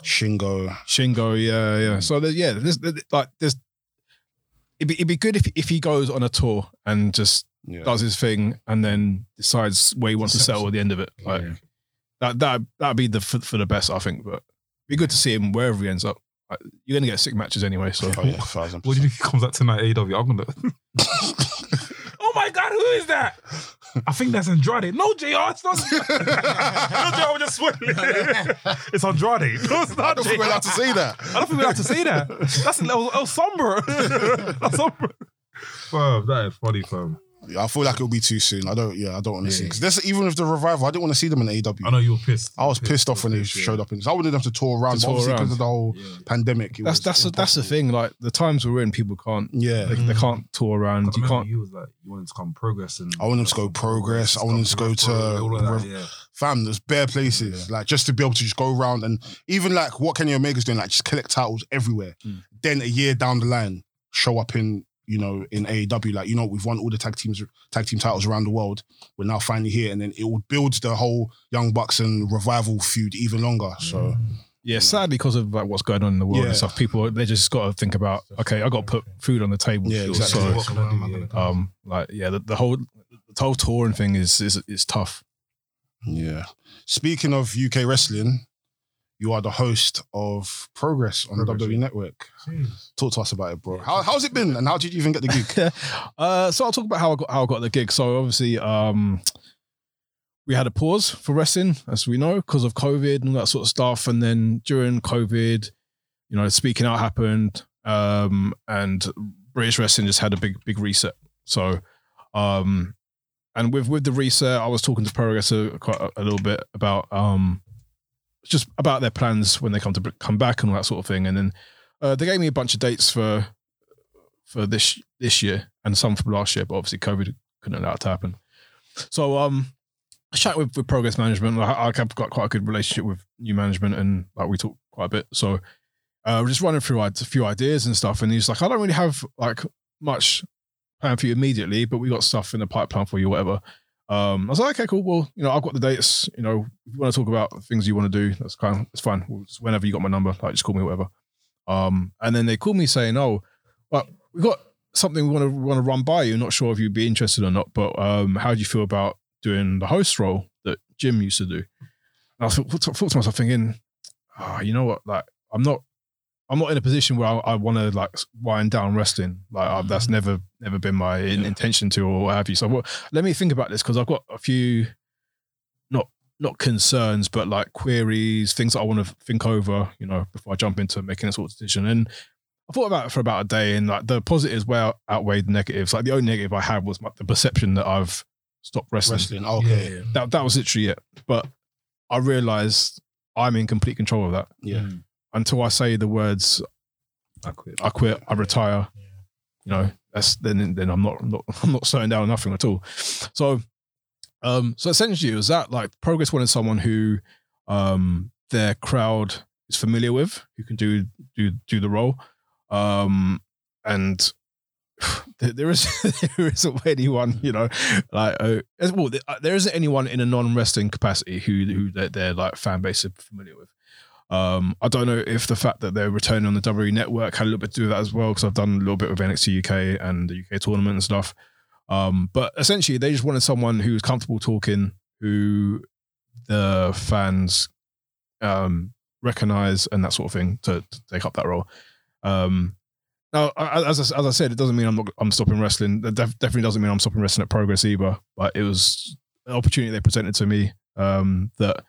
Speaker 2: Shingo.
Speaker 4: Shingo, yeah, yeah. So there's, yeah, there's, there's- like there's it'd be, it'd be good if if he goes on a tour and just
Speaker 2: Yeah.
Speaker 4: does his thing and then decides where he wants to settle at the end of it. Like
Speaker 1: Yeah.
Speaker 4: that that that'd be the for, for the best I think. But Be good to see him wherever he ends up. Like, You're gonna get sick matches anyway, so
Speaker 2: Oh yeah, thousand.
Speaker 1: What do you think he comes out tonight, AW? I'm gonna. oh my god, who is that? I think that's Andrade. No, JR, it's not. no, JR, we're just spoiling it. it's Andrade. No, it's
Speaker 2: I
Speaker 1: not
Speaker 2: don't
Speaker 1: JR.
Speaker 2: think we're allowed to say that.
Speaker 1: I don't think we're allowed to say that. That's El, El Sombra. El Sombra. Fam, that is funny, fam.
Speaker 2: Yeah, I feel like it'll be too soon. I don't. Yeah, I don't want to see because this even with the revival, I didn't want to see them in E AW.
Speaker 1: I know you were pissed.
Speaker 2: I was pissed off when they showed up in this. I wanted them to tour around, but
Speaker 4: To tour
Speaker 2: obviously
Speaker 4: around.
Speaker 2: because of the whole pandemic. it
Speaker 4: that's
Speaker 2: was
Speaker 4: that's a, that's the
Speaker 2: impossible.
Speaker 4: thing. Like the times we're in, people can't
Speaker 2: Yeah,
Speaker 4: they, they can't tour around. You can't.
Speaker 1: You was like, you wanted to come progress and.
Speaker 2: I want them to go progress. I want them to go to
Speaker 1: all of that,
Speaker 2: Rev-
Speaker 1: yeah.
Speaker 2: fam. There's bare places like just to be able to just go around and even like what Kenny Omega's doing, like just collect titles everywhere.
Speaker 4: Hmm.
Speaker 2: Then a year down the line, show up in you know in AEW, like you know we've won all the tag teams, tag team titles around the world. We're now finally here, and then it will build the whole Young Bucks and revival feud even longer.
Speaker 4: Hmm.
Speaker 2: So
Speaker 4: Yeah, sadly, because of like what's going on in the world
Speaker 2: Yeah.
Speaker 4: and stuff, people they just got to think about. Okay, I got to put food on the table.
Speaker 2: Yeah,
Speaker 4: still,
Speaker 2: exactly.
Speaker 4: so-
Speaker 1: What can I do, yeah?
Speaker 4: um like yeah the, the whole the whole touring thing is is is tough
Speaker 2: yeah. Speaking of UK wrestling, you are the host of Progress on WWE Network. Talk to us about it, bro. How, how's it been, and how did you even get the gig?
Speaker 4: uh so i'll talk about how i got how i got the gig so obviously um we had a pause for wrestling as we know because of covid and all that sort of stuff and then during covid you know speaking out happened um and british wrestling just had a big big reset so um and with with the reset i was talking to progress a, quite a, a little bit about um just about their plans when they come to br- come back and all that sort of thing. And then uh, they gave me a bunch of dates for for this this year and some from last year, but obviously COVID couldn't allow it to happen. So um, I chat with, with progress management. Like, I- I've got quite a good relationship with new management, and like we talk quite a bit. So uh, we're just running through ide- a few ideas and stuff. And he's like, I don't really have like much plan for you immediately, but we got stuff in the pipeline for you, whatever. Um, I was like, okay, cool. Well, you know, I've got the dates. You know, if you want to talk about things you want to do, that's kind. It's fine. We'll just- whenever you got my number, like just call me, whatever. Um, and then they called me saying, oh, well, we've got something we want to want to run by you. Not sure if you'd be interested or not, but um, how do you feel about doing the host role that Jim used to do? And I thought, thought to myself, thinking, ah, you know what? Like, I'm not, I'm not in a position where I, I want to like wind down wrestling. Like, I, that's never, never been my in, intention to or what have you. So, what, let me think about this because I've got a few, not not concerns, but like queries, things that I want to think over, you know, before I jump into making a sort of decision. And I thought about it for about a day, and like the positives well outweighed the negatives. Like the only negative I had was my, the perception that I've stopped wrestling.
Speaker 2: wrestling, Oh, okay.
Speaker 4: That that was literally it. But I realized I'm in complete control of that.
Speaker 2: Yeah.
Speaker 5: Mm.
Speaker 4: Until I say the words,
Speaker 1: I quit.
Speaker 4: I quit, I retire. You know, that's then then I'm not, I'm not I'm not slowing down nothing at all. So um so essentially it was that like progress wanted someone who um their crowd is familiar with, who can do do do the role. Um and there there is there isn't anyone you know like uh, as- well there- uh, there isn't anyone in a non-wrestling capacity who who their, their like fan base are familiar with um, I don't know if the fact that they're returning on the WWE network had a little bit to do with that as well, because I've done a little bit with NXT UK and the UK tournament and stuff. Um, but essentially, they just wanted someone who was comfortable talking, who the fans um, recognize, and that sort of thing to, to take up that role. Um, now, I- I- as I, as I said, it doesn't mean I'm not I'm stopping wrestling. That def- definitely doesn't mean I'm stopping wrestling at Progress either. But it was an opportunity they presented to me um, that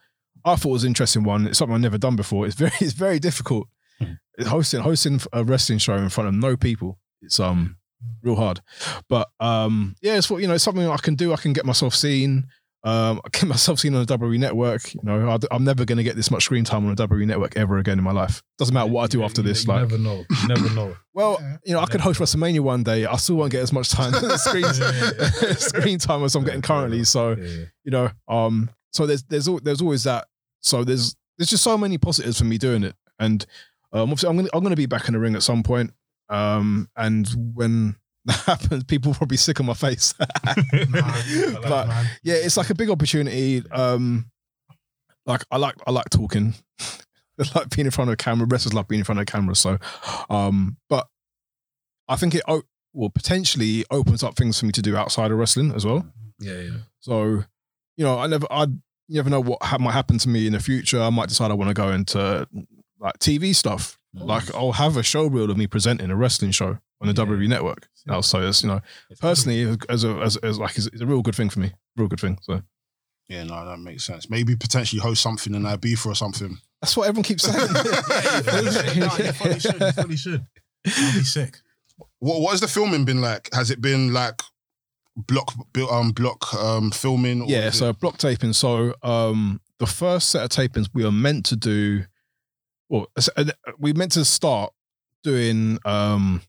Speaker 4: I thought was an interesting one. It's something I've never done before. It's very it's very difficult
Speaker 1: Hmm.
Speaker 4: It's hosting hosting a wrestling show in front of no people. It's um real hard, but um yeah, it's what you know. It's something I can do. I can get myself seen. Um, I get myself seen on the WWE network. You know, I, am never going to get this much screen time on the WWE network ever again in my life. Doesn't matter what I do
Speaker 1: You-
Speaker 4: after
Speaker 1: you-
Speaker 4: this.
Speaker 1: you
Speaker 4: Like,
Speaker 1: never know. You never know.
Speaker 4: well, you know, I could host WrestleMania one day. I still won't get as much time screen screen time as I'm getting currently. So you know um so there's there's al- there's always that so there's there's just so many positives for me doing it and um obviously I'm gonna I'm gonna be back in the ring at some point um and when that happens people will probably sick on my face but yeah it's like a big opportunity um like I like I like talking I like being in front of a camera wrestlers love being in front of a camera so um but I think it o- will potentially opens up things for me to do outside of wrestling as well
Speaker 1: Yeah, yeah.
Speaker 4: so, you know, I never, I you never know what ha- might happen to me in the future. I might decide I want to go into like TV stuff. Like I'll have a show reel of me presenting a wrestling show on the WWE network. Now, so it's you know personally as a as, as like it's, it's a real good thing for me, real good thing. So
Speaker 2: Yeah, no, that makes sense. Maybe potentially host something in Ibiza or something.
Speaker 4: that's what everyone keeps saying.
Speaker 3: fully should. I'll be sick.
Speaker 2: What What has the filming been like? Has it been like block bu- um block um filming? Or
Speaker 4: yeah,
Speaker 2: is
Speaker 4: so
Speaker 2: it-
Speaker 4: block taping. So um, the first set of tapings we were meant to do, well, s- uh, we meant to start doing um,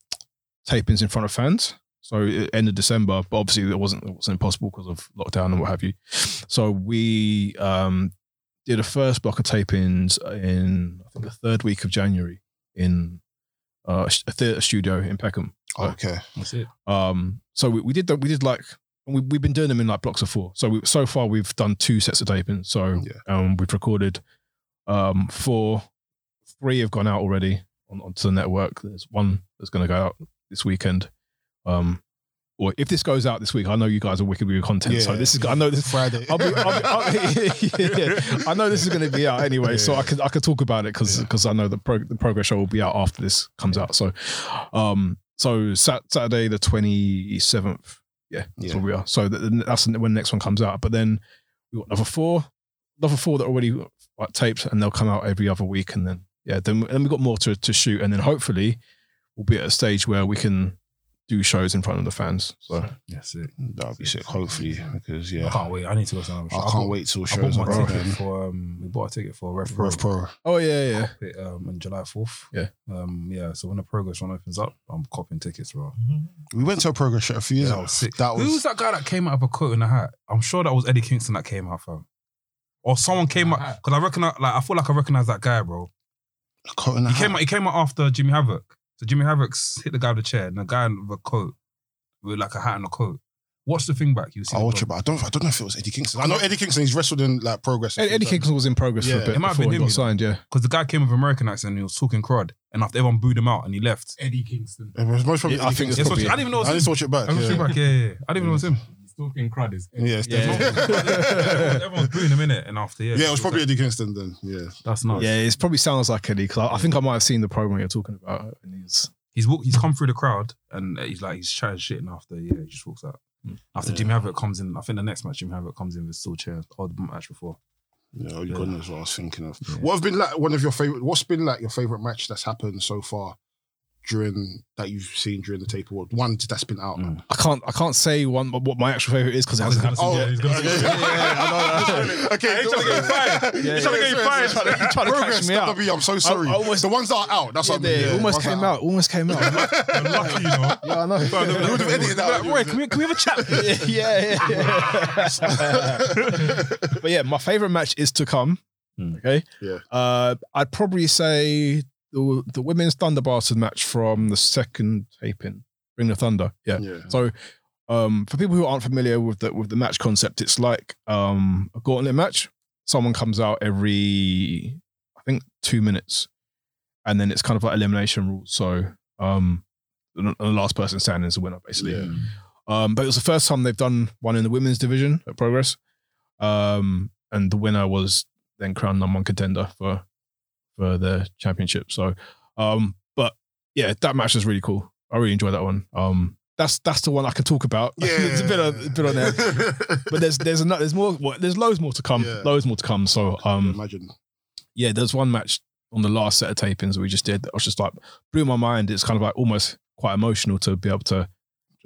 Speaker 4: tapings in front of fans. So uh, end of December, but obviously it wasn't it wasn't possible because of lockdown and what have you. So we um, did a first block of tapings in I think the third week of January in uh, a sh- a theatre studio in Peckham.
Speaker 2: Oh, okay.
Speaker 1: That's it.
Speaker 4: Um, so we, we did that. We did like we we've been doing them in like blocks of four. So we, so far we've done two sets of taping. So
Speaker 2: Yeah.
Speaker 4: um, we've recorded um four, three have gone out already on, onto the network. There's one that's going to go out this weekend. Um, or if this goes out this week, I know you guys are wicked with your content. So
Speaker 2: Yeah.
Speaker 4: this is I know this.
Speaker 2: Friday.
Speaker 4: I'll be, I'll be, I'll yeah. I know this is going to be out anyway, so I could I could talk about it because I know the pro, the progress show will be out after this comes out. So, um, so Sat- Saturday the twenty seventh, yeah, that's
Speaker 2: Yeah.
Speaker 4: where we are. So th- th- that's when the next one comes out. But then we got another four, another four that are already like, taped, and they'll come out every other week. And then yeah, then then we got more to to shoot, and then hopefully we'll be at a stage where we can do shows in front of the fans. So
Speaker 1: That's it.
Speaker 2: That'll be sick. Hopefully, because yeah,
Speaker 1: I can't wait. I need to go to another show.
Speaker 2: I can't wait till
Speaker 1: I bought
Speaker 2: shows
Speaker 1: my
Speaker 2: are out.
Speaker 1: ticket
Speaker 2: man.
Speaker 1: for um, we bought a ticket for Rev Pro.
Speaker 2: Rev Pro.
Speaker 4: oh yeah, yeah.
Speaker 1: It, um, on July fourth.
Speaker 4: Yeah.
Speaker 1: Um, yeah. So when the progress one opens up, I'm copying tickets, bro.
Speaker 2: We went to a progress show a few years
Speaker 1: Yeah,
Speaker 2: ago.
Speaker 1: that was sick.
Speaker 2: That
Speaker 1: Who was
Speaker 2: was
Speaker 1: that guy that came out of a coat and a hat? I'm sure that was Eddie Kingston that came out, fam. Or someone came out
Speaker 5: hat.
Speaker 1: because I recognize, like, I feel like I recognize that guy, bro.
Speaker 2: a coat and a
Speaker 1: He
Speaker 2: hat.
Speaker 1: came out. He came out after Jimmy Havoc. So Jimmy Havoc's hit the guy with the chair, and the guy with a coat, with like a hat and a coat. Watch the thing back. You see.
Speaker 2: I
Speaker 1: the
Speaker 2: watch it,
Speaker 1: vlog.
Speaker 2: but I don't. I don't know if it was Eddie Kingston. I know Eddie Kingston. He's wrestled in like progress. a
Speaker 4: Ed-
Speaker 2: few
Speaker 4: Eddie
Speaker 2: times.
Speaker 4: Kingston was in progress for
Speaker 2: Yeah.
Speaker 4: a bit
Speaker 1: It might have
Speaker 4: before
Speaker 1: been
Speaker 4: he
Speaker 1: him,
Speaker 4: got
Speaker 1: you know.
Speaker 4: signed. Yeah,
Speaker 1: because the guy came with American accent and he was talking crud, and after everyone booed him out and he left.
Speaker 5: Eddie Kingston.
Speaker 2: It was most probably.
Speaker 4: Yeah, I
Speaker 2: Eddie
Speaker 4: think it's
Speaker 1: Yeah, so I
Speaker 2: Kingston.
Speaker 4: probably-
Speaker 1: didn't even know it
Speaker 2: I need
Speaker 1: was
Speaker 2: to
Speaker 1: him.
Speaker 2: watch it back.
Speaker 1: I watched it
Speaker 2: yeah.
Speaker 1: back. Yeah, yeah, yeah. I didn't even know it was him.
Speaker 5: He's talking crud is Eddie.
Speaker 2: Yeah, it's
Speaker 4: Yeah.
Speaker 2: definitely-
Speaker 1: Everyone's booing him in it, and after yeah,
Speaker 2: yeah, it was probably
Speaker 1: like,
Speaker 2: Eddie Kingston then. Yeah,
Speaker 1: that's nuts.
Speaker 4: yeah, it probably sounds like Eddie. Cause I, I think I might have seen the program you're talking about. And he's
Speaker 1: He's walk, he's come through the crowd and uh, he's like he's chatting shit and after yeah he just walks out. Mm. After Jimmy Havoc comes in, I think the next match Jimmy Havoc comes in with steel chairs. Oh, the match before.
Speaker 2: yeah, oh, you
Speaker 1: Yeah.
Speaker 2: goodness, what I was thinking of.
Speaker 1: Yeah.
Speaker 2: What have been like one of your favorite? What's been like your favorite match that's happened so far during that you've seen during the tape award? One that's been out.
Speaker 1: Mm.
Speaker 4: I can't I can't say one what what my actual favorite is because it hasn't happened.
Speaker 2: Oh,
Speaker 1: Yeah, he's gonna-
Speaker 2: okay. Okay,
Speaker 1: He's trying to get fired.
Speaker 2: He's
Speaker 4: Yeah,
Speaker 2: trying to
Speaker 4: yeah.
Speaker 2: get fired.
Speaker 4: He's trying to- he's trying to catch
Speaker 2: Progress,
Speaker 4: me out.
Speaker 2: WWE, I'm so sorry.
Speaker 4: I almost-
Speaker 2: the ones that are out, that's
Speaker 4: Yeah,
Speaker 2: what I mean.
Speaker 4: yeah,
Speaker 2: Yeah,
Speaker 4: almost
Speaker 2: ones that
Speaker 4: came
Speaker 2: are
Speaker 4: out. Almost came out.
Speaker 1: You're lucky, you know.
Speaker 4: yeah, I know.
Speaker 2: You would have edited that. out.
Speaker 1: Roy, can we, can we have a chat?
Speaker 4: yeah, yeah, yeah. but yeah, my favorite match is to come.
Speaker 1: Mm.
Speaker 4: Okay.
Speaker 2: Yeah.
Speaker 4: Uh, I'd probably say the the women's Thunder Barton match from the second taping, Ring of Thunder. Yeah.
Speaker 2: Yeah.
Speaker 4: So, um, for people who aren't familiar with the with the match concept, it's like um, a gauntlet match. Someone comes out every, I think, two minutes, and then it's kind of like elimination rules. So, um, the the last person standing is the winner, basically.
Speaker 2: Yeah.
Speaker 4: Um, but it was the first time they've done one in the women's division at Progress, um, and the winner was then crowned number one contender for for the championship. So, um, but yeah, that match was really cool. I really enjoyed that one. Um, that's that's the one I can talk about. it's a bit of, a bit on there, but there's there's another there's more well, there's loads more to come.
Speaker 2: Yeah.
Speaker 4: Loads more to come. So um,
Speaker 2: Imagine.
Speaker 4: yeah, there's one match on the last set of tapings that we just did that was just like blew my mind. It's kind of like almost quite emotional to be able to.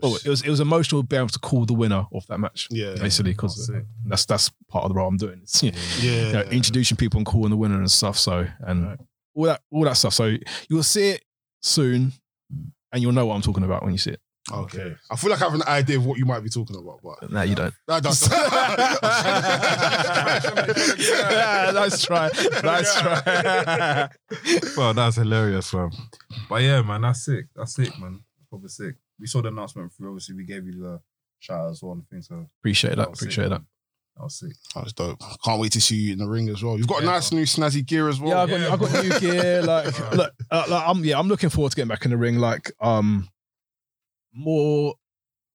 Speaker 4: Oh, it was it was emotional being able to call the winner of that match.
Speaker 2: Yeah.
Speaker 4: Basically, because
Speaker 1: That's it.
Speaker 4: that's that's part of the role I'm doing. It's, you
Speaker 2: Yeah.
Speaker 4: know, introducing people and calling the winner and stuff. So and all that all that stuff. So you will see it soon, and you'll know what I'm talking about when you see it.
Speaker 2: Okay. I feel like I have an idea of what you might be talking about, but
Speaker 4: No, you don't.
Speaker 2: that does.
Speaker 4: nice try. Nice try.
Speaker 1: Well, that's hilarious, man. But yeah, man, that's sick. That's sick, man. Probably sick. We saw the announcement through. Obviously, we gave you the shout out as well and things. So
Speaker 4: Appreciate that.
Speaker 1: was sick,
Speaker 4: Appreciate that.
Speaker 1: man. That was sick.
Speaker 2: That's dope. Can't wait to see you in the ring as well. You've got
Speaker 1: Yeah,
Speaker 2: nice new snazzy gear as well.
Speaker 4: Yeah, I got, I got new gear. Like, look, uh, like, I'm yeah, I'm looking forward to getting back in the ring. Like, um, more,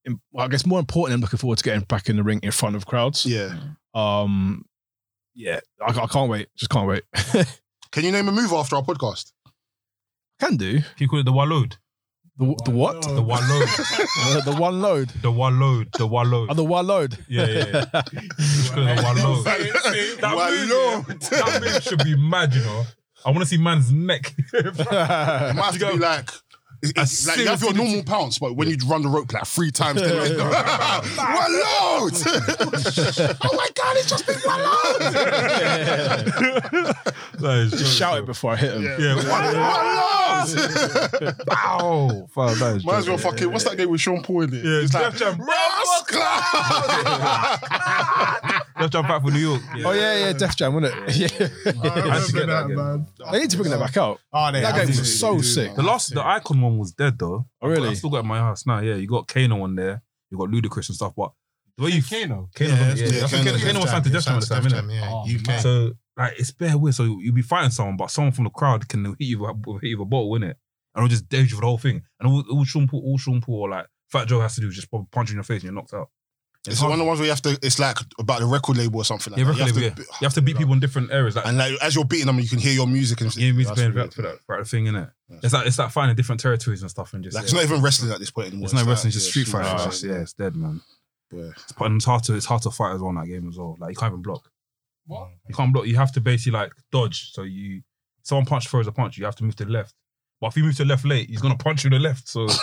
Speaker 4: im- I guess more important, I'm looking forward to getting back in the ring in front of crowds.
Speaker 2: Yeah.
Speaker 4: Um, yeah, I, I can't wait. Just can't wait.
Speaker 2: Can you name a move after our podcast?
Speaker 4: Can do.
Speaker 1: He called it the Wallowed.
Speaker 4: The, the what?
Speaker 1: The Wallowed.
Speaker 4: Uh, the one load.
Speaker 1: the Wallowed. The
Speaker 4: Oh,
Speaker 1: Wallowed.
Speaker 4: the one load.
Speaker 1: Yeah, yeah, yeah. He called it the Wallowed. That move,
Speaker 2: Wallowed.
Speaker 1: yeah, that move should be mad, you know. I want to see man's neck.
Speaker 2: It might have to be like. it's- it's Like you have your normal pounce, but when you run the rope like three times, then you're like, one load. oh my god, it's just been one load.
Speaker 1: That is
Speaker 4: Just
Speaker 1: jokes,
Speaker 4: shout
Speaker 1: bro.
Speaker 4: it before I hit him.
Speaker 1: Yeah,
Speaker 2: One,
Speaker 1: yeah.
Speaker 2: one load.
Speaker 4: Ow! Wow, that is
Speaker 2: Might as well
Speaker 4: joking.
Speaker 2: fucking. What's that game with Sean Paul in it?
Speaker 1: Yeah,
Speaker 2: it's
Speaker 1: Def Jam.
Speaker 2: Ross Clark.
Speaker 1: Left jump back for New York. Yeah.
Speaker 4: Oh yeah, yeah, Def Jam, wasn't it? Yeah.
Speaker 6: I remember that, man.
Speaker 4: they need to bring that back out.
Speaker 3: Oh, they
Speaker 4: That
Speaker 3: have
Speaker 4: game
Speaker 3: to.
Speaker 4: was so
Speaker 2: do,
Speaker 4: sick.
Speaker 2: man.
Speaker 1: The last, the icon one was dead though.
Speaker 4: Oh, really?
Speaker 1: I still got it in my house now. Yeah, you got Kano on there. You got Ludacris and stuff. But the way you
Speaker 5: Kano.
Speaker 1: Kano, yeah, yeah, that's when Kano, Kano was signed to Def Jam at the time, innit?
Speaker 3: Yeah,
Speaker 5: Oh,
Speaker 3: UK.
Speaker 5: man.
Speaker 1: So like it's bare weird. So you'll be fighting someone, but someone from the crowd can hit you with, hit you with a bottle, innit? And it'll just dead you for the whole thing. And all, all Sean Paul, all Sean Paul, or like Fat Joe has to do is just pop- punch you in your face and you're knocked out.
Speaker 2: It's one of the ones where you have to. It's like about the record label or something like
Speaker 1: Yeah,
Speaker 2: that.
Speaker 1: record label,
Speaker 2: you
Speaker 1: yeah.
Speaker 2: have to,
Speaker 1: You have to beat people in different areas. Like
Speaker 2: and like as you're beating them, you can hear your music and
Speaker 1: yeah, music
Speaker 2: That's
Speaker 1: playing
Speaker 2: weird.
Speaker 1: for that for that thing, innit? It's like it's like finding different territories and stuff and just
Speaker 2: Like it's
Speaker 1: yeah.
Speaker 2: not even wrestling at this point anymore.
Speaker 1: It's no
Speaker 2: like-
Speaker 1: wrestling, it's
Speaker 2: yeah,
Speaker 1: just street fighting.
Speaker 2: fighting.
Speaker 1: It's just- yeah, it's dead, man.
Speaker 2: Yeah.
Speaker 1: It's, but it's hard to it's hard to fight as well in that game as well. Like you can't even block.
Speaker 5: What?
Speaker 1: You can't block. You have to basically like dodge. So you someone punch throws a punch. You have to move to the left. But if you move to the left late, he's gonna punch you in the left. So it-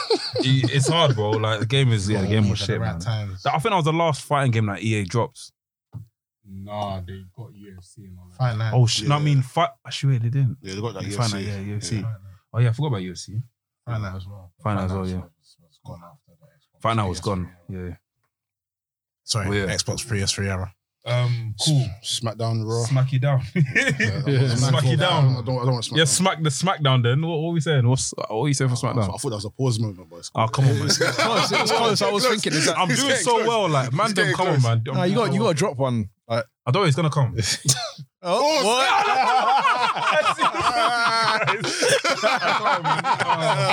Speaker 1: it's hard, bro. Like the game is yeah, the game was shit, man.
Speaker 3: Times.
Speaker 1: Like, I think that was the last fighting game that EA dropped.
Speaker 5: Nah, they got UFC and all that.
Speaker 3: Fine,
Speaker 1: Oh shit! No, I
Speaker 2: Yeah.
Speaker 1: mean fight. Actually, wait, they didn't.
Speaker 2: Yeah, they got that
Speaker 1: It's fine,
Speaker 2: UFC.
Speaker 1: yeah, UFC.
Speaker 2: Yeah.
Speaker 1: Oh yeah, I forgot about UFC.
Speaker 3: as well.
Speaker 1: Fine as well, yeah.
Speaker 5: It's gone after that.
Speaker 1: Fight now was gone. Yeah.
Speaker 3: Sorry,
Speaker 1: Oh, yeah.
Speaker 3: Xbox PS3 era.
Speaker 1: Um.
Speaker 2: Cool. Smackdown Raw.
Speaker 1: Smack you down. Smack you
Speaker 2: I
Speaker 1: down.
Speaker 2: don't, I don't want to smack
Speaker 1: Yeah,
Speaker 2: down.
Speaker 1: smack the SmackDown. Then what, what are we saying? What's what are you saying for
Speaker 2: I
Speaker 1: SmackDown?
Speaker 2: thought that was a pause moment, boys.
Speaker 1: Oh come on, man.
Speaker 4: Close, it was close. I was thinking, is that,
Speaker 1: I'm doing so well, like man.
Speaker 2: He's
Speaker 1: Don't
Speaker 2: getting
Speaker 1: come on, man.
Speaker 2: close.
Speaker 4: nah, you got you got to drop one. Like,
Speaker 1: I don't know it's gonna come.
Speaker 4: oh,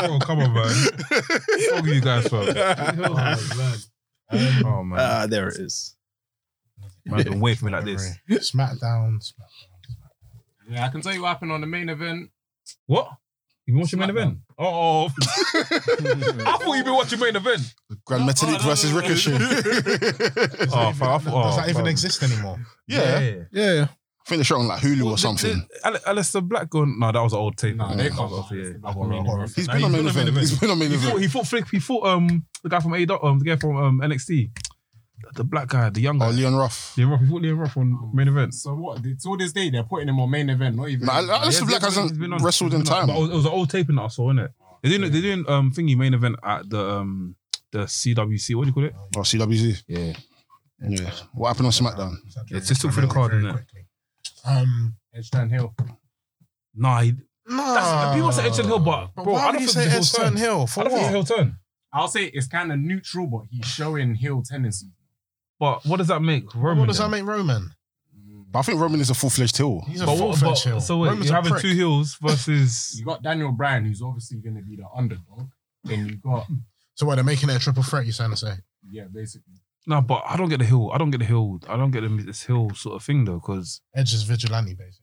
Speaker 1: oh, come on, man. Fuck you guys, fam. Oh man,
Speaker 4: Ah, there it is.
Speaker 1: man, don't wait for me like this.
Speaker 3: SmackDown. Smack-
Speaker 5: Yeah, I can tell you what happened on the main event.
Speaker 1: What? You been watching main event? Oh, oh. I thought you been watching main event.
Speaker 2: Grand Metalik versus Ricochet.
Speaker 1: Oh, fam, I thought, oh,
Speaker 3: Does that even
Speaker 1: fam.
Speaker 3: exist anymore?
Speaker 2: yeah.
Speaker 4: Yeah, yeah.
Speaker 2: Finish it on like Hulu or something.
Speaker 1: Ale- Alistair Black going? No, that was an old tape.
Speaker 5: Nah, they can't.
Speaker 1: Oh, yeah.
Speaker 5: I got main event.
Speaker 2: He's
Speaker 1: Nah,
Speaker 2: been on main event. He's been on main
Speaker 1: He fought,
Speaker 2: event.
Speaker 1: he fought Flick. He fought um the guy from A. Um, the guy from um NXT, the, the black guy, the young guy. Uh,
Speaker 2: Oh, Leon Ruff.
Speaker 1: Liam Ruff. He fought Liam Ruff on main event.
Speaker 5: So what? They- To this day, they're putting him on main event. Not even.
Speaker 2: Nah, Al- Alistair
Speaker 1: Yeah,
Speaker 2: Black
Speaker 1: he's been
Speaker 2: hasn't
Speaker 1: on-
Speaker 2: wrestled in
Speaker 1: he's been on- Oh,
Speaker 2: time.
Speaker 1: But it was, it was an old taping that I saw, innit? They're doing they're doing um thingy main event at the um the CWC. What do you call it?
Speaker 2: Oh, CWZ.
Speaker 1: Yeah,
Speaker 2: Yeah. What happened on SmackDown?
Speaker 1: it's just took for the card, isn't it?
Speaker 3: Um,
Speaker 5: Edge Turn Hill.
Speaker 1: Nah, he,
Speaker 3: no.
Speaker 1: that's, people say Edson Hill, Ah. but,
Speaker 3: But
Speaker 1: bro,
Speaker 3: why
Speaker 1: I
Speaker 3: would
Speaker 1: don't
Speaker 3: you
Speaker 1: think
Speaker 3: say
Speaker 1: he'll
Speaker 3: Edson
Speaker 1: turn.
Speaker 3: Hill? For
Speaker 1: I don't think
Speaker 3: what?
Speaker 1: he'll turn.
Speaker 5: I'll say it's kind of neutral, but he's showing heel tendency.
Speaker 1: But what does that make Roman?
Speaker 3: What does
Speaker 1: then?
Speaker 3: that make Roman?
Speaker 2: But I think Roman is a full fledged heel.
Speaker 3: He's a
Speaker 1: But
Speaker 3: full
Speaker 1: what, but,
Speaker 3: French Hill.
Speaker 1: so wait,
Speaker 3: Roman's
Speaker 1: you're
Speaker 3: a
Speaker 1: having
Speaker 3: prick.
Speaker 1: two heels versus
Speaker 5: You got Daniel Bryan, who's obviously going to be the underdog. Then you got
Speaker 3: So what? They're making it a triple threat. You're trying to say?
Speaker 5: yeah, basically.
Speaker 1: no, but I don't get the hill. I don't get the hill. I don't get the, this hill sort of thing though, because
Speaker 3: Edge is vigilante, basically.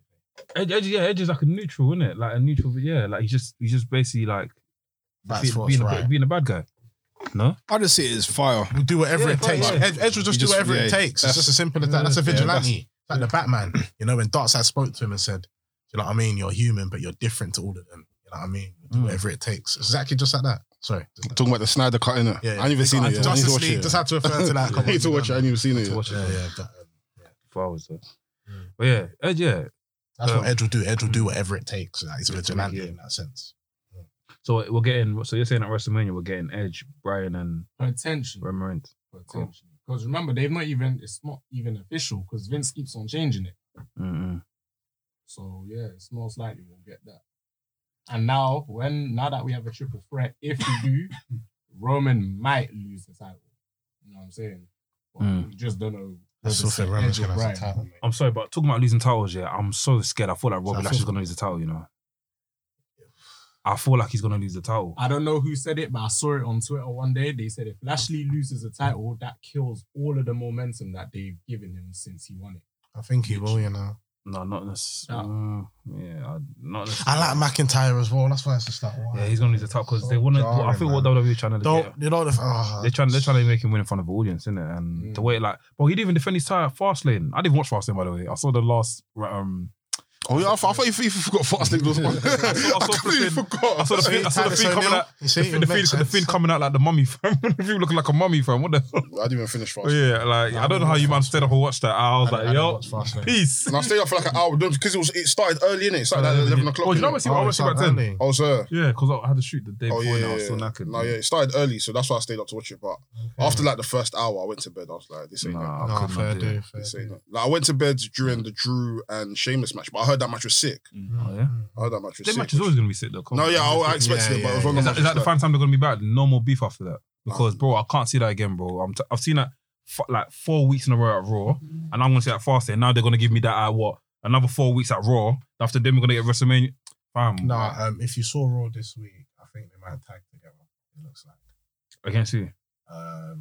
Speaker 1: Edge, Edge, yeah, Edge is like a neutral, isn't it? Like a neutral, yeah. Like he's just he's just basically like
Speaker 3: That's
Speaker 1: being,
Speaker 3: what's
Speaker 1: being,
Speaker 3: right.
Speaker 1: a, being a bad guy. No,
Speaker 4: I just see it as fire.
Speaker 3: We'll do whatever
Speaker 1: Yeah,
Speaker 3: it takes.
Speaker 1: yeah.
Speaker 3: Ed- Edge will just, do
Speaker 4: You just-
Speaker 3: whatever
Speaker 4: yeah,
Speaker 3: it takes. It's
Speaker 4: that's-
Speaker 3: just as simple as that.
Speaker 2: mm,
Speaker 3: That's a vigilante. like the Batman. You know, when Darkseid spoke to him and said, "You know what I mean? You're human, but you're different to all of them. You know what I mean? Do
Speaker 1: Mm.
Speaker 3: whatever it takes." It's Exactly, just like that. Sorry.
Speaker 2: Talking about the Snyder cut, innit? I ain't even seen it yet. I need to
Speaker 3: Justice
Speaker 2: watch
Speaker 3: League.
Speaker 2: it.
Speaker 3: Just had to refer to that.
Speaker 2: I need to watch it. I ain't even seen it
Speaker 1: to
Speaker 2: yet.
Speaker 1: watch it
Speaker 3: Yeah, um,
Speaker 1: yeah,
Speaker 3: yeah. that-
Speaker 1: for hours though. But yeah, Edge, yeah.
Speaker 3: That's
Speaker 1: Um,
Speaker 3: what Edge will do. Edge will
Speaker 2: mm.
Speaker 3: do whatever it takes. Like, he's vigilante
Speaker 1: yeah.
Speaker 3: in that sense.
Speaker 1: So we're getting. So you're saying at WrestleMania we're getting Edge, Bryan, and
Speaker 5: Attention.
Speaker 1: Roman Reigns.
Speaker 5: Potentially. Because remember, they've not even, it's not even official because Vince keeps on changing it.
Speaker 1: Mm-mm.
Speaker 5: So yeah, it's most likely we'll get that. And now, when now that we have a triple threat, if we do, Roman might lose the title. You know what I'm saying? But
Speaker 1: Mm.
Speaker 5: We just don't know.
Speaker 3: I still think Roman's gonna have the title, mate.
Speaker 1: I'm sorry, but talking about losing titles, yeah, I'm so scared. I feel like
Speaker 3: I
Speaker 1: Robbie
Speaker 3: feel-
Speaker 1: Lashley's gonna lose the title. You know, I feel like he's gonna lose the title.
Speaker 5: I don't know who said it, but I saw it on Twitter one day. They said if Lashley loses the title, that kills all of the momentum that they've given him since he won it.
Speaker 3: I think he will. You know.
Speaker 1: No, not necessarily. mm, yeah, I, not
Speaker 3: I
Speaker 1: necessarily.
Speaker 3: like McIntyre as well. That's why it's just like, wow.
Speaker 1: Yeah, he's gonna lose the top because they want to. I
Speaker 3: jarring,
Speaker 1: think what
Speaker 3: Oh, man.
Speaker 1: WWE is trying to
Speaker 3: don't
Speaker 1: get-
Speaker 3: you know? The, oh,
Speaker 1: They're trying, they're trying to make him win in front of an audience, isn't it? And
Speaker 2: Mm.
Speaker 1: the way, like, well, he didn't even defend his title at Fastlane. I didn't watch Fastlane, by the way. I saw the last, um,
Speaker 2: Oh yeah, I, thought I thought you you forgot Fastlane was one. I,
Speaker 1: saw
Speaker 2: completely
Speaker 1: flipping-
Speaker 2: forgot.
Speaker 1: I saw the,
Speaker 3: See,
Speaker 1: feed, I saw the
Speaker 3: Titus
Speaker 1: feed coming
Speaker 3: O'Neil?
Speaker 1: out,
Speaker 3: You see,
Speaker 1: the, feed-
Speaker 3: it
Speaker 1: the, feed,
Speaker 3: makes
Speaker 1: the
Speaker 3: sense.
Speaker 1: feed coming out like the mummy, fam. the feed looking like a mummy, fam. What the hell?
Speaker 2: I didn't even finish Fastlane.
Speaker 1: Oh, Yeah, like, I don't know how you man stayed up and watched that. I was
Speaker 3: I didn't- I
Speaker 1: like,
Speaker 3: didn't
Speaker 1: yo,
Speaker 3: watch Fastlane.
Speaker 1: peace.
Speaker 2: And I stayed up for like an hour because it was it started early in it. started like eleven o'clock.
Speaker 1: Oh, you
Speaker 2: innit?
Speaker 1: know what's- I watched it about 10.
Speaker 2: I was there.
Speaker 1: Yeah, because I had to shoot the day
Speaker 2: Oh
Speaker 1: before
Speaker 2: yeah,
Speaker 1: and
Speaker 2: yeah,
Speaker 1: I was still
Speaker 2: yeah.
Speaker 1: knackered.
Speaker 2: no, yeah, it started early, so that's why I stayed up to watch it. But after like the first hour, I went to bed. I was like, this ain't it.
Speaker 1: Nah, I
Speaker 3: No,
Speaker 1: couldn't
Speaker 3: fair
Speaker 1: do it.
Speaker 3: do, fair
Speaker 2: This
Speaker 3: do.
Speaker 2: ain't it. Like I went to bed during the Drew and Sheamus match, but I heard that match was sick.
Speaker 1: Oh, yeah.
Speaker 2: I heard that match was
Speaker 1: Their
Speaker 2: sick.
Speaker 1: match is always going to be sick, though. come
Speaker 2: no,
Speaker 1: on.
Speaker 2: yeah, I, I expected
Speaker 3: Yeah,
Speaker 2: it, but it was
Speaker 3: yeah,
Speaker 2: one
Speaker 1: Is
Speaker 2: of the
Speaker 1: that, is that the
Speaker 2: matches
Speaker 1: final time they're gonna be back? No more beef after that because, bro, I can't see that again, bro. I'm t- I've seen that f- like four weeks in a row at Raw, and I'm gonna see that fast. And now they're gonna give me that at what another four weeks at Raw. After then, we're gonna get WrestleMania. Fam,
Speaker 3: Nah, um, if you saw Raw this week, I think they might tag together. It looks like.
Speaker 1: against who?
Speaker 3: Um, oh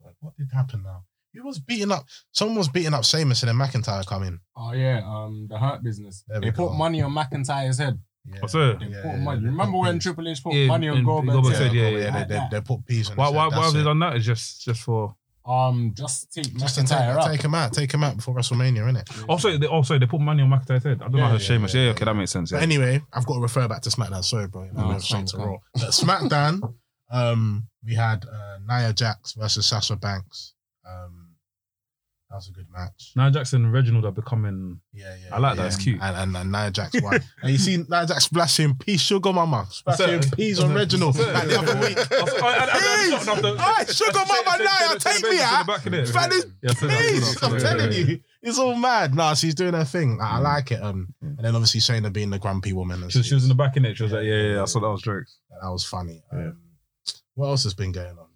Speaker 3: my God, what did happen now? Who was beating up? Someone was beating up Seamus and then McIntyre come in.
Speaker 5: Oh yeah, um, the Hurt Business.
Speaker 3: There we
Speaker 5: They put
Speaker 3: go.
Speaker 5: money on McIntyre's head.
Speaker 3: Yeah.
Speaker 1: What's that?
Speaker 5: They
Speaker 3: Yeah,
Speaker 5: put
Speaker 3: yeah,
Speaker 5: money.
Speaker 3: they
Speaker 5: Remember
Speaker 3: put
Speaker 5: when
Speaker 3: peas.
Speaker 5: Triple H put
Speaker 1: Yeah,
Speaker 5: money on
Speaker 1: and
Speaker 5: Goldberg?
Speaker 1: Goldberg
Speaker 3: Yeah,
Speaker 1: said, yeah,
Speaker 3: yeah,
Speaker 1: yeah,
Speaker 3: they, they, they put peas on
Speaker 1: Why,
Speaker 3: his
Speaker 1: why,
Speaker 3: head,
Speaker 1: why
Speaker 3: that's
Speaker 1: have they
Speaker 3: it.
Speaker 1: done that? It's just just for
Speaker 5: Um, just take
Speaker 3: Just to take,
Speaker 5: McIntyre out.
Speaker 3: take him out, take him out before WrestleMania, innit?
Speaker 1: also they also they put money on McIntyre's head. I don't know
Speaker 3: Yeah,
Speaker 1: how
Speaker 3: yeah,
Speaker 1: Sheamus.
Speaker 3: yeah,
Speaker 1: Yeah,
Speaker 3: yeah.
Speaker 1: okay, that makes sense.
Speaker 3: But
Speaker 1: Yeah.
Speaker 3: anyway, I've got to refer back to SmackDown. Sorry, bro. You know,
Speaker 5: No,
Speaker 3: we have
Speaker 5: it's
Speaker 3: straight
Speaker 5: fine,
Speaker 3: to
Speaker 5: it's fine.
Speaker 3: Raw. But SmackDown, um, we had uh, Nia Jax versus Sasha Banks. Um, that was a good match.
Speaker 1: Now Jackson and Reginald are becoming.
Speaker 3: Yeah, yeah.
Speaker 1: I like that,
Speaker 3: yeah.
Speaker 1: it's cute.
Speaker 3: And, and, and Nia Jax won. and you see Nia Jax splashing peas, sugar mama, splashing peas on Reginald like the other week. Peas! Aye, sugar mama, Nia, take me out. Fan is Please, I'm telling you, it's all mad. Nah, she's doing her thing. Like, I like it. Um, and then obviously Shayna being the grumpy woman. and
Speaker 1: Mm. She was, she was in the
Speaker 3: shit.
Speaker 1: back in it. She was like, yeah, yeah, yeah. I saw that was jokes.
Speaker 3: that was funny.
Speaker 1: Yeah.
Speaker 3: Um, what else has been going on?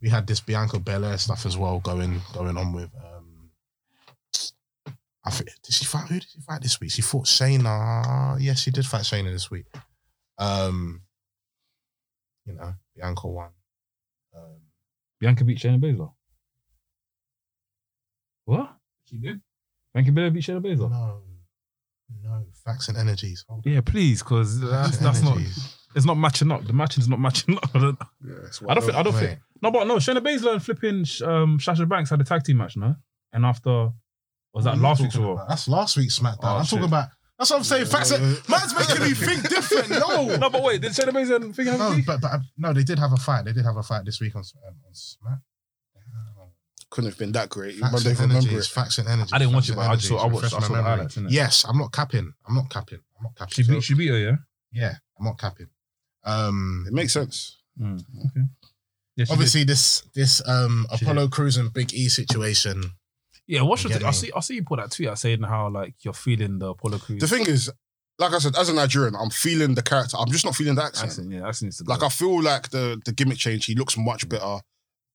Speaker 3: We had this Bianca Belair stuff as well going going on with. Um, I think, did she fight? Who did she fight this week? She fought Shayna. Yes, she did fight Shayna this week. Um, you know, Bianca won. Um,
Speaker 1: Bianca beat Shayna Baszler. What?
Speaker 5: She did.
Speaker 1: Bianca Belair beat Shayna Baszler?
Speaker 3: no, no facts and energies. Hold on.
Speaker 1: Yeah, please, because that's,
Speaker 3: Facts and
Speaker 1: that's not.
Speaker 3: energies.
Speaker 1: It's not matching up. The matching's not matching up. I don't, I don't think. I don't
Speaker 3: Wait.
Speaker 1: think. No, but no. Shayna Baszler and flipping um, Sasha Banks had a tag team match, no? And after was
Speaker 3: What
Speaker 1: that
Speaker 3: are you
Speaker 1: last
Speaker 3: talking
Speaker 1: week's Raw?
Speaker 3: about? That's last week's SmackDown.
Speaker 1: Oh,
Speaker 3: I'm
Speaker 1: shit.
Speaker 3: talking about. That's what I'm saying. Facts. are- Man's making me think different. No.
Speaker 1: No, but wait. Did Shayna Baszler figure out?
Speaker 3: No, but, but uh, no, they did have a fight. They did have a fight this week on, um, on SmackDown.
Speaker 2: couldn't have been that great. But
Speaker 3: Facts
Speaker 2: they
Speaker 3: and
Speaker 2: remember
Speaker 3: energies.
Speaker 2: it.
Speaker 3: Facts and energies.
Speaker 1: I didn't watch
Speaker 3: facts
Speaker 1: it, but
Speaker 3: and
Speaker 1: I just saw. I
Speaker 3: energies,
Speaker 1: watched. I
Speaker 3: refresh
Speaker 1: saw
Speaker 3: my
Speaker 1: the
Speaker 3: memory.
Speaker 1: highlights. innit?
Speaker 3: Yes, I'm not capping. I'm not capping. I'm not capping.
Speaker 1: She beat.
Speaker 3: So,
Speaker 1: She beat her. Yeah.
Speaker 3: yeah, I'm not capping. Um,
Speaker 2: It makes sense.
Speaker 1: Mm, okay. Yeah, she
Speaker 3: obviously this this um
Speaker 1: She
Speaker 3: Apollo Crews and Big E situation.
Speaker 1: did. Yeah. What's your?
Speaker 3: Get
Speaker 1: thing? I
Speaker 3: me.
Speaker 1: see. I see you put that tweet out saying how like you're feeling the Apollo Crews.
Speaker 2: The thing is, like I said, as a Nigerian, I'm feeling the character. I'm just not feeling the accent.
Speaker 1: accent. Yeah, accent needs to go.
Speaker 2: Like I feel like the the gimmick change. He looks much better.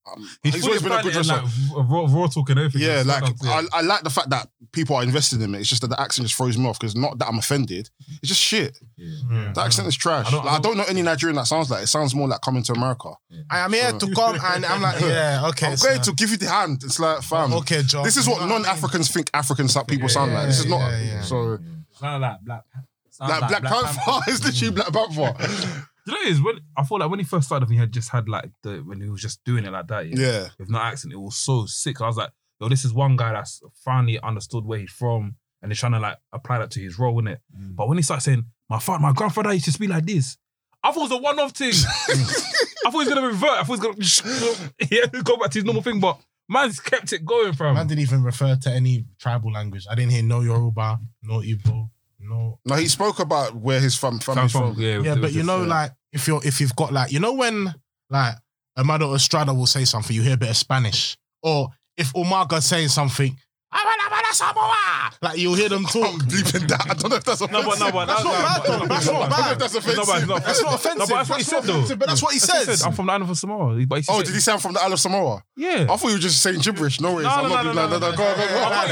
Speaker 2: Um,
Speaker 1: He's,
Speaker 2: he's,
Speaker 1: fully
Speaker 2: always been a good
Speaker 1: planted
Speaker 2: wrestler.
Speaker 1: in, Like, raw, raw talk and everything.
Speaker 2: yeah,
Speaker 1: It's
Speaker 2: like
Speaker 1: up to-
Speaker 2: I, I like the fact that people are invested in it. It's just that the accent just throws me off because not that I'm offended. It's just shit. The accent is trash.
Speaker 1: I don't-
Speaker 2: I don't,
Speaker 1: I
Speaker 2: like, I don't know any Nigerian that sounds like. It sounds more like coming to America.
Speaker 3: I am here to come, and I'm like, yeah, okay,
Speaker 2: I'm
Speaker 3: so-
Speaker 2: going to give you the hand. It's like, fam.
Speaker 3: okay, John.
Speaker 2: This is what
Speaker 3: You know I mean?
Speaker 2: non-Africans think Africans that people sound like. This is
Speaker 3: yeah,
Speaker 2: not
Speaker 3: yeah, yeah.
Speaker 2: so.
Speaker 5: Sound like Black. sound
Speaker 2: Like, Black, Panther is literally Black Panther.
Speaker 1: you know, is when I thought like when he first started, he had just had like the when he was just doing it like that. Yeah,
Speaker 2: yeah.
Speaker 1: with no accent, it was so sick. I was like, yo, this is one guy that's finally understood where he's from, and he's trying to like apply that to his role in it. But when he starts saying, "My father, my grandfather used to speak like this," I thought it was a one-off thing. I thought he was gonna revert. I thought he was gonna yeah, go back to his normal thing. But man's kept it going, fam.
Speaker 3: Man didn't even refer to any tribal language. I didn't hear no Yoruba, no Igbo, no.
Speaker 2: No, he spoke about where his fam
Speaker 1: Fam
Speaker 2: family's
Speaker 1: from-
Speaker 2: from.
Speaker 1: yeah,
Speaker 3: Yeah,
Speaker 1: it was
Speaker 3: but you
Speaker 1: just,
Speaker 3: know,
Speaker 1: yeah.
Speaker 3: like if you're if you've got like you know when like Amado Estrada will say something, you hear a bit of Spanish, or if Umarga's saying something, "Abada, abada, Samoa," like you'll hear them talk.
Speaker 2: I'm bleeping that. I don't know if that's offensive.
Speaker 1: No, but no, but
Speaker 3: That's not bad, though. That's not
Speaker 2: I don't know
Speaker 3: bad.
Speaker 2: if that's
Speaker 1: No, but it's
Speaker 2: offensive.
Speaker 1: not.
Speaker 3: That's not offensive.
Speaker 1: No, but that's what he said,
Speaker 3: not
Speaker 1: though.
Speaker 3: offensive, But that's what he
Speaker 1: That's what he
Speaker 3: says.
Speaker 1: said, I'm from the island of Samoa. But he Oh,
Speaker 2: Oh,
Speaker 1: said-
Speaker 2: did he sound from the Isle of Samoa?
Speaker 1: Yeah.
Speaker 2: I thought you were just saying gibberish. No worries.
Speaker 1: No,
Speaker 2: I'm
Speaker 1: no,
Speaker 2: not
Speaker 1: no,
Speaker 2: doing
Speaker 1: no,
Speaker 2: that.
Speaker 1: no,
Speaker 2: No, no,
Speaker 1: no,
Speaker 2: go on, go
Speaker 1: no,
Speaker 2: on,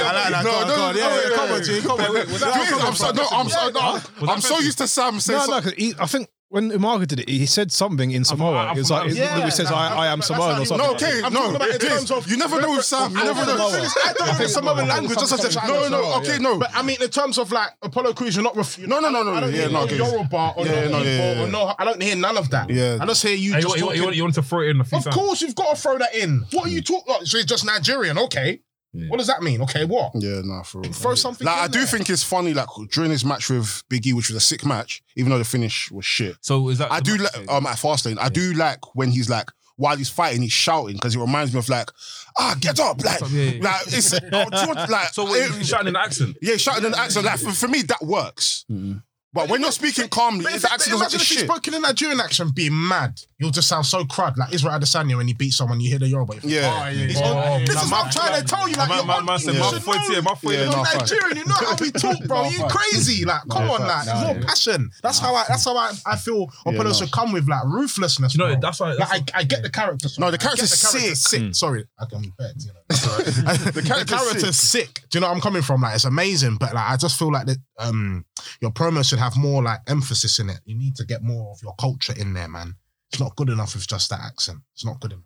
Speaker 1: no, no, no,
Speaker 2: go on. No,
Speaker 3: no, no, go on,
Speaker 2: don't-
Speaker 3: yeah, yeah,
Speaker 2: no,
Speaker 3: come on,
Speaker 2: no,
Speaker 3: G, come on.
Speaker 2: no, no,
Speaker 3: Was that
Speaker 2: I'm so-
Speaker 3: offensive?
Speaker 2: no, I'm so- no,
Speaker 1: Was that
Speaker 2: I'm so
Speaker 1: offensive?
Speaker 2: used to Sam saying
Speaker 4: No, no,
Speaker 2: something.
Speaker 4: because I think when Umaga did it, he said something in Samoa.
Speaker 1: I- I
Speaker 4: it was
Speaker 1: forgot-
Speaker 4: like, it
Speaker 1: Yeah.
Speaker 4: literally says, I, I am Samoan or something.
Speaker 2: No, okay,
Speaker 4: I'm
Speaker 2: no.
Speaker 4: talking about
Speaker 2: it is. you never know with Sam. You never know.
Speaker 3: I don't know some other language. That's what I'm saying.
Speaker 2: No, no, okay, no.
Speaker 3: But I mean, in terms of like Apollo Crews, you're not. Ref-
Speaker 2: No, no, no, no,
Speaker 3: I don't
Speaker 2: yeah,
Speaker 3: hear
Speaker 2: no,
Speaker 3: no
Speaker 2: okay.
Speaker 3: Yoruba or
Speaker 2: Yeah,
Speaker 3: no
Speaker 2: no, yeah, yeah,
Speaker 3: Igbo or
Speaker 2: yeah.
Speaker 3: no. I don't hear none of that.
Speaker 2: Yeah.
Speaker 3: I just hear you.
Speaker 1: Hey, you, want- you,
Speaker 3: just
Speaker 1: want- you,
Speaker 3: talking-
Speaker 1: want- you want to throw it in a few
Speaker 3: Of
Speaker 1: times?
Speaker 3: course, you've got to throw that in. What
Speaker 2: Mm.
Speaker 3: are you talking? So it's just Nigerian, okay? What does that mean? Okay, what?
Speaker 2: Yeah, nah, for real.
Speaker 3: Throw something.
Speaker 2: Like,
Speaker 3: in
Speaker 2: I do
Speaker 3: there.
Speaker 2: think it's funny, like, during his match with Big E, which was a sick match, even though the finish was shit.
Speaker 1: So is that
Speaker 2: I
Speaker 1: the
Speaker 2: do
Speaker 1: match
Speaker 2: like,
Speaker 1: then?
Speaker 2: um, at Fastlane, I do like when he's like, while he's fighting, he's shouting because it reminds me of like, ah, get up, like,
Speaker 1: up, yeah, yeah.
Speaker 2: like it's oh, do you want- like,
Speaker 1: so what,
Speaker 2: it-
Speaker 1: you shouting in accent.
Speaker 2: yeah, shouting an accent. Like for, for me, that works.
Speaker 1: Mm-hmm.
Speaker 2: But when you're speaking calmly, if
Speaker 3: But if,
Speaker 2: the
Speaker 3: but
Speaker 2: accent
Speaker 3: imagine
Speaker 2: doesn't
Speaker 3: if he's
Speaker 2: shit,
Speaker 3: spoken in Nigerian accent, be mad. You'll just sound so crud, like Israel Adesanya when he beats someone. You hear the Yoruba. you think,
Speaker 2: yeah,
Speaker 3: It's
Speaker 1: Oh,
Speaker 3: on-
Speaker 1: oh,
Speaker 3: this
Speaker 1: nah,
Speaker 3: is
Speaker 1: my-
Speaker 3: what I'm trying to tell you. Like,
Speaker 1: My
Speaker 3: you're
Speaker 1: my
Speaker 3: on-
Speaker 1: man said
Speaker 3: you
Speaker 2: yeah.
Speaker 1: my
Speaker 3: should
Speaker 1: foot
Speaker 3: know.
Speaker 1: here, my foot
Speaker 2: Yeah,
Speaker 1: here.
Speaker 2: no.
Speaker 3: You're
Speaker 2: fine.
Speaker 3: Nigerian, you know how we talk, bro. You crazy, like come on, like
Speaker 5: nah,
Speaker 3: more
Speaker 5: yeah.
Speaker 3: passion. That's how I. That's how I. I feel.
Speaker 2: Yeah,
Speaker 3: Opponents
Speaker 2: no.
Speaker 3: should come with like ruthlessness.
Speaker 1: You know
Speaker 3: bro.
Speaker 1: that's why. That's Hmm.
Speaker 3: Like, I, I get the character. sorry.
Speaker 2: No, the
Speaker 3: I get
Speaker 2: character's sick.
Speaker 3: sick. Sorry, I can bet. You know,
Speaker 2: the
Speaker 3: the character's sick. Do you know where I'm coming from? Like it's amazing, but like I just feel like that um your promo should have more like emphasis in it. You need to get more of your culture in there, man. It's not good enough with just that accent. It's not good enough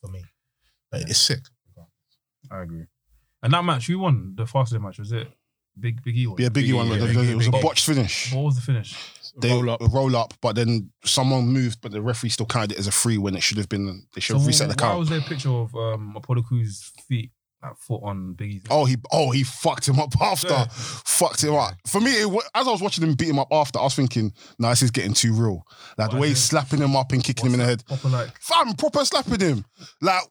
Speaker 3: for me. But it's sick.
Speaker 1: I agree. And that match, who won the fastest match? Was it Big Big E? won?
Speaker 2: Yeah, Biggie one.
Speaker 1: Yeah, E,
Speaker 2: it was
Speaker 1: Biggie,
Speaker 2: a- it was a
Speaker 1: Biggie.
Speaker 2: botched finish.
Speaker 1: What was the finish?
Speaker 2: They roll up. but then someone moved, but the referee still counted it as a free when it should have been. They should have
Speaker 1: So
Speaker 2: reset the
Speaker 1: why
Speaker 2: count.
Speaker 1: was there a picture of um, Apollo Crews' feet, that foot on Big E's?
Speaker 2: Oh, he oh he fucked him up after.
Speaker 1: Yeah.
Speaker 2: Fucked him up. For me, it, wa- as I was watching him beat him up after, I was thinking, nah, this is getting too real. Like the
Speaker 1: What
Speaker 2: way
Speaker 1: is
Speaker 2: he's
Speaker 1: it?
Speaker 2: slapping him up and kicking him in the head.
Speaker 1: Proper like.
Speaker 2: Fam, proper slapping him. Like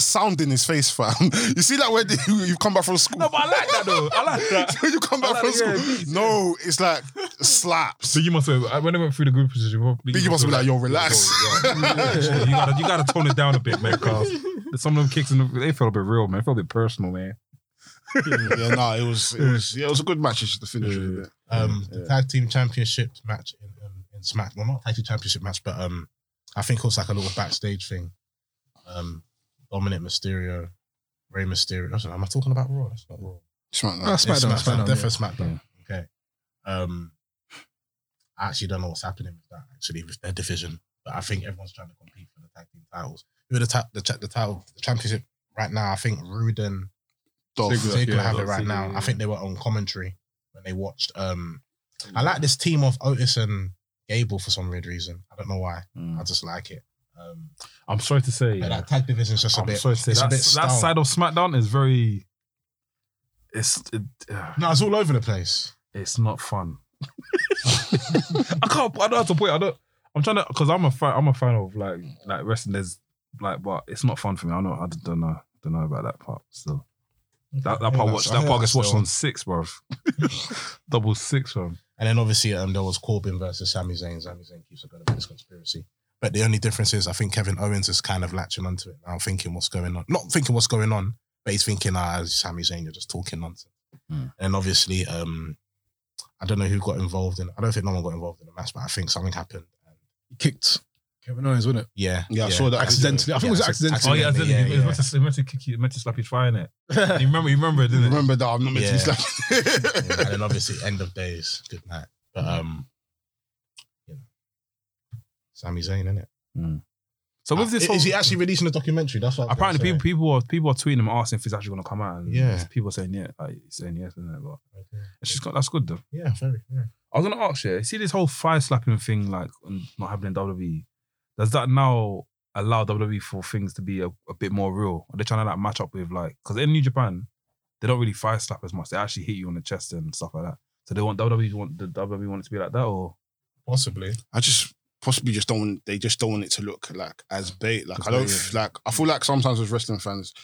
Speaker 2: sound in his face, fam. You see that when you come back from school.
Speaker 1: No, but I like that though. I like that.
Speaker 2: when you come back
Speaker 1: I
Speaker 2: from
Speaker 1: like-
Speaker 2: school.
Speaker 1: yeah, beats,
Speaker 2: no, it's like slaps.
Speaker 1: Biggie E must have. When I went through the group position, E
Speaker 2: Biggie E must be like, yo, relax.
Speaker 1: you gotta you gotta tone it down a bit, man. Cause some of them kicks in the, they felt a bit real, man. It felt a bit personal, man.
Speaker 2: yeah, no, it was it was yeah, it was a good match. It's just the finish of it.
Speaker 3: Um the tag team championship match in um, in Smack. Well not tag team championship match, but um I think it was like a little backstage thing. Um Dominic Mysterio, Rey Mysterio. That's- Am I talking about Raw? That's not Raw.
Speaker 2: Smack that.
Speaker 4: Ah,
Speaker 3: It's
Speaker 4: SmackDown, SmackDown, yeah.
Speaker 3: Definitely SmackDown. Okay. Um, I actually don't know what's happening with that actually with their division, but I think everyone's trying to compete for the tag team titles. Who are the ta- the, cha- the title the championship right now? I think Ruden
Speaker 2: Dolph.
Speaker 3: Ziggler
Speaker 1: yeah,
Speaker 3: have it
Speaker 1: Dolph
Speaker 3: right
Speaker 1: Ziggler,
Speaker 3: now.
Speaker 1: yeah.
Speaker 3: I think they were on commentary when they watched. Um, I like this team of Otis and Gable for some weird reason. I don't know why.
Speaker 1: Mm.
Speaker 3: I just like it. Um,
Speaker 1: I'm sorry to say.
Speaker 3: but that tag division's just a
Speaker 1: I'm
Speaker 3: bit.
Speaker 1: sorry to say
Speaker 3: it's a
Speaker 1: that,
Speaker 3: bit
Speaker 1: that
Speaker 3: stale.
Speaker 1: side of SmackDown is very. It's it, uh,
Speaker 3: No, it's all over the place.
Speaker 1: it's not fun. I can't. I don't have to point. I don't. I'm trying to because I'm a fan. I'm a fan of like like wrestling. There's like, but it's not fun for me. I don't. I don't know. Don't know about that part. So that, that
Speaker 3: I hear
Speaker 1: part
Speaker 3: that.
Speaker 1: watch
Speaker 3: I
Speaker 1: that
Speaker 3: hear
Speaker 1: part
Speaker 3: that
Speaker 1: gets watched
Speaker 3: still.
Speaker 1: on six, bro. Double six, bro.
Speaker 3: And then obviously um, there was Corbin versus Sami Zayn. Sami Zayn keeps on going about this conspiracy. But the only difference is I think Kevin Owens is kind of latching onto it now, thinking what's going on. Not thinking what's going on, but he's thinking, ah, Sami Zayn, you're just talking nonsense.
Speaker 1: Hmm.
Speaker 3: And obviously, um, I don't know who got involved in I don't think no one got involved in the match, but I think something happened.
Speaker 4: He kicked Kevin Owens, wasn't it?
Speaker 3: Yeah.
Speaker 2: Yeah, I saw that.
Speaker 4: Accidentally. I think it was
Speaker 3: Yeah,
Speaker 4: accidental.
Speaker 1: Oh yeah,
Speaker 3: accidentally,
Speaker 1: yeah, yeah, yeah. meant to meant to kick you, meant to slap his fire in it. You remember? You remember, it, didn't it?
Speaker 2: Remember that I'm not meant
Speaker 3: Yeah.
Speaker 2: to be slapping.
Speaker 3: Yeah, and then obviously end of days, good night. But
Speaker 1: Hmm.
Speaker 3: um, you know, Sami Zayn, innit?
Speaker 1: So with this,
Speaker 3: Ah, is,
Speaker 1: whole,
Speaker 3: is he actually releasing a documentary? That's what I was gonna
Speaker 1: apparently
Speaker 3: say.
Speaker 1: people people are people are tweeting him asking if he's actually going to come out. And
Speaker 3: Yeah.
Speaker 1: people are saying yeah, like, saying yes, isn't it? But
Speaker 3: Okay.
Speaker 1: it's just got, that's good though.
Speaker 3: Yeah, very. Yeah.
Speaker 1: I was gonna ask you, see this whole fire slapping thing, like um, not happening in WWE. Does that now allow WWE for things to be a, a bit more real? Are they trying to like match up with like because in New Japan they don't really fire slap as much. They actually hit you on the chest and stuff like that. So they want WWE want the WWE want it to be like that or
Speaker 3: Possibly.
Speaker 2: I just possibly just don't. want- They just don't want it to look like as bait. Like I don't
Speaker 1: Yeah.
Speaker 2: f- like. I feel like sometimes as wrestling fans,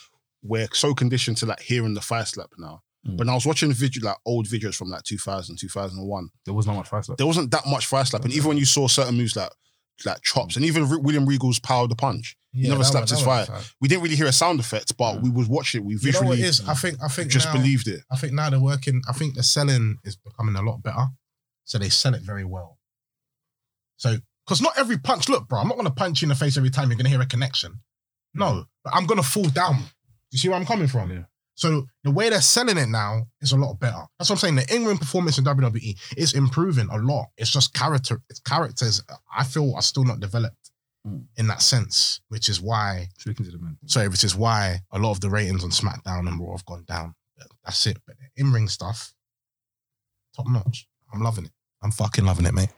Speaker 2: we're so conditioned to like hearing the fire slap now.
Speaker 1: Mm.
Speaker 2: But when I was watching video like old videos from like 2000, 2001,
Speaker 1: there was not much fire slap.
Speaker 2: there wasn't that much fire slap. And even when you saw certain moves like like chops, and even Re- William Regal's power of the punch,
Speaker 3: Yeah,
Speaker 2: never
Speaker 3: that
Speaker 2: slapped
Speaker 3: one-
Speaker 2: his
Speaker 3: that one
Speaker 2: fire.
Speaker 3: was
Speaker 2: we didn't really hear a sound effect, but we was watching it. We
Speaker 3: You know what
Speaker 2: visually
Speaker 3: it is? I think. I think
Speaker 2: just
Speaker 3: now,
Speaker 2: believed it.
Speaker 3: I think now they're working. I think the selling is becoming a lot better, so they sell it very well. So, because not every punch. Look, bro, I'm not gonna punch you in the face every time. You're gonna hear a connection. No, but I'm gonna fall down. You see where I'm coming from?
Speaker 1: Mm. Yeah.
Speaker 3: So the way they're selling it now is a lot better. That's what I'm saying. The in-ring performance in WWE is improving a lot. It's just character. It's characters. I feel are still not developed
Speaker 1: Mm.
Speaker 3: in that sense, which is why.
Speaker 1: Speaking to the man.
Speaker 3: Sorry, which is why a lot of the ratings on SmackDown and Raw have gone down. That's it. But the in-ring stuff, top notch. I'm loving it. I'm fucking loving it, mate.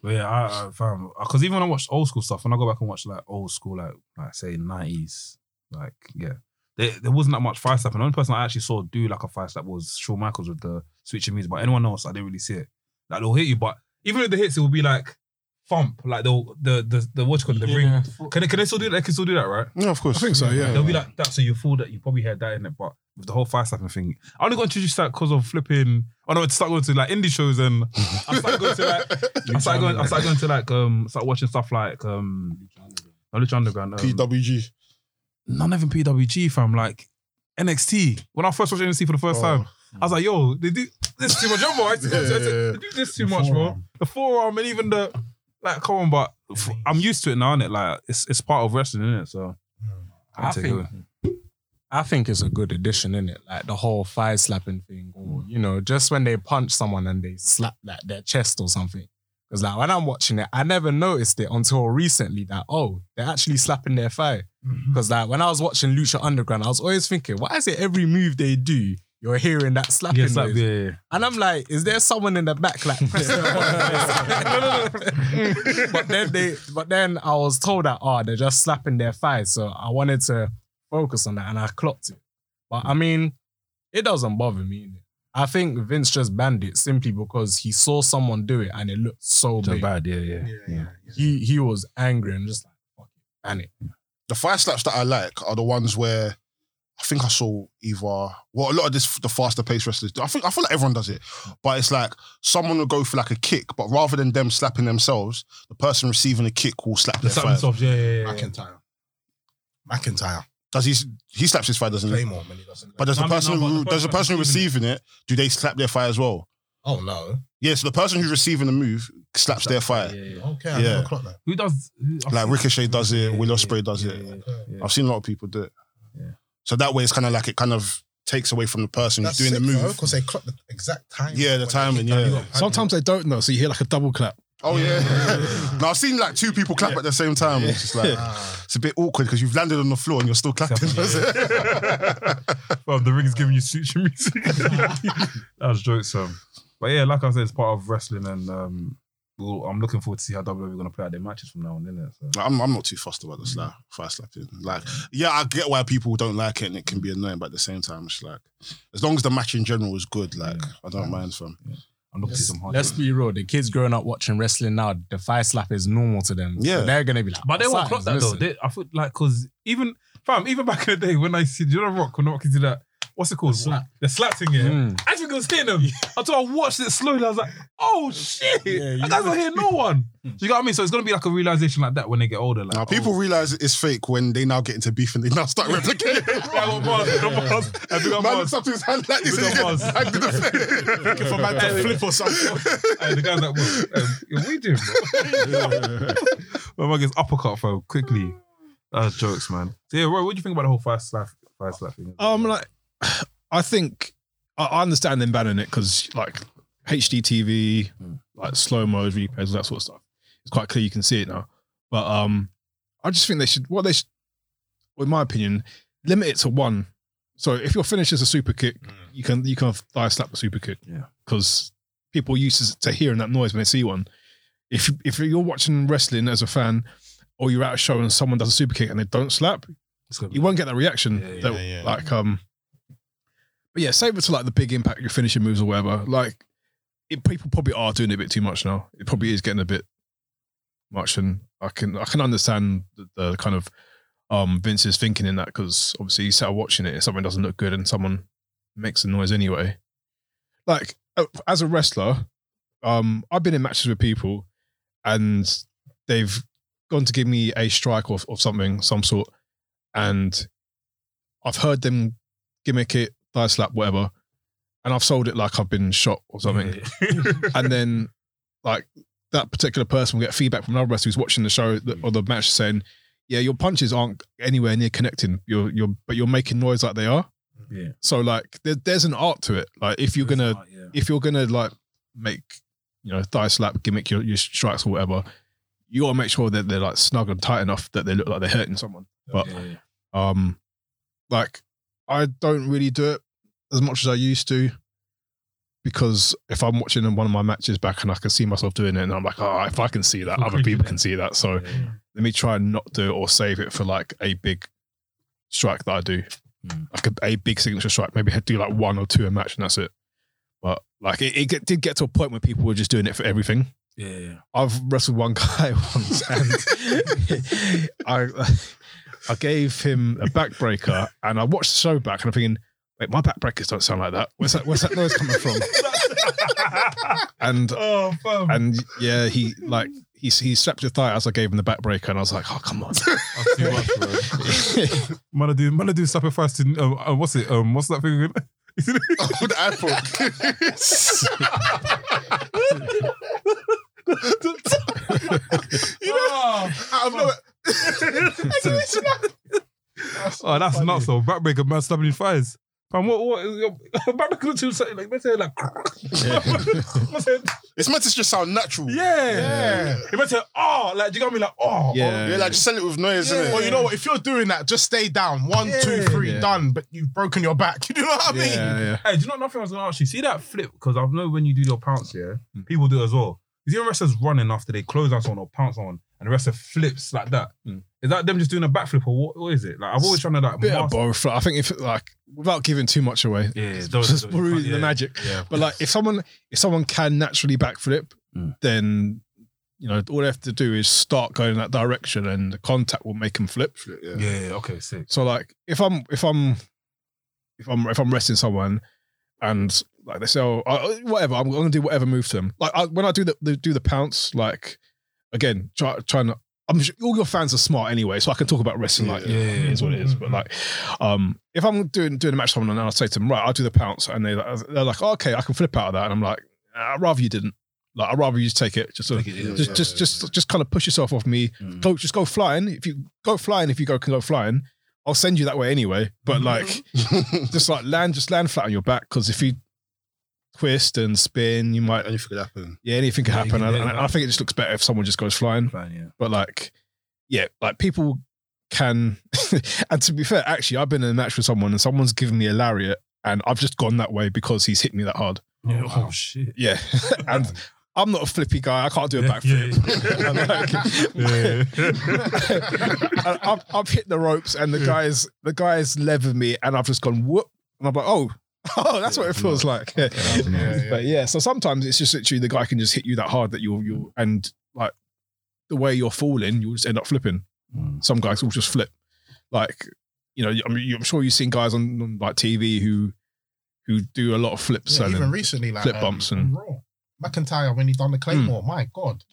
Speaker 1: But yeah, I, I found because even when I watched old school stuff, when I go back and watch like old school, like like say nineties, like yeah, there, there wasn't that much fire slap. And the only person I actually saw do like a fire slap was Shawn Michaels with the switching moves. But anyone else, I didn't really see it. Like they'll hit you, but even if the hits, it will be like thump, like they'll the the the what you call it, the ring. Can they, can they still do that? They can still do that, right?
Speaker 2: No, of course.
Speaker 4: I think so, yeah.
Speaker 1: They'll be like that, so you fool that you probably heard that in it. But with the whole fire slapping thing, I only got introduced to that because of flipping. Oh no, I start going to like indie shows and I started going to like I started going I started going to like um start watching stuff like um not Lucha Underground. Um,
Speaker 2: PWG.
Speaker 1: not even PWG fam, like NXT. When I first watched NXT for the first
Speaker 2: Oh.
Speaker 1: time, I was like, yo, they do this too much. Yo, bro, I just- I just- I just-
Speaker 2: Yeah.
Speaker 1: they do this too much, bro. The forearm and even the like, come on, but f- I'm used to it now, innit? Like it's it's part of wrestling, innit? So I'll
Speaker 5: I
Speaker 1: take it
Speaker 5: think,
Speaker 1: away.
Speaker 5: I think it's a good addition, isn't it? Like the whole fire slapping thing, or you know, just when they punch someone and they slap like their chest or something. Because like when I'm watching it, I never noticed it until recently that oh, they're actually slapping their thigh. Because like when I was watching Lucha Underground, I was always thinking, why is it every move they do, you're hearing that slapping
Speaker 1: Yes, like,
Speaker 5: noise?
Speaker 1: yeah, yeah, yeah.
Speaker 5: And I'm like, is there someone in the back like pressing the button? No, no, no. But then they but then I was told that oh, they're just slapping their thighs. So I wanted to focus on that and I clocked it. But I mean, it doesn't bother me. innit? I think Vince just banned it simply because he saw someone do it and it looked so
Speaker 1: So
Speaker 5: big.
Speaker 1: bad, yeah, yeah.
Speaker 5: He he was angry and just like fuck it, ban it.
Speaker 2: The fire slaps that I like are the ones where I think I saw either well a lot of this the faster paced wrestlers. do. I think I feel like everyone does it, but it's like someone will go for like a kick, but rather than them slapping themselves, the person receiving the kick will slap
Speaker 1: The
Speaker 2: their
Speaker 1: slapping
Speaker 2: thigh.
Speaker 1: soft, yeah, yeah, yeah. yeah.
Speaker 3: McIntyre. McIntyre.
Speaker 2: Does he? He slaps his thigh, doesn't he?
Speaker 3: Claymore when he doesn't.
Speaker 2: But does the
Speaker 1: I mean,
Speaker 2: person
Speaker 1: no, but
Speaker 2: who
Speaker 1: the
Speaker 2: does the
Speaker 1: person
Speaker 2: person who
Speaker 1: receiving
Speaker 2: receiving it do they slap their thigh as well?
Speaker 3: oh no.
Speaker 2: Yeah, so the person who's receiving the move slaps their thigh.
Speaker 1: Yeah, yeah.
Speaker 3: Okay, I
Speaker 2: Yeah.
Speaker 3: never clocked that.
Speaker 1: Who does who, I've
Speaker 2: Like
Speaker 1: seen-
Speaker 2: Ricochet does it,
Speaker 1: Yeah,
Speaker 2: Will
Speaker 1: yeah,
Speaker 2: Ospreay does
Speaker 1: yeah,
Speaker 2: it.
Speaker 1: yeah, yeah.
Speaker 2: I've seen a lot of people do it.
Speaker 1: Yeah.
Speaker 2: So that way, it's kind of like it kind of takes away from the person who's doing the move.
Speaker 3: because they clocked the exact time.
Speaker 2: Yeah, the timing, yeah.
Speaker 4: Sometimes they don't know, so you hear like a double clap.
Speaker 2: Oh yeah. no, I've seen like two people clap at the same time. It's just like
Speaker 3: Ah,
Speaker 2: it's a bit awkward because you've landed on the floor and you're still clapping.
Speaker 1: Well, the ring's giving you suture music. that was jokes, um. But yeah, like I said, it's part of wrestling, and um, well, I'm looking forward to see how WWE are going to play out their matches from now on, innit? So.
Speaker 2: Like, I'm, I'm not too fussed about this like fire slapping. Like, yeah, I get why people don't like it and it can be annoying, but at the same time, it's like as long as the match in general is good, like I don't mind fam.
Speaker 1: I'm looking to some hard.
Speaker 5: Let's be real, the kids growing up watching wrestling now, the fire slap is normal to them. So
Speaker 2: Yeah.
Speaker 5: they're gonna be like,
Speaker 1: But they
Speaker 5: "Oh,
Speaker 1: won't clock that
Speaker 5: listen."
Speaker 1: though. They, I feel like because even fam, even back in the day when I see do you know Rock when Rock did that, what's it called? The slap. The slap thing, yeah.
Speaker 5: Mm.
Speaker 1: I think it was hitting them until I watched it slowly. I was like, oh shit,
Speaker 5: Yeah, you-
Speaker 1: I guys not hitting no one. Do you know what I mean? So it's gonna be like a realization like that when they get older. Like
Speaker 2: Now people realize it's fake when they now get into beef and they now start replicating.
Speaker 1: oh, Oh. yeah, well, boss, no, boss. I think I'm
Speaker 2: Man
Speaker 1: boss.
Speaker 2: looks up to his hand like this.
Speaker 1: Big
Speaker 2: and he
Speaker 1: up,
Speaker 2: gets
Speaker 1: boss.
Speaker 2: bagged in the face.
Speaker 1: for man to flip or something. Hey, the guy's like, what, um, yeah, what are you doing, bro? My man gets uppercut, fam, quickly. That's jokes, man. So yeah, Roy, what do you think about the whole fast slap, fast slap thing?
Speaker 4: Um, like, I think I- I understand them banning it because like HDTV,
Speaker 1: Hmm.
Speaker 4: like slow mo replays, all that sort of stuff. It's quite clear you can see it now. But um, I just think they should. What they should, in my opinion, limit it to one. So if your finish is a super kick, you can you can thigh slap a super kick.
Speaker 1: Hmm. Yeah.
Speaker 4: because people are used to hearing that noise when they see one. If if you're watching wrestling as a fan, or you're at a show and someone does a super kick and they don't slap,
Speaker 1: It's gonna be-
Speaker 4: you won't get that reaction.
Speaker 1: Yeah, yeah,
Speaker 4: that-
Speaker 3: yeah.
Speaker 4: Like um, but yeah, save it to like the big impact, your finishing moves or whatever. Like, it, people probably are doing it a bit too much now. It probably is getting a bit much, and I can I can understand the, the kind of um Vince's thinking in that because obviously you start watching it and something doesn't look good and someone makes a noise anyway. Like uh, as a wrestler, um, I've been in matches with people and they've gone to give me a strike of, of something, some sort, and I've heard them gimmick it, thigh slap, whatever, and I've sold it like I've been shot or something. and then, like, that particular person will get feedback from another wrestler who's watching the show th- or the match saying, yeah, your punches aren't anywhere near connecting. You're you're but you're making noise like they are.
Speaker 1: Yeah.
Speaker 4: So like there, there's an art to it. Like if you're gonna
Speaker 1: yeah.
Speaker 4: if you're gonna like make you know thigh slap gimmick your, your strikes or whatever, you gotta make sure that they're like snug and tight enough that they look like they're hurting someone. But
Speaker 1: yeah, yeah.
Speaker 4: um, like I don't really do it as much as I used to because if I'm watching in one of my matches back and I can see myself doing it, and I'm like, oh, if I can see that,
Speaker 1: Feel
Speaker 4: other
Speaker 1: creepy,
Speaker 4: people
Speaker 1: mate.
Speaker 4: can see that. So let me try and not do it or save it for like a big strike that I do, like a, a big signature strike. Maybe I'd do like one or two a match, and that's it. But like it, it get- did get to a point where people were just doing it for everything.
Speaker 1: yeah, yeah.
Speaker 4: I've wrestled one guy once, and I I gave him a backbreaker, and I watched the show back, and I'm thinking, wait, my backbreakers don't sound like that. Where's that? Where's that noise coming from? and
Speaker 1: Oh, fam.
Speaker 4: and yeah, he like he he slapped your thigh as I gave him the backbreaker, and I was like, oh come on.
Speaker 1: That's too much, bro. Man, I do, man, I do sacrifice to, um, uh, what's it, um, what's that thing again?
Speaker 2: With the iPhone.
Speaker 1: oh,
Speaker 2: Out of nowhere.
Speaker 1: oh, that's nuts, though. Backbreaker, man, stabbing his thighs. Man, what, what, is your, backbreaker too, so- like, they say, like, Man's head-
Speaker 2: It's meant to just sound natural.
Speaker 1: yeah.
Speaker 2: Yeah.
Speaker 1: It meant to, oh, like, do you got me, like, oh.
Speaker 4: yeah,
Speaker 2: Yeah, like just sell it with noise, innit?
Speaker 3: Well, you know what? If you're doing that, just stay down. One, two, three,
Speaker 4: Yeah.
Speaker 3: done. But you've broken your back. You know what I mean?
Speaker 4: yeah, yeah.
Speaker 1: Hey, do you know nothing I was gonna ask you? See that flip? Because I know when you do your pounce, yeah,
Speaker 4: Mm.
Speaker 1: people do it as well. Is your wrestlers running after they close on someone or pounce on, and the wrestler flips like that? Is
Speaker 4: Mm.
Speaker 1: that them just doing a backflip or what, what is it? Like I've always trying to like
Speaker 4: Bit of
Speaker 1: master-
Speaker 4: both. Like, I think if like without giving too much away,
Speaker 1: yeah, those,
Speaker 4: just
Speaker 1: those-
Speaker 4: ruin
Speaker 1: yeah.
Speaker 4: the magic.
Speaker 1: Yeah,
Speaker 4: But like if someone if someone can naturally backflip,
Speaker 1: Mm.
Speaker 4: then you know all they have to do is start going in that direction, and the contact will make them flip.
Speaker 2: Yeah.
Speaker 1: yeah, yeah, okay, sick.
Speaker 4: So like if I'm if I'm if I'm if I'm wrestling someone, and like they say, oh I, whatever, I'm gonna do whatever move to them. Like I, when I do the, the do the pounce, like again try trying to. I'm sure all your fans are smart anyway, so I can talk about wrestling like
Speaker 2: Yeah.
Speaker 4: it is what it is. But like, um, if I'm doing doing a match with someone and I say to them, right, I'll do the pounce, and they they're like, oh, okay, I can flip out of that, and I'm like, "Nah, I'd rather you didn't. Like, I'd rather you just take it, just sort of,
Speaker 2: yeah,
Speaker 4: just
Speaker 2: yeah,
Speaker 4: just
Speaker 2: yeah,
Speaker 4: just just kind of push yourself off me.
Speaker 1: Mm.
Speaker 4: Go, just go flying. If you go flying, if you go can go flying, I'll send you that way anyway.
Speaker 1: Mm-hmm.
Speaker 4: But like, just like land, just land flat on your back because if you twist and spin, you might
Speaker 2: Anything could happen.
Speaker 4: yeah anything could
Speaker 1: Yeah, you
Speaker 4: happen.
Speaker 1: can
Speaker 4: and,
Speaker 1: do
Speaker 4: and
Speaker 1: that.
Speaker 4: I think it just looks better if someone just goes flying.
Speaker 1: Fine, yeah.
Speaker 4: But like, yeah, like people can. and to be fair, actually, I've been in a match with someone and someone's given me a lariat, and I've just gone that way because he's hit me that hard.
Speaker 1: Yeah, Oh, shit.
Speaker 4: Yeah, and I'm not a flippy guy. I can't do a
Speaker 1: Yeah,
Speaker 4: backflip.
Speaker 1: yeah, yeah.
Speaker 4: And I've, I've hit the ropes, and the guys, the guys lever me, and I've just gone whoop, and I'm like, oh. Oh, that's what it feels like. But yeah, so sometimes it's just literally the guy can just hit you that hard that you're you are and like the way you're falling, you'll just end up flipping.
Speaker 3: Hmm.
Speaker 4: Some guys will just flip. Like you know, I'm, I'm sure you've seen guys on, on like TV who who do a lot of flips.
Speaker 3: Yeah,
Speaker 4: and
Speaker 3: even um, mm-hmm. recently, like
Speaker 4: flip bumps and-
Speaker 3: Raw. McIntyre when he done the
Speaker 2: Mm.
Speaker 3: Claymore, my God,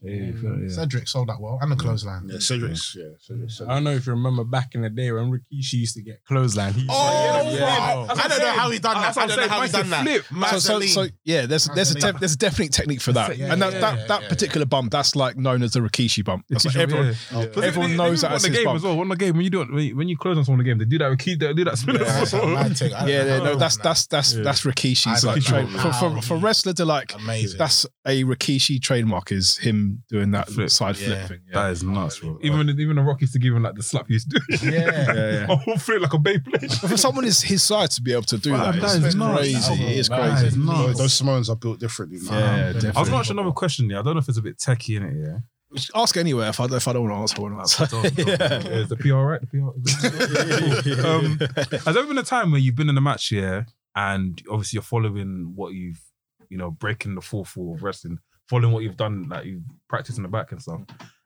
Speaker 3: Cedric sold that well and the clothesline.
Speaker 2: Yeah, Cedric's. Yeah, Cedric's.
Speaker 5: I don't know if you remember back in the day when Rikishi used to get clothesline. He
Speaker 3: Oh,
Speaker 1: yeah.
Speaker 3: I don't know how he done that.
Speaker 1: That's what
Speaker 3: I
Speaker 1: I'm
Speaker 3: don't know
Speaker 1: saying.
Speaker 3: how he
Speaker 1: Man's
Speaker 3: done
Speaker 1: the
Speaker 3: that.
Speaker 1: flip.
Speaker 4: so, so, so yeah, there's there's a
Speaker 3: Mazzolini.
Speaker 4: def- there's a definite technique for that,
Speaker 5: Yeah,
Speaker 4: and that
Speaker 5: yeah,
Speaker 4: that,
Speaker 5: yeah,
Speaker 4: that
Speaker 5: yeah.
Speaker 4: particular bump, that's like known as the Rikishi bump. That's like
Speaker 1: Yeah.
Speaker 4: everyone,
Speaker 1: But they-
Speaker 4: everyone
Speaker 1: they-
Speaker 4: knows
Speaker 1: they
Speaker 4: that
Speaker 1: do it on
Speaker 4: as his
Speaker 1: the game
Speaker 4: bump.
Speaker 1: as well. On the game, when you do it, when you- when you close on someone on the game, they do that. Keep they do that spin.
Speaker 3: Yeah, that's my take. I don't
Speaker 4: Yeah,
Speaker 3: know.
Speaker 4: no, that's that's that's
Speaker 1: Yeah.
Speaker 4: that's
Speaker 3: Oh, I
Speaker 4: Rikishi's
Speaker 3: don't
Speaker 4: like trade
Speaker 3: know
Speaker 4: for, for
Speaker 3: how
Speaker 4: for
Speaker 3: he-
Speaker 4: wrestler to like.
Speaker 3: amazing.
Speaker 4: That's a Rikishi trademark is him doing that
Speaker 1: Flip.
Speaker 4: side
Speaker 3: Yeah.
Speaker 4: flip thing. Yeah.
Speaker 1: That is nuts, bro. Even even the Rock used to give him like the slap he used to do.
Speaker 3: yeah.
Speaker 4: Yeah, yeah.
Speaker 1: I will flip like a Beyblade.
Speaker 4: But for someone his his size to be able to do
Speaker 1: Wow,
Speaker 4: that,
Speaker 1: that
Speaker 4: is,
Speaker 1: is nuts.
Speaker 4: crazy. It is
Speaker 3: That
Speaker 4: crazy.
Speaker 3: is
Speaker 2: No,
Speaker 3: nuts.
Speaker 2: those Samoans are built differently. Man.
Speaker 4: Yeah, definitely.
Speaker 1: I was gonna ask you another question. Yeah, I don't know if it's a bit techie in it. Yeah,
Speaker 4: Ask anywhere if I if I don't want to answer. I won't answer.
Speaker 1: Yeah, is the PR right? The PR. um, has there ever been a time where you've been in a match here and obviously you're following what you've, you know, breaking the fourth wall of wrestling, following what you've done, like you've practiced in the back and stuff,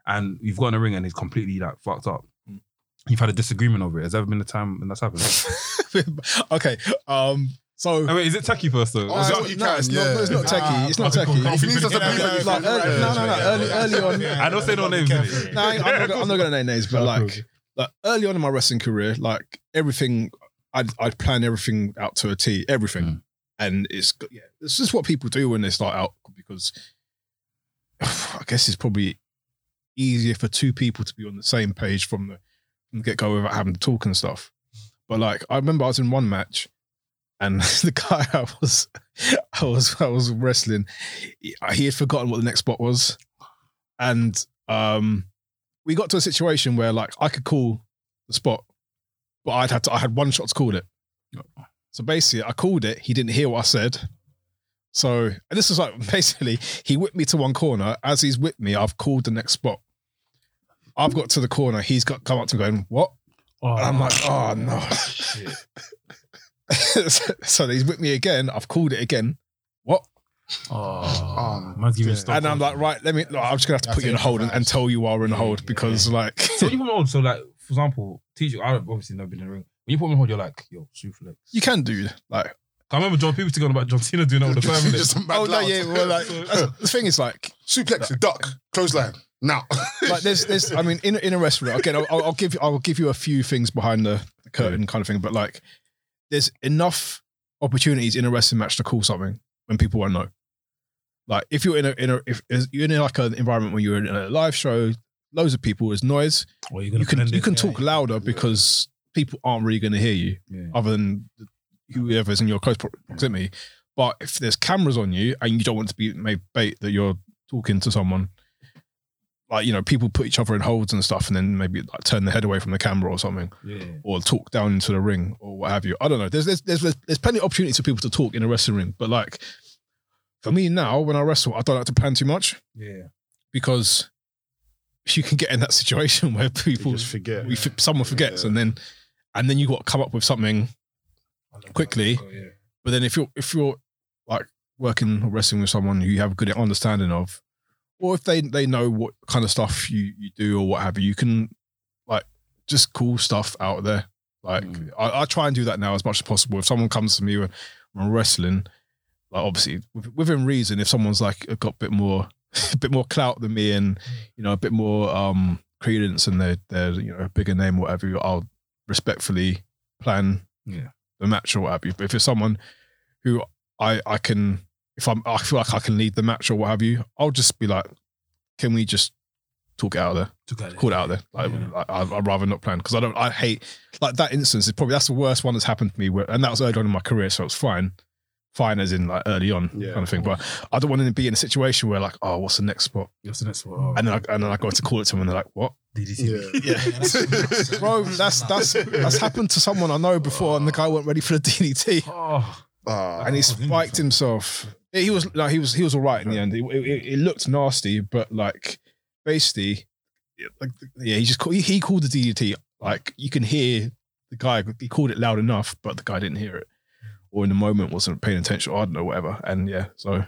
Speaker 1: and you've got in a ring and it's completely like fucked up.
Speaker 4: Mm.
Speaker 1: You've had a disagreement over it. Has there ever been a time when that's happened?
Speaker 4: okay. Um. So.
Speaker 1: I mean, is it techie first though?
Speaker 2: Oh,
Speaker 1: Is
Speaker 2: so-
Speaker 1: it-
Speaker 2: what you
Speaker 4: no,
Speaker 2: can,
Speaker 4: it's
Speaker 2: yeah.
Speaker 4: not, it's not techie.
Speaker 3: Ah,
Speaker 4: it's not
Speaker 3: okay, cool.
Speaker 4: techie.
Speaker 2: If he needs us to
Speaker 3: Yeah,
Speaker 2: be
Speaker 3: yeah,
Speaker 2: with you,
Speaker 4: like,
Speaker 2: right,
Speaker 4: early- no, no, no,
Speaker 2: yeah,
Speaker 4: early-
Speaker 2: yeah.
Speaker 4: early on-
Speaker 3: Yeah,
Speaker 1: I don't say no
Speaker 3: gotta be
Speaker 1: names,
Speaker 3: careful.
Speaker 1: innit?
Speaker 4: No, I- I'm not, gonna- I'm not gonna name names, but like, like early on in my wrestling career, like everything, I'd, I'd plan everything out to a T, everything, and it's g- yeah, this is what people do when they start out because I guess it's probably easier for two people to be on the same page from the from the get go without having to talk and stuff. But like, I remember I was in one match, and the guy I was, I was, I was wrestling. He he had forgotten what the next spot was, and um, we got to a situation where like I could call the spot, but I'd had to, I had one shot to call it. So basically, I called it. He didn't hear what I said. So and this is like basically he whipped me to one corner. As he's whipped me, I've called the next spot. I've got to the corner. He's got come up to me going, "What?" And I'm like, "Oh no!" so, so he's whipped me again. I've called it again. What?
Speaker 1: Oh, man's giving
Speaker 2: dear.
Speaker 1: stuff.
Speaker 4: and I'm like, "Right, let me. no, I'm just gonna have to
Speaker 2: That's
Speaker 4: put you in
Speaker 2: it,
Speaker 4: a hold and,
Speaker 2: that's-
Speaker 4: and tell you while we're in a hold because like
Speaker 1: So when you put me on, so like for example, teacher, I've obviously never been in the ring. When you put me on hold, you're like, yo, suplex.
Speaker 4: you can do like
Speaker 1: I remember John people talking about John Cena doing that with the family.
Speaker 2: Just a mad
Speaker 4: oh no
Speaker 2: loud.
Speaker 4: yeah well like that's- the thing is like
Speaker 2: suplex, duck, clothesline. Now,
Speaker 4: like there's there's I mean in in a restaurant again I'll, I'll I'll give you I'll give you a few things behind the curtain kind of thing but like there's enough opportunities in a wrestling match to call something when people won't know like if you're in a in a if if you're in like an environment where you're in a live show loads of people there's noise
Speaker 1: Well,
Speaker 4: you can you can talk louder because people aren't really going to hear you
Speaker 1: Yeah.
Speaker 4: other than whoever's in your close pro- proximity. But if there's cameras on you and you don't want to be made bait that you're talking to someone, like you know, people put each other in holds and stuff, and then maybe like turn their head away from the camera or something,
Speaker 1: Yeah.
Speaker 4: or talk down into the ring or what have you. I don't know. There's there's there's there's plenty of opportunities for people to talk in a wrestling ring, but like for me now, when I wrestle, I don't like to plan too much
Speaker 1: Yeah.
Speaker 4: because you can get in that situation where people
Speaker 7: just forget.
Speaker 4: we f- someone forgets and then and then you got to come up with something quickly
Speaker 1: yeah.
Speaker 4: but then if you're if you're like working or wrestling with someone who you have a good understanding of or if they they know what kind of stuff you you do or what have you you can like just call stuff out there like I, I try and do that now as much as possible if someone comes to me when I'm wrestling like obviously with- within reason if someone's like got a bit more a bit more clout than me and you know a bit more um credence and they're they're you know a bigger name or whatever i'll respectfully plan
Speaker 1: Yeah.
Speaker 4: the match or whatever but if it's someone who i i can if i'm i feel like i can lead the match or what have you i'll just be like can we just talk it out there
Speaker 1: Took out
Speaker 4: call it out there like,
Speaker 1: Yeah.
Speaker 4: like, I, i'd rather not plan because i don't i hate like that instance is probably that's the worst one that's happened to me where, and that was early on in my career so it's fine fine as in like early on
Speaker 7: Yeah.
Speaker 4: kind of thing but i don't want to be in a situation where like oh what's the next spot
Speaker 1: Yes, that's what. Oh,
Speaker 4: and then I, and then I go to call it to them, and they're like, "What,
Speaker 1: DDT.
Speaker 7: Yeah.
Speaker 3: Yeah.
Speaker 4: bro? That's that's that's happened to someone I know before, and the guy weren't ready for the DDT,
Speaker 1: Oh,
Speaker 2: Ah,
Speaker 4: and he spiked himself. He was like, he was he was all right in the end. It, it, it looked nasty, but like basically, like yeah, he just called, he, he called the DDT. Like you can hear the guy. He called it loud enough, but the guy didn't hear it, or in the moment wasn't paying attention. Or I don't know, whatever. And yeah, so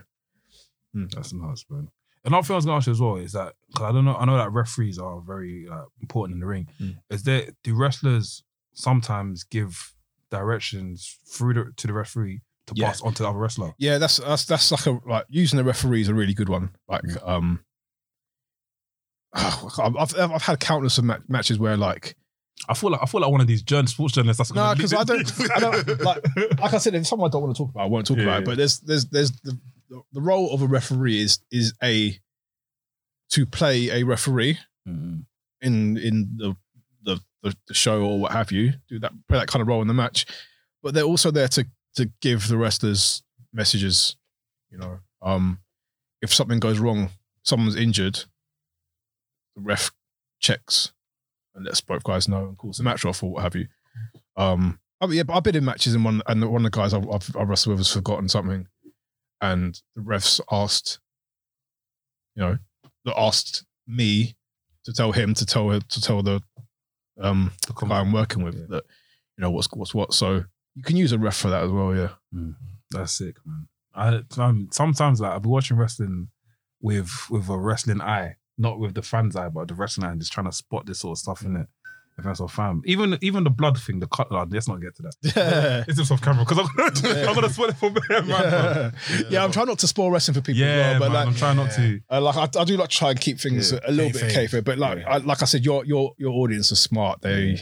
Speaker 1: that's nuts, man. Another thing I was gonna ask you as well is that because I don't know, I know that referees are very uh, important in the ring.
Speaker 4: Mm.
Speaker 1: Is there do wrestlers sometimes give directions through the, to the referee to
Speaker 4: Yeah.
Speaker 1: pass on to the other wrestler?
Speaker 4: Yeah, that's that's that's like a like using the referee is a really good one. Like um, I've I've, I've had countless of ma- matches where like
Speaker 1: I feel like I feel like one of these journal, sports journalists. That's
Speaker 4: no,
Speaker 1: gonna
Speaker 4: because I don't, I don't like like I said, if someone I don't want to talk about, I won't talk
Speaker 7: Yeah,
Speaker 4: about
Speaker 7: yeah.
Speaker 4: it. But there's there's there's the, the role of a referee is is a to play a referee
Speaker 1: Mm.
Speaker 4: in in the the, the, the show or what have you, do that play that kind of role in the match. But they're also there to to give the wrestlers messages. You know, um, if something goes wrong, someone's injured, the ref checks and lets both guys know and calls the match off or what have you. Um, I mean, yeah, but I've been in matches and one and one of the guys I've, I've, I've wrestled with has forgotten something, and the refs asked, you know, they asked me to tell him to tell to tell the um the guy I'm working with that you know what's what's what. So you can use a ref for that as well. Yeah,
Speaker 1: That's sick, man. I um, sometimes like I'll be watching wrestling with with a wrestling eye, not with the fans eye, but the wrestling eye, and just trying to spot this sort of stuff in it. If that's all fam, even even the blood thing, the cut. Oh, let's not get to that.
Speaker 4: yeah.
Speaker 1: It's just off camera because I'm gonna I'm gonna spot it for better, man.
Speaker 4: Yeah. I'm trying not to spoil wrestling for people. as
Speaker 1: Yeah,
Speaker 4: well, but
Speaker 1: man,
Speaker 4: like,
Speaker 1: I'm trying not to.
Speaker 4: Uh, like I, I do like try and keep things
Speaker 7: Yeah.
Speaker 4: a little bit
Speaker 3: Kayfabe.
Speaker 4: kayfabe, but like I, like I said, your your your audience are smart. They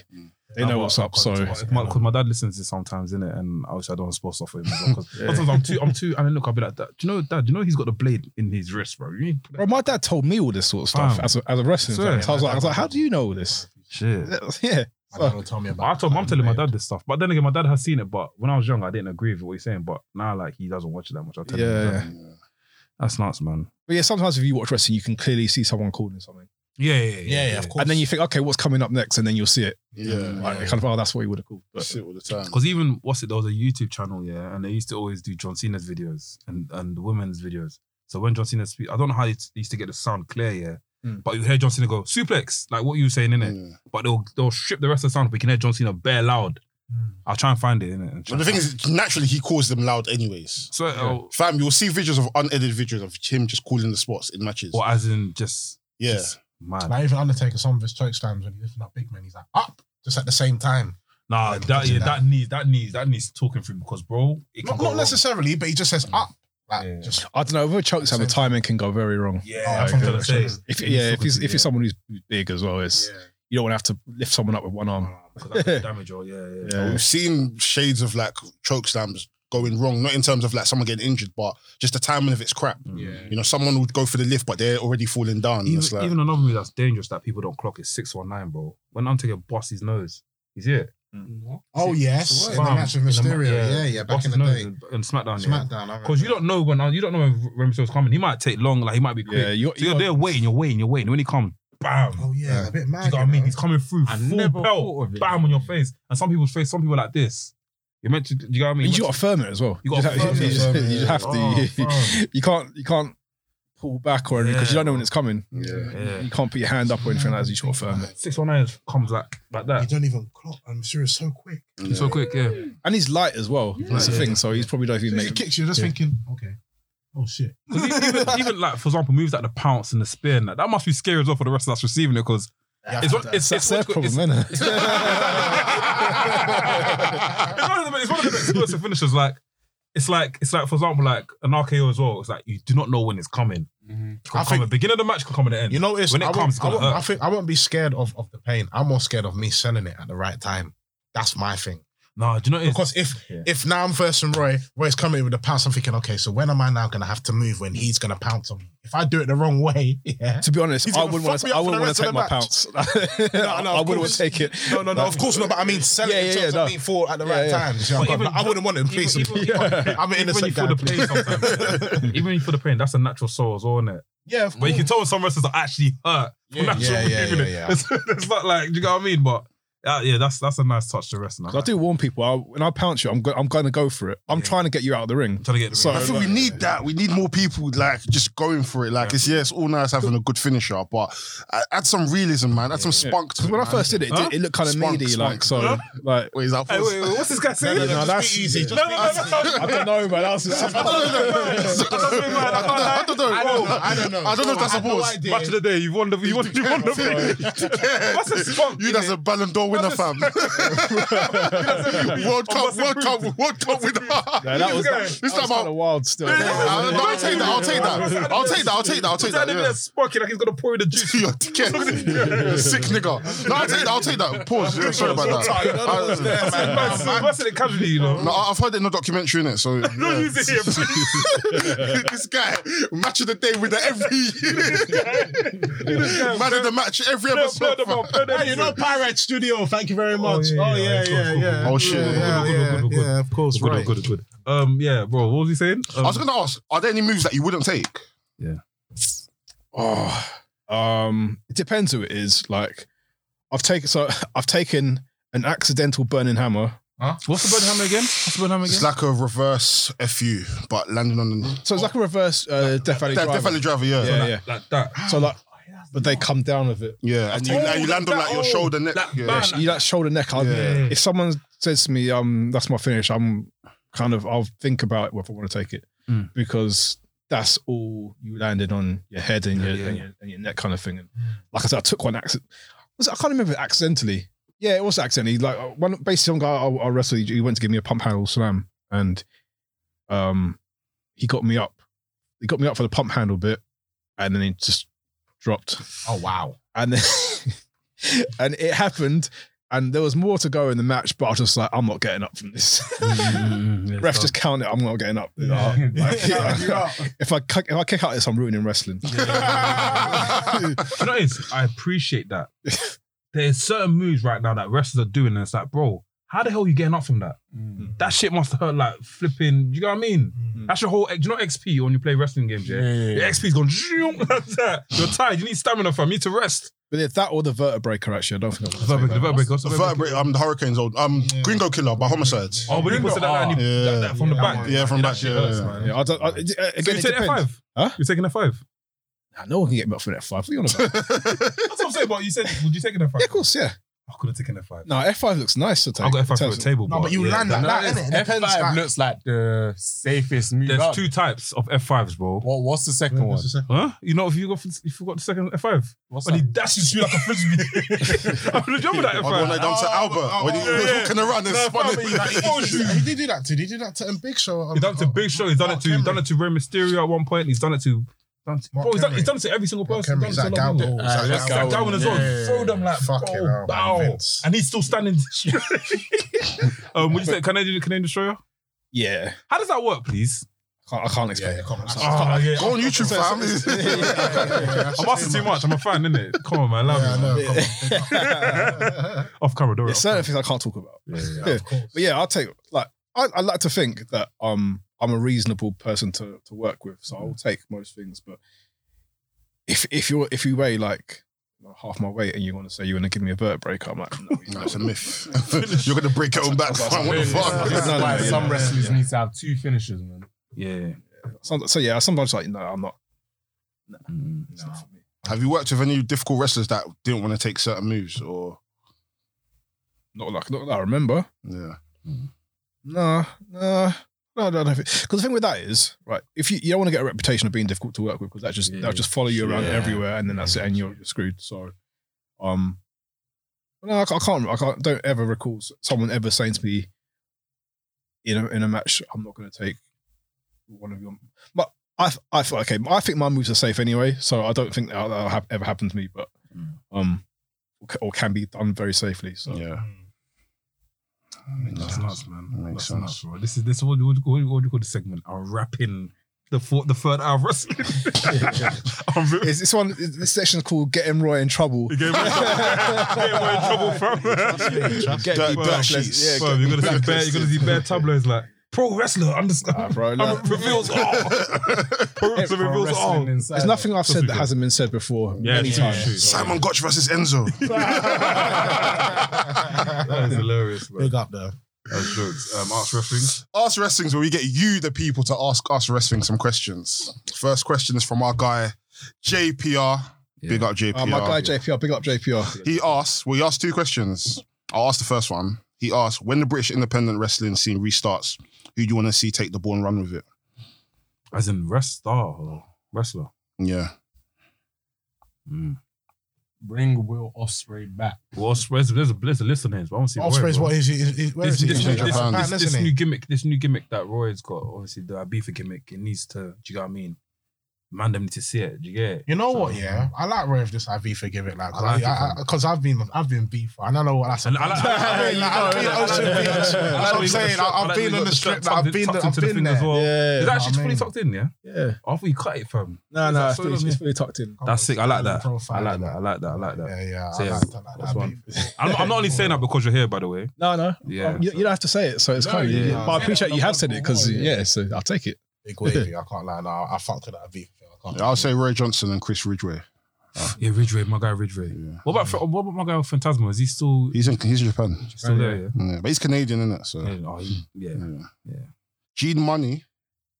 Speaker 4: they know what's up. So
Speaker 1: because my, 'cause my dad listens to sometimes in it, and obviously I don't want to spoil stuff for him. Because sometimes I'm too, I'm too, and then look, I'll be like, Dad, do you know, Dad, do you know he's got the blade in his wrist, bro? You need to put that
Speaker 4: bro, my dad told me all this sort of stuff
Speaker 1: Fam.
Speaker 4: as a, as a wrestling
Speaker 1: Swear.
Speaker 4: fan. So I was like, I was like, how do you know all this?
Speaker 7: Shit.
Speaker 4: Yeah.
Speaker 3: My dad will tell me about
Speaker 1: I told, I'm telling my
Speaker 3: Babe.
Speaker 1: dad this stuff, but then again, my dad has seen it. But when I was young, I didn't agree with what he's saying. But now, like, he doesn't watch it that much. I tell
Speaker 4: Yeah,
Speaker 1: him, "Dad, that's nuts, man.
Speaker 4: But yeah, sometimes if you watch wrestling, you can clearly see someone calling something.
Speaker 1: Yeah, yeah, yeah.
Speaker 3: Yeah, yeah, of course.
Speaker 4: And then you think, okay, what's coming up next? And then you'll see it.
Speaker 2: Yeah.
Speaker 4: Like, kind of, oh, that's what he would have called.
Speaker 2: I
Speaker 4: But,
Speaker 2: see it all the time.
Speaker 1: Because even what's it? There was a YouTube channel, yeah, and they used to always do John Cena's videos and and women's videos. So when John Cena speak, I don't know how they t- used to get the sound clear, yeah,
Speaker 4: Mm.
Speaker 1: but you hear John Cena go suplex, like what you were saying in it.
Speaker 2: Yeah.
Speaker 1: But they'll they'll strip the rest of the sound, but you can hear John Cena bare loud. I'll try and find it in it.
Speaker 2: But the thing is, naturally, he calls them loud, anyways.
Speaker 1: so uh,
Speaker 2: Fam, you'll see videos of unedited videos of him just calling the spots in matches.
Speaker 1: or as in just
Speaker 2: Yeah.
Speaker 1: just mad.
Speaker 3: Like even Undertaker, some of his choke slams when he's lifting up big man, he's like up just at the same time.
Speaker 1: Nah,
Speaker 3: Like,
Speaker 1: that yeah,
Speaker 3: that-
Speaker 1: that needs that needs that needs talking through because bro, it can
Speaker 3: Not,
Speaker 1: go
Speaker 3: not
Speaker 1: wrong.
Speaker 3: necessarily, but he just says up. Like
Speaker 1: Yeah.
Speaker 3: just
Speaker 4: I don't know. With chokes, the timing can go very wrong.
Speaker 1: Yeah,
Speaker 3: Oh,
Speaker 1: that's what
Speaker 3: okay.
Speaker 1: I'm trying to say.
Speaker 4: If,
Speaker 1: He's
Speaker 4: yeah, if
Speaker 1: talking
Speaker 4: he's
Speaker 1: to-
Speaker 4: if
Speaker 1: yeah.
Speaker 4: he's someone who's big as well, it's
Speaker 1: Yeah.
Speaker 4: you don't want to have to lift someone up with one arm.
Speaker 1: Because that could damage all, yeah, yeah.
Speaker 4: Yeah.
Speaker 2: We've seen shades of like choke slams going wrong, not in terms of like someone getting injured, but just the timing of it's crap. You know, someone would go for the lift, but they're already falling down.
Speaker 1: Mm. Even,
Speaker 2: it's like,
Speaker 1: even another move that's dangerous that people don't clock is 619, bro. When Undertaker busts his nose, he's here.
Speaker 3: oh yes, in the
Speaker 1: Bam.
Speaker 3: match with
Speaker 1: In the ma-
Speaker 3: Mysterio, yeah, yeah, back
Speaker 1: busts
Speaker 3: in the
Speaker 1: his nose
Speaker 3: day,
Speaker 1: in- in SmackDown,
Speaker 3: SmackDown. I
Speaker 1: Because you
Speaker 3: remember.
Speaker 1: don't know when uh, you don't know when Rey Mysterio's coming. He might take long, like he might be quick.
Speaker 4: Yeah, you're,
Speaker 1: so you're,
Speaker 4: you're-
Speaker 1: there waiting, you're waiting, you're waiting. When he comes, bam.
Speaker 3: Oh yeah, a bit
Speaker 1: Do
Speaker 3: mad.
Speaker 1: you know what I
Speaker 3: you
Speaker 1: mean?
Speaker 3: know?
Speaker 1: He's coming through
Speaker 5: I
Speaker 1: full
Speaker 5: never thought
Speaker 1: pelt,
Speaker 5: of it.
Speaker 1: bam on your face. And some people's face, some people are like this. You're meant to. Do you know what I mean?
Speaker 4: you
Speaker 1: You're
Speaker 4: got to firm it as well.
Speaker 1: You gotta
Speaker 4: just have-
Speaker 1: firm it.
Speaker 4: you just-
Speaker 3: Firm it,
Speaker 4: you
Speaker 3: yeah.
Speaker 4: just have to. you,
Speaker 1: Oh, firm.
Speaker 4: can't you can't pull back or anything because you
Speaker 1: Yeah.
Speaker 4: don't know when it's coming.
Speaker 2: yeah.
Speaker 1: Yeah.
Speaker 4: You can't put your hand up or anything like that. You should firm it.
Speaker 1: 619 comes like, like
Speaker 3: You
Speaker 1: that.
Speaker 3: don't even clock. I'm sure it's so quick.
Speaker 2: Yeah.
Speaker 1: So quick, yeah.
Speaker 4: And he's light as well. That's the
Speaker 1: Yeah.
Speaker 4: thing. So he's probably not even
Speaker 3: If he
Speaker 4: making.
Speaker 3: kicks you, you're just thinking, okay, oh shit.
Speaker 1: Because e- even, even like, for example, moves like the pounce and the spear and that, that must be scary as well for the rest of us receiving it because
Speaker 3: Yeah,
Speaker 1: it's,
Speaker 3: I
Speaker 1: one-
Speaker 3: had
Speaker 1: it's,
Speaker 4: That's
Speaker 1: it's,
Speaker 4: their
Speaker 1: it's,
Speaker 4: problem,
Speaker 1: it's,
Speaker 4: isn't
Speaker 1: it's
Speaker 4: it?
Speaker 1: one of the it's one of the most explosive finishes. Like it's like it's like for example, like an RKO as well. It's like you do not know when it's coming.
Speaker 5: Mm-hmm.
Speaker 1: It Can
Speaker 3: I
Speaker 1: come
Speaker 3: think-
Speaker 1: at the beginning of the match, can come at the
Speaker 3: that.
Speaker 1: end.
Speaker 3: You notice
Speaker 1: When it
Speaker 3: I won't-
Speaker 1: comes, it's
Speaker 3: I,
Speaker 1: gonna
Speaker 3: won't, I
Speaker 1: hurt.
Speaker 3: think I won't be scared of, of the pain. I'm more scared of me selling it at the right time. That's my thing.
Speaker 1: nah, do you know? It's,
Speaker 3: Because if
Speaker 1: Yeah.
Speaker 3: if now I'm versing Roy, Roy's coming with a pounce. I'm thinking, okay, so when am I now gonna have to move when he's gonna pounce on me? If I do it the wrong way, yeah.
Speaker 4: To be honest,
Speaker 3: He's
Speaker 4: I
Speaker 3: gonna
Speaker 4: wouldn't
Speaker 3: fuck me
Speaker 4: want to.
Speaker 3: up
Speaker 4: I
Speaker 3: for the
Speaker 4: wouldn't want
Speaker 3: rest of
Speaker 4: to take
Speaker 3: the
Speaker 4: my pounce.
Speaker 3: No, no,
Speaker 4: I
Speaker 3: of
Speaker 4: wouldn't want
Speaker 3: course.
Speaker 4: to take it. Um,
Speaker 3: No, no, no. Of course not. But I mean, sell it
Speaker 4: Yeah,
Speaker 3: in
Speaker 4: yeah,
Speaker 3: terms
Speaker 4: yeah,
Speaker 3: of
Speaker 4: no.
Speaker 3: being for at the
Speaker 4: Yeah,
Speaker 3: right
Speaker 4: yeah.
Speaker 3: times. you know,
Speaker 1: But
Speaker 3: but
Speaker 1: even-
Speaker 3: I wouldn't want him. Please,
Speaker 1: even- even-
Speaker 3: I'm an
Speaker 1: even when you
Speaker 3: innocent
Speaker 1: feel
Speaker 3: guy.
Speaker 1: the pain sometimes, even when you feel the pain, that's a natural soul as well, isn't it?
Speaker 3: yeah, of
Speaker 1: But you can tell when some wrestlers are actually hurt. from
Speaker 3: Yeah,
Speaker 1: actual
Speaker 3: yeah, yeah,
Speaker 1: moving it.
Speaker 3: yeah, yeah.
Speaker 1: It's, it's not like, do you know what I mean? But uh, yeah, that's that's a nice touch to wrestling.
Speaker 4: 'Cause I do warn people. I, when I pounce you, I'm go, I'm going to go for it. I'm
Speaker 1: Yeah.
Speaker 4: trying to get you out of the ring.
Speaker 1: I'm trying to get the
Speaker 4: So-
Speaker 2: I think we need that. We need more people like just going for it. Like it's yeah, it's all nice having a good finisher, but uh, add some realism, man. Add some spunk to
Speaker 4: Because
Speaker 2: it.
Speaker 4: when I
Speaker 2: man.
Speaker 4: first did it, it,
Speaker 1: Huh?
Speaker 4: did, it looked kind of
Speaker 2: Spunk,
Speaker 4: meaty, like so.
Speaker 1: Huh?
Speaker 4: Like
Speaker 2: Wait, is that
Speaker 1: Hey, wait, wait, what's this guy saying?
Speaker 4: no, no, that's-
Speaker 3: easy.
Speaker 1: No, no, no, no, no.
Speaker 4: I don't know, man. That was
Speaker 2: I don't know.
Speaker 1: That doesn't mean mine. I can't lie.
Speaker 2: I don't know. I don't know.
Speaker 3: I don't know.
Speaker 2: I don't know if that's a
Speaker 3: I had no
Speaker 2: pause.
Speaker 3: idea.
Speaker 1: Match of the day. You won the. You won. You won the. What's a spunk?
Speaker 2: You that's a Ballon d'Or winner,
Speaker 1: That's a-
Speaker 2: fam. World Cup, World Cup, World Cup winner.
Speaker 4: No, that was
Speaker 1: guy.
Speaker 4: that
Speaker 2: This
Speaker 4: was
Speaker 2: time
Speaker 4: kind of
Speaker 2: I'll-
Speaker 4: wild. Still,
Speaker 2: I'll I'll take that. I'll take that. I'll take that. I'll take that. I'll take that.
Speaker 1: nigga
Speaker 2: yeah.
Speaker 1: that's spunky like he's gonna pour in the juice.
Speaker 2: You're a dickhead. You're a Sick nigga. No, I'll take that. I'll take that. Pause. Yeah, sorry about that.
Speaker 1: That's that's- that's it casually, you
Speaker 2: I-
Speaker 1: know.
Speaker 2: No, I- I've heard it in a documentary, innit? So
Speaker 1: Don't use it here, please.
Speaker 2: this guy, match of the day with the every man of the match every
Speaker 1: Blur- blur
Speaker 2: episode.
Speaker 1: them out, blur them
Speaker 3: Hey, you know
Speaker 1: out.
Speaker 3: Pirate Studio. Thank you very much.
Speaker 1: yeah,
Speaker 3: Oh
Speaker 1: yeah,
Speaker 3: yeah,
Speaker 1: of
Speaker 3: yeah,
Speaker 1: course,
Speaker 2: cool. Oh, shit.
Speaker 3: yeah. Yeah,
Speaker 1: Good, good,
Speaker 3: yeah,
Speaker 1: good, good,
Speaker 3: yeah, Of course,
Speaker 1: Good,
Speaker 3: right.
Speaker 1: good, good. Um, yeah, bro. What was he saying? Um,
Speaker 2: I was gonna ask, are there any moves that you wouldn't take?
Speaker 4: Oh, um, it depends who it is. Like, I've taken so I've taken an accidental burning hammer.
Speaker 1: What's the bird hammer again? What's the bird hammer
Speaker 2: It's
Speaker 1: again?
Speaker 2: like a reverse FU, but landing on the
Speaker 4: So it's like a reverse uh, Death Valley
Speaker 2: Death,
Speaker 4: Driver.
Speaker 2: Death Valley Driver, yeah.
Speaker 4: Yeah,
Speaker 2: Yeah,
Speaker 4: yeah.
Speaker 1: Like that.
Speaker 3: Ah.
Speaker 4: So like,
Speaker 1: Oh,
Speaker 4: but they come down with it.
Speaker 2: and you, and you land on like your shoulder, neck.
Speaker 1: That
Speaker 2: Yeah.
Speaker 1: band.
Speaker 4: You that shoulder neck. I,
Speaker 2: Yeah.
Speaker 4: If someone says to me, "Um, that's my finish," I'm kind of I'll think about it whether I want to take it
Speaker 1: Mm.
Speaker 4: because that's all you landed on your head and
Speaker 1: Yeah,
Speaker 4: your,
Speaker 1: yeah,
Speaker 4: and your, and your neck kind of thing. And like I said, I took one accident. Was it- I can't remember if it accidentally. Yeah, it was accidentally. Like uh, one, basically, some guy I, I wrestled. He went to give me a pump handle slam, and um, he got me up. He got me up for the pump handle bit, and then he just dropped
Speaker 3: Oh wow.
Speaker 4: and then, and it happened and there was more to go in the match but i was just like i'm not getting up from this
Speaker 5: Mm,
Speaker 4: ref just count it i'm not getting up if i kick- if i kick out of this i'm ruining wrestling
Speaker 1: You know what it is? I appreciate that. there's certain moves right now that wrestlers are doing, and it's like, bro, how the hell are you getting up from that?
Speaker 3: Mm.
Speaker 1: That shit must hurt like flipping. You know what I mean? That's your whole. Do you know XP when you play wrestling games? Yeah,
Speaker 5: Yeah, yeah, yeah.
Speaker 1: your XP's gone zoom, like that. You're tired. You need stamina for me to rest.
Speaker 4: But if that or the vertebrae, actually, I don't think I'm
Speaker 1: Verbe- the vertebrae goes-
Speaker 2: Vertebrae, um, the Hurricanes old. Um, Gringo Killer by Homicide.
Speaker 1: Oh, but you put that, down and you-
Speaker 2: Yeah.
Speaker 1: that- that from the
Speaker 5: Yeah,
Speaker 1: back.
Speaker 2: yeah, from
Speaker 1: That
Speaker 2: back.
Speaker 1: shit
Speaker 2: Yeah,
Speaker 1: hurts,
Speaker 2: yeah.
Speaker 1: man.
Speaker 4: Yeah, I don't. I, it- uh,
Speaker 1: So
Speaker 4: again,
Speaker 1: you
Speaker 4: it
Speaker 1: take that
Speaker 4: depends.
Speaker 1: five.
Speaker 4: Huh?
Speaker 1: You're taking a five.
Speaker 4: Nah, no one can get me up from that five. What are you on about? yeah,
Speaker 1: That's what I'm saying. But you said, would you take an F five?
Speaker 4: of course, yeah.
Speaker 1: I could have taken an F five.
Speaker 4: No, F5 looks nice to take.
Speaker 1: I got F
Speaker 4: in
Speaker 1: five for
Speaker 4: terms
Speaker 1: the
Speaker 4: of-
Speaker 1: table.
Speaker 3: No, but you
Speaker 1: yeah,
Speaker 3: land like that, innit? It
Speaker 5: F5
Speaker 3: depends, like-
Speaker 5: looks like the safest move.
Speaker 1: There's
Speaker 5: out.
Speaker 1: two types of F fives, bro.
Speaker 5: What, what's the second one?
Speaker 1: Huh? You know if you got you forgot the second F five,
Speaker 5: What's
Speaker 1: and he
Speaker 5: that?
Speaker 1: dashes you like a frisbee. I remember that F
Speaker 2: I'll go
Speaker 1: five.
Speaker 2: like down to
Speaker 3: Oh,
Speaker 2: Albert
Speaker 3: oh,
Speaker 2: when he
Speaker 3: oh,
Speaker 2: was
Speaker 1: yeah.
Speaker 2: walking around
Speaker 1: No,
Speaker 2: and spun
Speaker 1: fam, he like-
Speaker 2: it.
Speaker 1: Oh, shit.
Speaker 3: He did do that too. He did that to um, Big Show. um,
Speaker 1: He's done it to
Speaker 3: oh,
Speaker 1: Big Show. He's done it
Speaker 3: Mark
Speaker 1: to he's done
Speaker 3: Henry.
Speaker 1: it to Rey Mysterio at one point. He's done it to. done to-
Speaker 3: Mark
Speaker 1: Bro, he's done,
Speaker 3: Henry.
Speaker 1: he's done it to every single
Speaker 3: Mark
Speaker 1: person.
Speaker 3: Henry,
Speaker 1: He's done
Speaker 3: Zach
Speaker 1: it to Logan
Speaker 3: Galvin.
Speaker 1: Paul.
Speaker 5: Alright,
Speaker 3: Zach
Speaker 5: let's go.
Speaker 1: Zach
Speaker 3: Galvin.
Speaker 1: Galvin as well.
Speaker 5: Yeah.
Speaker 1: Throw them like
Speaker 3: Fucking hell,
Speaker 1: bro,
Speaker 3: man,
Speaker 1: bow.
Speaker 3: Vince.
Speaker 1: and he's still standing. um, would you say Canadian Canadian Destroyer?
Speaker 4: Yeah.
Speaker 1: How does that work, please?
Speaker 4: Can't, I can't explain it.
Speaker 3: Come on, that's-
Speaker 1: Oh, yeah.
Speaker 2: Go on YouTube, fam.
Speaker 1: I'm asking too much. I'm a fan, innit? Come on, man. Love
Speaker 3: Yeah, I
Speaker 1: you, man.
Speaker 3: know, come on.
Speaker 1: Off camera, door.
Speaker 4: There's certain things I can't talk about.
Speaker 3: Yeah, of course.
Speaker 4: But yeah, I'll take like I, I like to think that um I'm a reasonable person to to work with, so I'll take most things. But if if you're if you weigh like half my weight and you want to say you want to give me a vertebrae, I'm like, no, you
Speaker 2: No, it's a myth. You're gonna break your own back. fam. What the
Speaker 5: This
Speaker 2: fuck?
Speaker 5: is
Speaker 4: No, no,
Speaker 5: why
Speaker 4: no,
Speaker 5: some
Speaker 4: no,
Speaker 5: wrestlers need to have two finishes, man.
Speaker 1: Yeah.
Speaker 4: Some- so yeah, sometimes like no, I'm not. Mm, It's not for me.
Speaker 2: Have you worked with any difficult wrestlers that didn't want to take certain moves or?
Speaker 4: Not like not that I remember.
Speaker 2: Yeah.
Speaker 4: No, no. No, no, no. Because the thing with that is, right? If you, you don't want to get a reputation of being difficult to work with, because that just
Speaker 1: Yeah.
Speaker 4: they'll just follow you around
Speaker 5: Yeah.
Speaker 4: everywhere, and then that's it, and you're, you're screwed. So, um, no, I ca- I can't. I can't. Don't ever recall s- someone ever saying to me in a in a match, "I'm not going to take one of your." But I, I feel okay. I think my moves are safe anyway, so I don't think that'll, that'll hap- ever happen to me. But um, or ca- or can be done very safely. So
Speaker 2: Yeah.
Speaker 1: That's nuts, man.
Speaker 2: That
Speaker 1: That's
Speaker 2: makes
Speaker 1: nuts,
Speaker 2: sense.
Speaker 1: bro. This is this is what, what, what, what do you call the segment? Our wrapping the four, the third hour of wrestling. I'm really
Speaker 4: Is this one? is- This section's called "Getting Roy in Trouble."
Speaker 1: you gave me trouble. Gave me trouble, fam.
Speaker 4: Get
Speaker 2: Dirt-
Speaker 4: people
Speaker 2: dirt
Speaker 4: blacklist-
Speaker 2: sheets.
Speaker 4: yeah,
Speaker 1: Fam, You're gonna see bare, you're gonna see bare tabloids like pro wrestler
Speaker 4: Nah,
Speaker 1: understand.
Speaker 4: bro,
Speaker 1: I'm
Speaker 4: nah.
Speaker 1: reveals all. Pro wrestler
Speaker 5: Pro
Speaker 1: reveals
Speaker 5: wrestling
Speaker 1: all.
Speaker 5: inside.
Speaker 4: There's nothing I've said that
Speaker 1: good.
Speaker 4: hasn't been said before
Speaker 1: Yeah,
Speaker 4: many
Speaker 1: true,
Speaker 4: times.
Speaker 1: true.
Speaker 2: Simon Gotch versus Enzo.
Speaker 1: That is hilarious, bro.
Speaker 3: Big up though.
Speaker 1: That's jokes. Um, arts wrestling.
Speaker 2: Ask Wrestling's where we get you, the people, to ask us Wrestling some questions. First question is from our guy, JPR. Big up JPR.
Speaker 4: Uh, my guy JPR, big up JPR.
Speaker 2: He asks, well, he asked two questions. I'll ask the first one. He asked, when the British independent wrestling scene restarts, who do you want to see take the ball and run with it?
Speaker 1: As in rest star or wrestler. Hmm.
Speaker 2: Yeah.
Speaker 5: Bring Will Osprey back.
Speaker 1: Well, Ospreys, there's a there's a list of names, but I want to see
Speaker 3: Osprey's
Speaker 1: Roy, bro.
Speaker 3: what is he? Is, is, where
Speaker 1: This,
Speaker 3: is he?
Speaker 1: this,
Speaker 2: He's
Speaker 1: this,
Speaker 2: in
Speaker 1: this,
Speaker 2: Japan,
Speaker 1: this, this
Speaker 3: isn't
Speaker 1: new
Speaker 3: he?
Speaker 1: gimmick, this new gimmick that Roy's got, obviously the Ibiza gimmick, it needs to. Do you get what I mean? Man, them need to see it. Do you get it?
Speaker 3: You know what? Yeah, I like where if this IV forgive it like
Speaker 1: I like it,
Speaker 3: because I've been I've been beef and I know what that's.
Speaker 1: And I like- I like-
Speaker 3: I mean, like, I've
Speaker 1: you
Speaker 3: been
Speaker 1: know,
Speaker 3: Ocean
Speaker 1: I like-
Speaker 3: Beach.
Speaker 1: I like-
Speaker 3: That's
Speaker 1: I like
Speaker 3: what I'm
Speaker 1: the
Speaker 3: saying.
Speaker 1: shirt-
Speaker 3: I've
Speaker 1: I like
Speaker 3: been
Speaker 1: you
Speaker 3: on
Speaker 1: got
Speaker 3: the strip,
Speaker 1: shirt
Speaker 3: like, I've
Speaker 1: tucked in-
Speaker 3: been-
Speaker 1: tucked
Speaker 3: I've
Speaker 1: into the
Speaker 3: been
Speaker 1: thing
Speaker 3: there.
Speaker 1: as well.
Speaker 4: Yeah.
Speaker 1: Is that
Speaker 3: know
Speaker 1: shit
Speaker 3: what I
Speaker 1: fully
Speaker 3: mean?
Speaker 1: tucked in? Yeah.
Speaker 4: Yeah.
Speaker 1: After you cut it, fam.
Speaker 4: No,
Speaker 1: that
Speaker 4: no,
Speaker 1: so
Speaker 4: it's,
Speaker 1: lovely?
Speaker 4: it's fully tucked in.
Speaker 1: That's sick. I like that. I like that. I like that. I like that.
Speaker 3: Yeah, yeah.
Speaker 1: So,
Speaker 3: I
Speaker 1: yeah,
Speaker 3: like that.
Speaker 1: that's
Speaker 3: That's
Speaker 1: one.
Speaker 3: one.
Speaker 1: I'm, I'm not only saying that because you're here, by the way.
Speaker 4: No, no. Um,
Speaker 1: Yeah.
Speaker 4: You, you don't have to say it, so it's
Speaker 3: No,
Speaker 4: kind of.
Speaker 1: yeah.
Speaker 4: But I appreciate you have said it because yeah. so I'll take it.
Speaker 3: Big wavy. I can't lie. Nah, I fucked with that beef. I can't.
Speaker 2: I'll say Roy Johnson and Chris Ridgway.
Speaker 1: Yeah, Ridgeway, my guy Ridgeway.
Speaker 2: Yeah.
Speaker 1: What about what about my guy Phantasma? Is he still
Speaker 2: He's in he's in Japan.
Speaker 1: still there? Yeah.
Speaker 2: Yeah, but he's Canadian, isn't it? So
Speaker 1: Yeah. Oh, he- yeah.
Speaker 2: yeah.
Speaker 1: Yeah.
Speaker 2: Gene Money.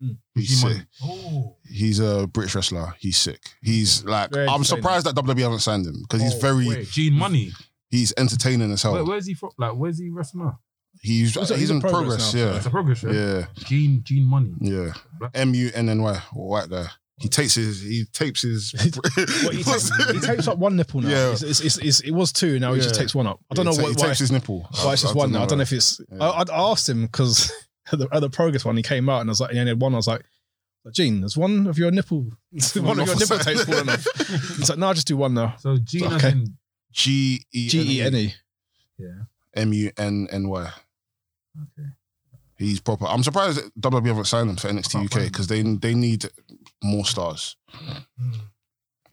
Speaker 4: Mm.
Speaker 2: He's
Speaker 1: Gene
Speaker 2: sick.
Speaker 1: Money.
Speaker 3: Oh,
Speaker 2: He's a British wrestler. He's sick. He's like
Speaker 4: Very
Speaker 2: I'm
Speaker 4: entertaining. Oh,
Speaker 2: surprised that WWE haven't signed him because he's very
Speaker 1: Wait, Gene Money.
Speaker 2: he's entertaining as hell.
Speaker 1: Where, where's he from? Like, where's he wrestling now?
Speaker 2: He's
Speaker 4: He's
Speaker 2: he's,
Speaker 4: a- he's
Speaker 2: in
Speaker 4: in
Speaker 2: progress.
Speaker 4: progress
Speaker 1: It's
Speaker 2: yeah.
Speaker 1: a progress show.
Speaker 2: yeah,
Speaker 1: Gene Gene Money.
Speaker 2: yeah, M U N N Y, white guy. He takes his he tapes his.
Speaker 4: Well, he, takes, he takes up one nipple now.
Speaker 2: Yeah.
Speaker 4: It's, it's, it's, it's, it was two, now he just
Speaker 2: Yeah.
Speaker 4: takes one up. I don't know
Speaker 2: he ta-
Speaker 4: what,
Speaker 2: he
Speaker 4: why,
Speaker 2: takes his nipple.
Speaker 4: why it's just one now. I don't know if it's.
Speaker 2: Yeah.
Speaker 4: I, I asked him because at the, at the progress one, he came out and I was like, and he only had one. I was like, Gene, there's one of your nipple, one of your nipple tapes fallen off. He's like, no, I'll just do one now.
Speaker 1: So Gene as
Speaker 4: Okay.
Speaker 1: in-
Speaker 2: G E
Speaker 4: G E N E.
Speaker 2: M U N N Y. Okay. He's proper. I'm surprised that E WWE haven't signed him for NXT UK because they they need more stars.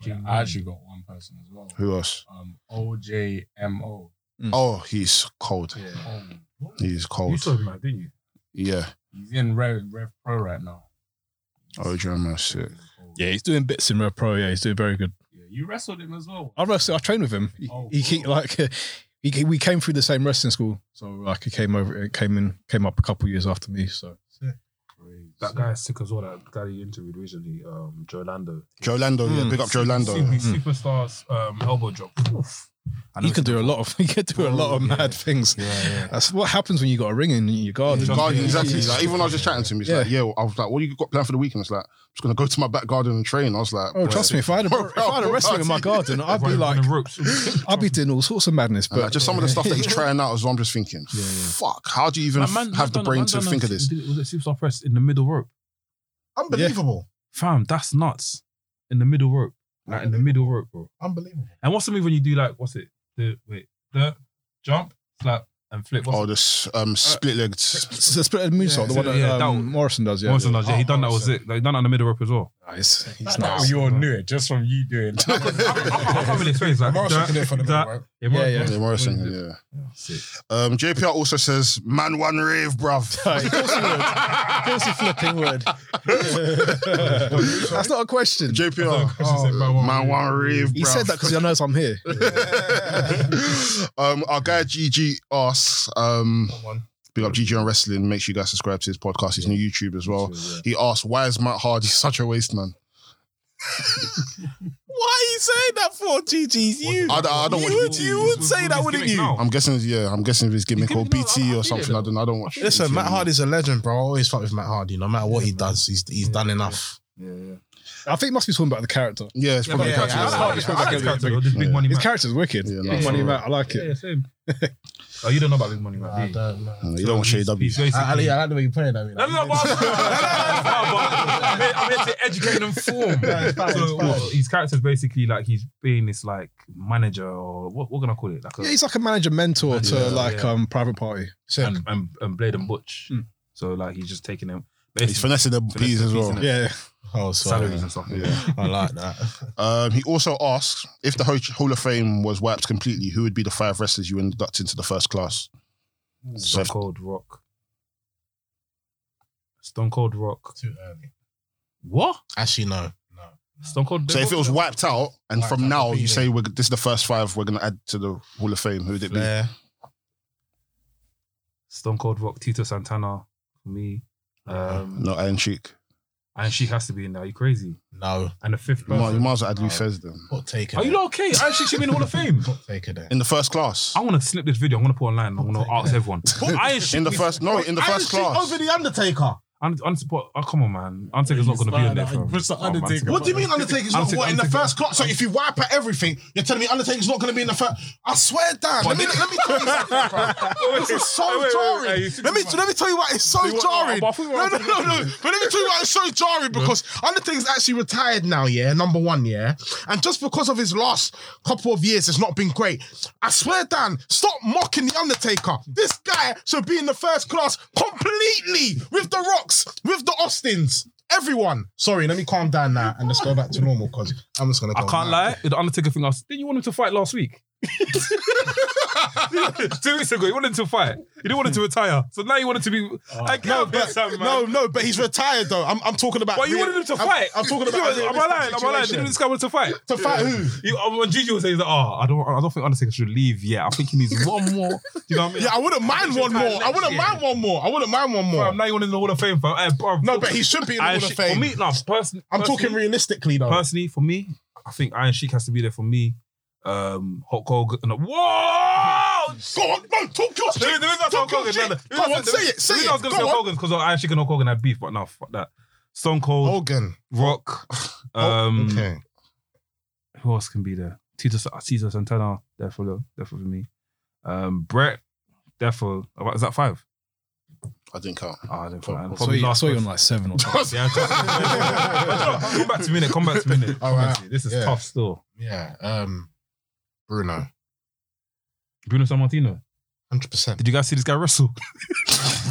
Speaker 5: I actually got one person as well.
Speaker 2: Who else?
Speaker 5: Um, OJMO.
Speaker 2: Oh, he's cold.
Speaker 5: Yeah.
Speaker 2: He's
Speaker 1: You
Speaker 2: cold.
Speaker 1: saw him out, didn't you?
Speaker 2: Yeah.
Speaker 5: He's in Rev, Rev Pro right now.
Speaker 2: Oh, Jeremiah, sick.
Speaker 4: Yeah, he's doing bits in Rev Pro. Yeah, he's doing very good.
Speaker 5: Yeah, you wrestled him as well.
Speaker 4: I wrestled. I trained with him. He,
Speaker 5: Oh,
Speaker 4: he ke-
Speaker 5: cool.
Speaker 4: like uh, he, he- we came through the same wrestling school, so like he came over, came in, came up a couple years after me. So
Speaker 1: That guy's sick as well. That guy you interviewed recently, um, Joe Lando.
Speaker 2: Joe Lando, yeah.
Speaker 3: Mm.
Speaker 2: Big up Joe Lando.
Speaker 1: Super, Superstars um, elbow drop. Oof.
Speaker 3: I know
Speaker 4: he can
Speaker 3: it's-
Speaker 4: do a lot of he can do a lot of mad things.
Speaker 3: Yeah, yeah.
Speaker 4: That's what happens when you got a ring in your garden.
Speaker 2: Garden,
Speaker 1: Yeah.
Speaker 2: exactly. Like, even when I was just chatting to him, he's
Speaker 4: Yeah.
Speaker 2: like, "Yeah." I was like, "What you got planned for the weekend?" It's like, "I'm just gonna go to my back garden and train." I was like,
Speaker 4: Oh, trust me, if I had a,
Speaker 2: Bro,
Speaker 4: if I had a
Speaker 2: bro,
Speaker 4: wrestling in my
Speaker 2: bro.
Speaker 4: garden, I'd be
Speaker 1: Running
Speaker 4: like,
Speaker 1: on the ropes.
Speaker 4: I'd be doing all sorts of madness.
Speaker 2: But
Speaker 4: But
Speaker 2: just some of the stuff that he's trying out as well, I'm just thinking, "Fuck, how do you even
Speaker 1: My man-
Speaker 2: have the
Speaker 1: man done-
Speaker 2: brain
Speaker 1: man
Speaker 2: to
Speaker 1: done a-
Speaker 2: think of this?"
Speaker 1: did it- Was it superstar press in the middle rope?
Speaker 3: Unbelievable.
Speaker 1: Fam, that's nuts. In the middle rope, like in the middle rope, bro.
Speaker 3: Unbelievable.
Speaker 1: And what's the move when you do like what's it? The wait, the jump, slap, and flip. What's
Speaker 2: Oh, this um, split-legged.
Speaker 4: it's the split moonsault,
Speaker 1: Yeah,
Speaker 4: the one that,
Speaker 1: yeah, that
Speaker 4: um,
Speaker 1: one.
Speaker 4: Morrison does.
Speaker 1: it?
Speaker 4: Yeah,
Speaker 1: Morrison
Speaker 4: yeah.
Speaker 1: does, yeah, he done
Speaker 2: Oh,
Speaker 1: that was it. Like, he done that on the middle rope as well.
Speaker 4: Ah, he's, he's
Speaker 5: Now
Speaker 4: nuts.
Speaker 5: you all knew it just from you doing
Speaker 1: I can't- I can't really explain. It's like
Speaker 3: Morrison
Speaker 1: that-
Speaker 3: can do it for the
Speaker 1: that-
Speaker 3: middle, right?
Speaker 1: Yeah, Morrison.
Speaker 4: Yeah,
Speaker 2: Yeah, Morrison. Yeah.
Speaker 1: Sick.
Speaker 2: Um, JPR also says, "Man, one rave, bruv."
Speaker 4: Of course he would. Of course he flipping would. That's not a question.
Speaker 2: JPR,
Speaker 1: She said, "Man, one
Speaker 2: man, one rave.
Speaker 4: He
Speaker 2: bruv."
Speaker 4: said that because he knows I'm here.
Speaker 2: um, our guy GG asks, um, big up GG on wrestling. Make sure you guys subscribe to his podcast, his new YouTube as well. He asks, why is Matt Hardy such a waste man?
Speaker 3: Why are you saying that for, GG's? You,
Speaker 2: I don't- I don't
Speaker 3: you,
Speaker 2: watch
Speaker 3: would,
Speaker 2: BT.
Speaker 3: you would say that, wouldn't you?
Speaker 2: I'm guessing, yeah, I'm guessing his gimmick
Speaker 1: His
Speaker 2: or
Speaker 1: gimmick, no, I- I
Speaker 2: BT
Speaker 1: feel
Speaker 2: E or
Speaker 1: it
Speaker 2: something. I
Speaker 1: though.
Speaker 2: don't, I don't watch.
Speaker 3: Listen,
Speaker 2: BT
Speaker 3: Matt
Speaker 2: anymore.
Speaker 3: Hardy's a legend, bro. I always fuck with Matt Hardy. No matter what he does, he's he's done enough.
Speaker 1: Yeah, yeah.
Speaker 4: I think he must be talking about the character.
Speaker 2: Yeah, it's
Speaker 1: Yeah,
Speaker 2: probably
Speaker 1: but yeah,
Speaker 2: catchy.
Speaker 1: I like- I like
Speaker 4: It's probably
Speaker 1: his
Speaker 4: catchy.
Speaker 1: character, though, this Big
Speaker 2: Yeah.
Speaker 1: Money
Speaker 4: His
Speaker 1: Man.
Speaker 4: character's wicked.
Speaker 2: Yeah,
Speaker 4: Big
Speaker 2: nice.
Speaker 4: Money Matt, I like
Speaker 1: Yeah,
Speaker 4: it.
Speaker 1: yeah, same. oh, you don't know about Big Money Man. do you?
Speaker 2: You don't watch
Speaker 1: He's-
Speaker 2: AW.
Speaker 1: he's basically-
Speaker 3: I, I, I like the way you put it. I mean,
Speaker 1: No, no, no, but I'm- I'm here- I'm here to educate and inform. So well, his character's basically like he's being this like manager or what, what can I call it? Like a,
Speaker 4: Yeah, he's like a manager mentor to
Speaker 1: Yeah,
Speaker 4: like
Speaker 1: yeah.
Speaker 4: um private party.
Speaker 1: and, and, and Blade and Butch.
Speaker 4: Hmm.
Speaker 1: So like he's just taking them
Speaker 2: He's finessing the
Speaker 1: Finessing
Speaker 2: bees as
Speaker 1: the bees in
Speaker 2: well.
Speaker 1: it.
Speaker 4: Yeah.
Speaker 3: oh, sorry.
Speaker 1: salaries and stuff.
Speaker 2: Yeah.
Speaker 3: I like that.
Speaker 2: Um, he also asks if the Ho- Hall of Fame was wiped completely, who would be the five wrestlers you induct into the first class? So-
Speaker 1: Stone Cold Rock. Stone Cold Rock.
Speaker 3: Too early.
Speaker 1: What?
Speaker 3: Actually, no. No.
Speaker 1: Stone Cold.
Speaker 2: So if it was wiped out, and
Speaker 3: Wiped
Speaker 2: from
Speaker 3: out
Speaker 2: now you
Speaker 3: completely.
Speaker 2: say we're, this is the first five we're gonna add to the Hall of Fame, who would it be?
Speaker 3: Flair.
Speaker 1: Stone Cold Rock, Tito Santana for me. Um,
Speaker 2: No, Iron Cheek.
Speaker 1: And she has to be in there. Are you crazy?
Speaker 3: No.
Speaker 1: And the fifth
Speaker 2: You might, you
Speaker 1: person.
Speaker 2: might as well add
Speaker 3: No.
Speaker 2: Lou Fez then.
Speaker 3: Hot taker.
Speaker 1: Are you not okay? I actually should be in the Hall of Fame.
Speaker 3: Hot taker there.
Speaker 2: In the first class.
Speaker 1: I want to snip this video. I'm going to put online. and I'm going to ask everyone. Iron Sheik
Speaker 2: In the
Speaker 1: is-
Speaker 2: first, no, in the
Speaker 3: Iron
Speaker 2: first
Speaker 3: Sheik
Speaker 2: class.
Speaker 3: Over the Undertaker.
Speaker 1: Un- Un- but- oh, come on, man. Undertaker's not going to be on there. fam.
Speaker 5: Push the
Speaker 1: Oh, man,
Speaker 5: Undertaker.
Speaker 3: What do you mean Undertaker's
Speaker 1: I'm
Speaker 3: not
Speaker 1: taking-
Speaker 3: what, in
Speaker 1: I'm
Speaker 3: the
Speaker 1: taking-
Speaker 3: first class? So if you wipe out everything, you're telling me Undertaker's not going to be in the first. I swear, Dan. Let me let me tell you something. bro. This is so
Speaker 1: wait, wait,
Speaker 3: jarring.
Speaker 1: wait, you-
Speaker 3: let me let me tell you why it's so
Speaker 1: what-
Speaker 3: jarring.
Speaker 1: but I thought we were
Speaker 3: No, no, no, no. But let me tell you why it's so jarring because Undertaker's actually retired now. Yeah, number one. Yeah, and just because of his last couple of years, it's not been great. I swear, Dan, stop mocking the Undertaker. This guy should be in the first class completely with the Rocks, with the Austins. Everyone, sorry, let me calm down now and let's go back to normal because I'm just gonna.
Speaker 1: I
Speaker 3: go
Speaker 1: can't
Speaker 3: mad.
Speaker 1: lie. The Undertaker thing. I was, didn't you want him to fight last week? Two weeks ago, you wanted him to fight. You didn't want him to retire. So now you wanted to be. I can't
Speaker 3: Oh. No, but,
Speaker 1: understand, man.
Speaker 3: no, no, but he's retired though. I'm, I'm talking about.
Speaker 1: But you
Speaker 3: real-
Speaker 1: wanted him to
Speaker 3: I'm-
Speaker 1: fight.
Speaker 3: I'm, talking about.
Speaker 1: You-
Speaker 3: real-
Speaker 1: Am I lying? Am I lying?
Speaker 3: situation.
Speaker 1: Didn't this guy want to fight?
Speaker 3: To fight who?
Speaker 1: You, uh, when Gigi was saying that, oh, I don't, I don't think Undertaker should leave yet. I think he needs one more. Do you know what I mean?
Speaker 3: Yeah, I wouldn't mind one more. I wouldn't mind one more. I wouldn't mind one
Speaker 1: Fam,
Speaker 3: more.
Speaker 1: now you want him in the Hall of Fame, fam. Hey, bruv,
Speaker 3: No, but he should be in the
Speaker 1: Iron
Speaker 3: Hall
Speaker 1: Sheik-
Speaker 3: of
Speaker 1: For
Speaker 3: Fame.
Speaker 1: me, no, person,
Speaker 3: I'm talking
Speaker 1: personally-
Speaker 3: realistically though.
Speaker 1: personally, for me, I think Iron Sheik has to be there for me. Um, Hulk Hogan. No, whoa!
Speaker 3: Go on, no, talk your shit.
Speaker 1: The reason- the reason I said Hulk
Speaker 3: Talk your
Speaker 1: Hogan, no, no. The
Speaker 3: shit. Go
Speaker 1: reason-
Speaker 3: on,
Speaker 1: the
Speaker 3: say
Speaker 1: reason-
Speaker 3: it, say
Speaker 1: the reason I was
Speaker 3: it.
Speaker 1: gonna say
Speaker 3: Go
Speaker 1: Hulk
Speaker 3: on.
Speaker 1: Hogan because Iron Sheik and Hulk Hogan had beef, but no, fuck that. Stone Cold,
Speaker 3: Hogan.
Speaker 1: Rock. Um,
Speaker 3: Okay.
Speaker 1: Who else can be there? Tito, Sa- Tito Santana, therefore, therefore for me. Um, Brett, therefore, is that five?
Speaker 2: I didn't count.
Speaker 1: Oh, I don't
Speaker 2: Cool.
Speaker 1: know.
Speaker 4: I saw
Speaker 1: Probably
Speaker 4: you, I
Speaker 1: last
Speaker 4: saw you
Speaker 1: person.
Speaker 4: on like seven or something.
Speaker 1: Yeah, I can't- come back to minute. Come back to minute.
Speaker 3: All right.
Speaker 1: Honestly, This is
Speaker 3: Yeah.
Speaker 1: tough still.
Speaker 3: Yeah. Um. Bruno.
Speaker 1: Bruno San Martino.
Speaker 3: Hundred percent.
Speaker 1: Did you guys see this guy wrestle?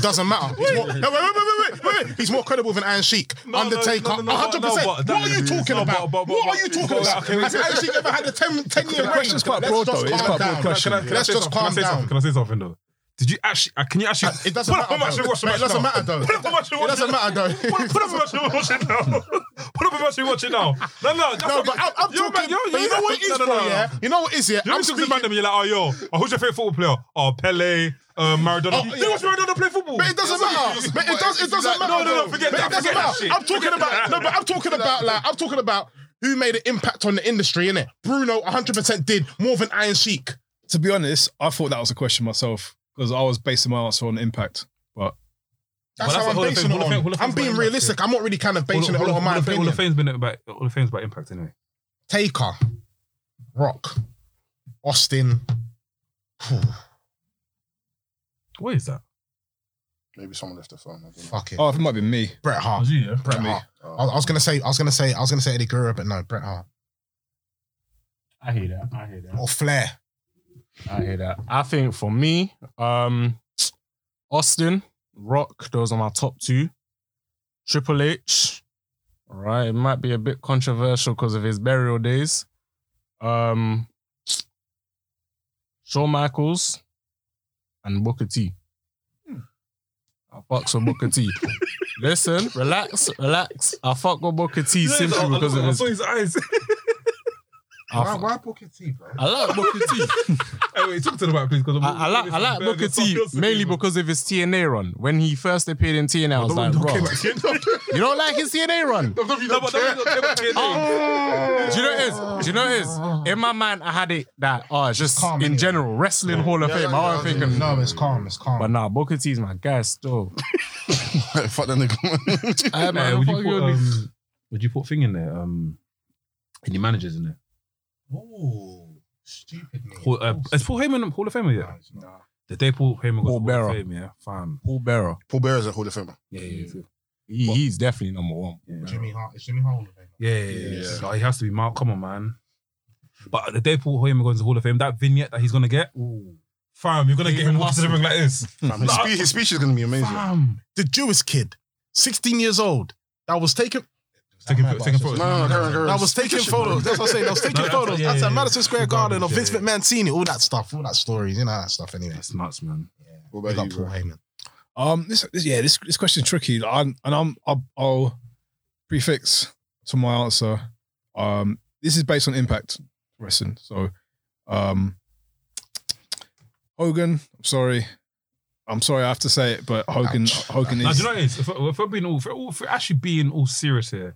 Speaker 3: Doesn't matter. He's wa- No, wait, wait, wait, wait, wait.
Speaker 2: He's more credible than Iron Sheik.
Speaker 1: No,
Speaker 2: Undertaker,
Speaker 1: no, no, no, no,
Speaker 2: 100%.
Speaker 1: no,
Speaker 2: what
Speaker 1: but-
Speaker 2: are you
Speaker 1: no,
Speaker 2: talking
Speaker 1: but-
Speaker 2: about?
Speaker 1: but- but-
Speaker 2: what are
Speaker 1: but-
Speaker 2: you talking
Speaker 1: but-
Speaker 2: about?
Speaker 1: okay,
Speaker 2: Has
Speaker 1: we-
Speaker 2: Iron Sheik ever had a 10, 10 year
Speaker 4: The
Speaker 2: reign?
Speaker 4: question's quite
Speaker 2: Let's
Speaker 4: broad,
Speaker 2: just
Speaker 4: though. It's
Speaker 2: calm
Speaker 4: quite a broad
Speaker 2: down.
Speaker 4: question.
Speaker 1: Can I, can I
Speaker 2: Let's
Speaker 1: say
Speaker 2: just
Speaker 1: something? Can I
Speaker 2: calm
Speaker 1: say
Speaker 2: down.
Speaker 1: something? Can I say something though? Did you actually? Uh, can you actually?
Speaker 2: It
Speaker 1: put
Speaker 2: doesn't matter.
Speaker 1: Up, I'm actually
Speaker 2: though.
Speaker 1: watching
Speaker 2: Mate, it doesn't matter though.
Speaker 1: Put up, I'm actually
Speaker 2: It
Speaker 1: watching
Speaker 2: doesn't matter though.
Speaker 1: Put, put up, I'm actually watching now. Put up, I'm actually watching now. No, no, that's
Speaker 2: No,
Speaker 1: what-
Speaker 2: but I'm, I'm
Speaker 1: you're
Speaker 2: talking.
Speaker 1: you're-
Speaker 2: but you know what it is,
Speaker 1: no, no,
Speaker 2: bro,
Speaker 1: no, no.
Speaker 2: yeah? You know what it is, yeah?
Speaker 1: You know,
Speaker 2: I'm
Speaker 1: you talk to
Speaker 2: speaking.
Speaker 1: man, and you're like, oh, yo, oh, who's your favorite football player? Oh, Pele, uh, Maradona.
Speaker 2: Oh,
Speaker 1: You watch Maradona play football.
Speaker 2: But it doesn't matter. But it, does, it doesn't matter.
Speaker 1: No, no, no,
Speaker 2: though.
Speaker 1: forget
Speaker 2: But
Speaker 1: that,
Speaker 2: It doesn't
Speaker 1: forget that
Speaker 2: matter.
Speaker 1: shit.
Speaker 2: I'm talking about no, but I'm talking about like I'm talking about who made an impact on the industry, innit? Bruno 100 percent did more than Iron Sheik.
Speaker 4: To be honest, I thought that was a question myself because I was basing my answer on impact. But
Speaker 2: That's
Speaker 1: Well, that's
Speaker 2: how
Speaker 1: what
Speaker 2: I'm
Speaker 1: Hall of
Speaker 2: basing
Speaker 1: Fame-
Speaker 2: it
Speaker 1: Hall of Fame- Hall
Speaker 2: on.
Speaker 1: of
Speaker 2: I'm
Speaker 1: Fame's
Speaker 2: being
Speaker 1: about
Speaker 2: realistic. I'm not really kind of basing it
Speaker 1: All
Speaker 2: on my
Speaker 1: of Fame- Hall of
Speaker 2: opinion.
Speaker 1: Fame's been about All of Fame's about impact anyway.
Speaker 2: Taker, Rock, Austin.
Speaker 1: What is that?
Speaker 2: Maybe someone left the phone.
Speaker 3: Fuck it.
Speaker 4: oh, it might be me.
Speaker 3: Bret
Speaker 2: Oh,
Speaker 3: Hart.
Speaker 1: you, yeah.
Speaker 3: Bret
Speaker 2: me.
Speaker 3: Hart. I, I was gonna say, I was gonna say, I was gonna say Eddie Guerrero, but no, Bret Hart
Speaker 5: I hear that. I hear that.
Speaker 3: or Flair.
Speaker 5: I hear that. I think for me, um, Austin, Rock, those are my top two. Triple H, all right, it might be a bit controversial because of his burial days. Um, Shawn Michaels and Booker T. I fucks with Booker T. Listen, relax, relax. I fuck with Booker T simply because of
Speaker 1: I
Speaker 5: his.
Speaker 1: saw his eyes.
Speaker 5: I fuck-
Speaker 3: Booker T, bro?
Speaker 5: I like Booker T.
Speaker 1: hey, wait, talk to the mic, please. Because
Speaker 5: I, I like I like Booker T mainly because of his TNA run. When he first appeared in TNA, I was like, bro, you don't like his TNA run. Do
Speaker 1: No, but don't talk about
Speaker 5: Oh,
Speaker 1: TNA.
Speaker 5: you know what it is? Do you know what it is? In my mind, I had it that oh, it's just
Speaker 3: Calm,
Speaker 5: in
Speaker 3: innit?
Speaker 5: general wrestling Hall of Fame. I wasn't
Speaker 1: Mm.
Speaker 5: thinking,
Speaker 3: no, it's calm, it's calm.
Speaker 5: but nah, Booker T's my guy still.
Speaker 2: Fuck that nigga.
Speaker 5: Hey,
Speaker 1: Hey,
Speaker 5: man,
Speaker 1: would,
Speaker 5: fuck
Speaker 1: you
Speaker 5: you.
Speaker 1: put, um, would you put thing in there? Um, and your managers in there?
Speaker 3: oh, stupid me.
Speaker 1: Paul, uh, is Paul Heyman Hall of Famer yet? The day Paul Heyman got
Speaker 5: Paul
Speaker 1: Hall of
Speaker 5: Bearer.
Speaker 1: Fame, yeah, fam.
Speaker 5: Paul Bearer,
Speaker 2: Paul Bearer is a Hall of Famer.
Speaker 1: Yeah, yeah, yeah.
Speaker 5: he, he's definitely number one.
Speaker 3: Jimmy Hart. Is Jimmy Hart Hall of Famer?
Speaker 1: Yeah, yeah, yeah.
Speaker 2: Yeah.
Speaker 1: Like, he has to be Mark. Come on, man. But the day Paul Heyman goes to Hall of Fame, that vignette that he's gonna get, fam, you're gonna
Speaker 5: He
Speaker 1: get him walking to the
Speaker 5: hustled.
Speaker 1: ring like this,
Speaker 2: His speech, his speech is going to be amazing.
Speaker 1: fam.
Speaker 3: The Jewish kid, 16 years old, that was taken.
Speaker 1: Taking
Speaker 3: That
Speaker 1: pho- taking
Speaker 3: man-
Speaker 1: photos.
Speaker 2: No, no, no, Karen, Karen.
Speaker 3: I was taking photos. That's what I'm saying. I was taking
Speaker 1: No, that's-
Speaker 3: photos.
Speaker 1: yeah,
Speaker 3: That's
Speaker 1: yeah,
Speaker 3: at
Speaker 1: yeah.
Speaker 3: Madison Square
Speaker 1: Good
Speaker 3: Garden of
Speaker 1: garbage,
Speaker 3: Vince
Speaker 1: yeah, yeah.
Speaker 3: McMantini. All that stuff. All that stories. You know that stuff. Anyway,
Speaker 1: That's nuts, man.
Speaker 2: What
Speaker 3: big
Speaker 2: about
Speaker 3: up
Speaker 2: you,
Speaker 3: Paul
Speaker 2: bro?
Speaker 3: Heyman.
Speaker 4: Um, this, this yeah, this this question's tricky. I'm, and I'm I'll, I'll prefix to my answer. Um, this is based on impact wrestling. So, um, Hogan, I'm sorry, I'm sorry, I have to say it, but Hogan,
Speaker 3: Ouch.
Speaker 4: Hogan
Speaker 1: Now, do
Speaker 4: is
Speaker 1: you know what it is? If, if we're being all, if we're all- if we're actually being all serious here,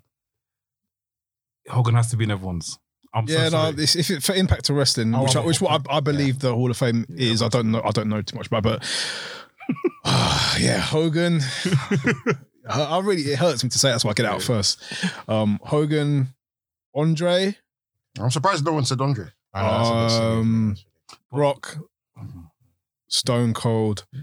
Speaker 1: Hogan has to be in everyone's. I'm
Speaker 4: yeah.
Speaker 1: so sorry.
Speaker 4: no, this, if it, for impact to wrestling,
Speaker 3: Oh,
Speaker 4: which I,
Speaker 3: I'm-
Speaker 4: which what I, I believe the Hall of Fame is, I don't know, I don't know too much about, but yeah, Hogan. I, I really it hurts me to say that's why I get it out first. Um, Hogan, Andre.
Speaker 2: I'm surprised no one said Andre.
Speaker 3: I know, Oh, that's a good Mm-hmm. series.
Speaker 4: Um, Rock, Stone Cold.
Speaker 1: Do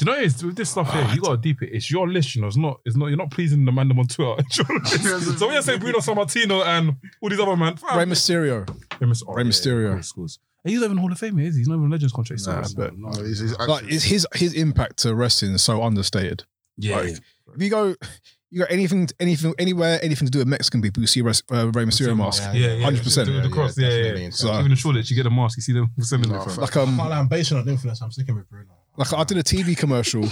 Speaker 1: you know what it is with this stuff here? You gotta deep it. It's your list, you know. It's not. It's not. You're not pleasing the man them on Twitter. Do you know what it is? so when you say Bruno Sammartino and all these other man, fam,
Speaker 4: Rey Mysterio.
Speaker 1: Rey Mysterio. Oh,
Speaker 4: Rey
Speaker 1: yeah, yeah,
Speaker 4: Mysterio.
Speaker 1: cool, schools. And he's not even Hall of Fame, is he? He's not even Legends contract.
Speaker 4: Nah,
Speaker 1: so,
Speaker 4: but-
Speaker 1: no,
Speaker 2: No,
Speaker 1: no.
Speaker 2: he's, he's
Speaker 4: Like
Speaker 2: actually-
Speaker 4: it's his his impact to wrestling is so understated.
Speaker 1: Yeah,
Speaker 4: Like, If you go, you got anything, anything, anywhere, anything to do with Mexican people, you see Res- uh, Rey Mysterio mask.
Speaker 1: yeah, yeah,
Speaker 4: 100%.
Speaker 1: Do the cross, yeah, yeah.
Speaker 3: definitely.
Speaker 1: So, even in Shoreditch, you get a mask. You see them sending
Speaker 2: Nah,
Speaker 1: it from.
Speaker 2: fuck.
Speaker 4: Like um,
Speaker 3: While I'm basing on influence, I'm sticking with Bruno.
Speaker 4: like I did a TV commercial.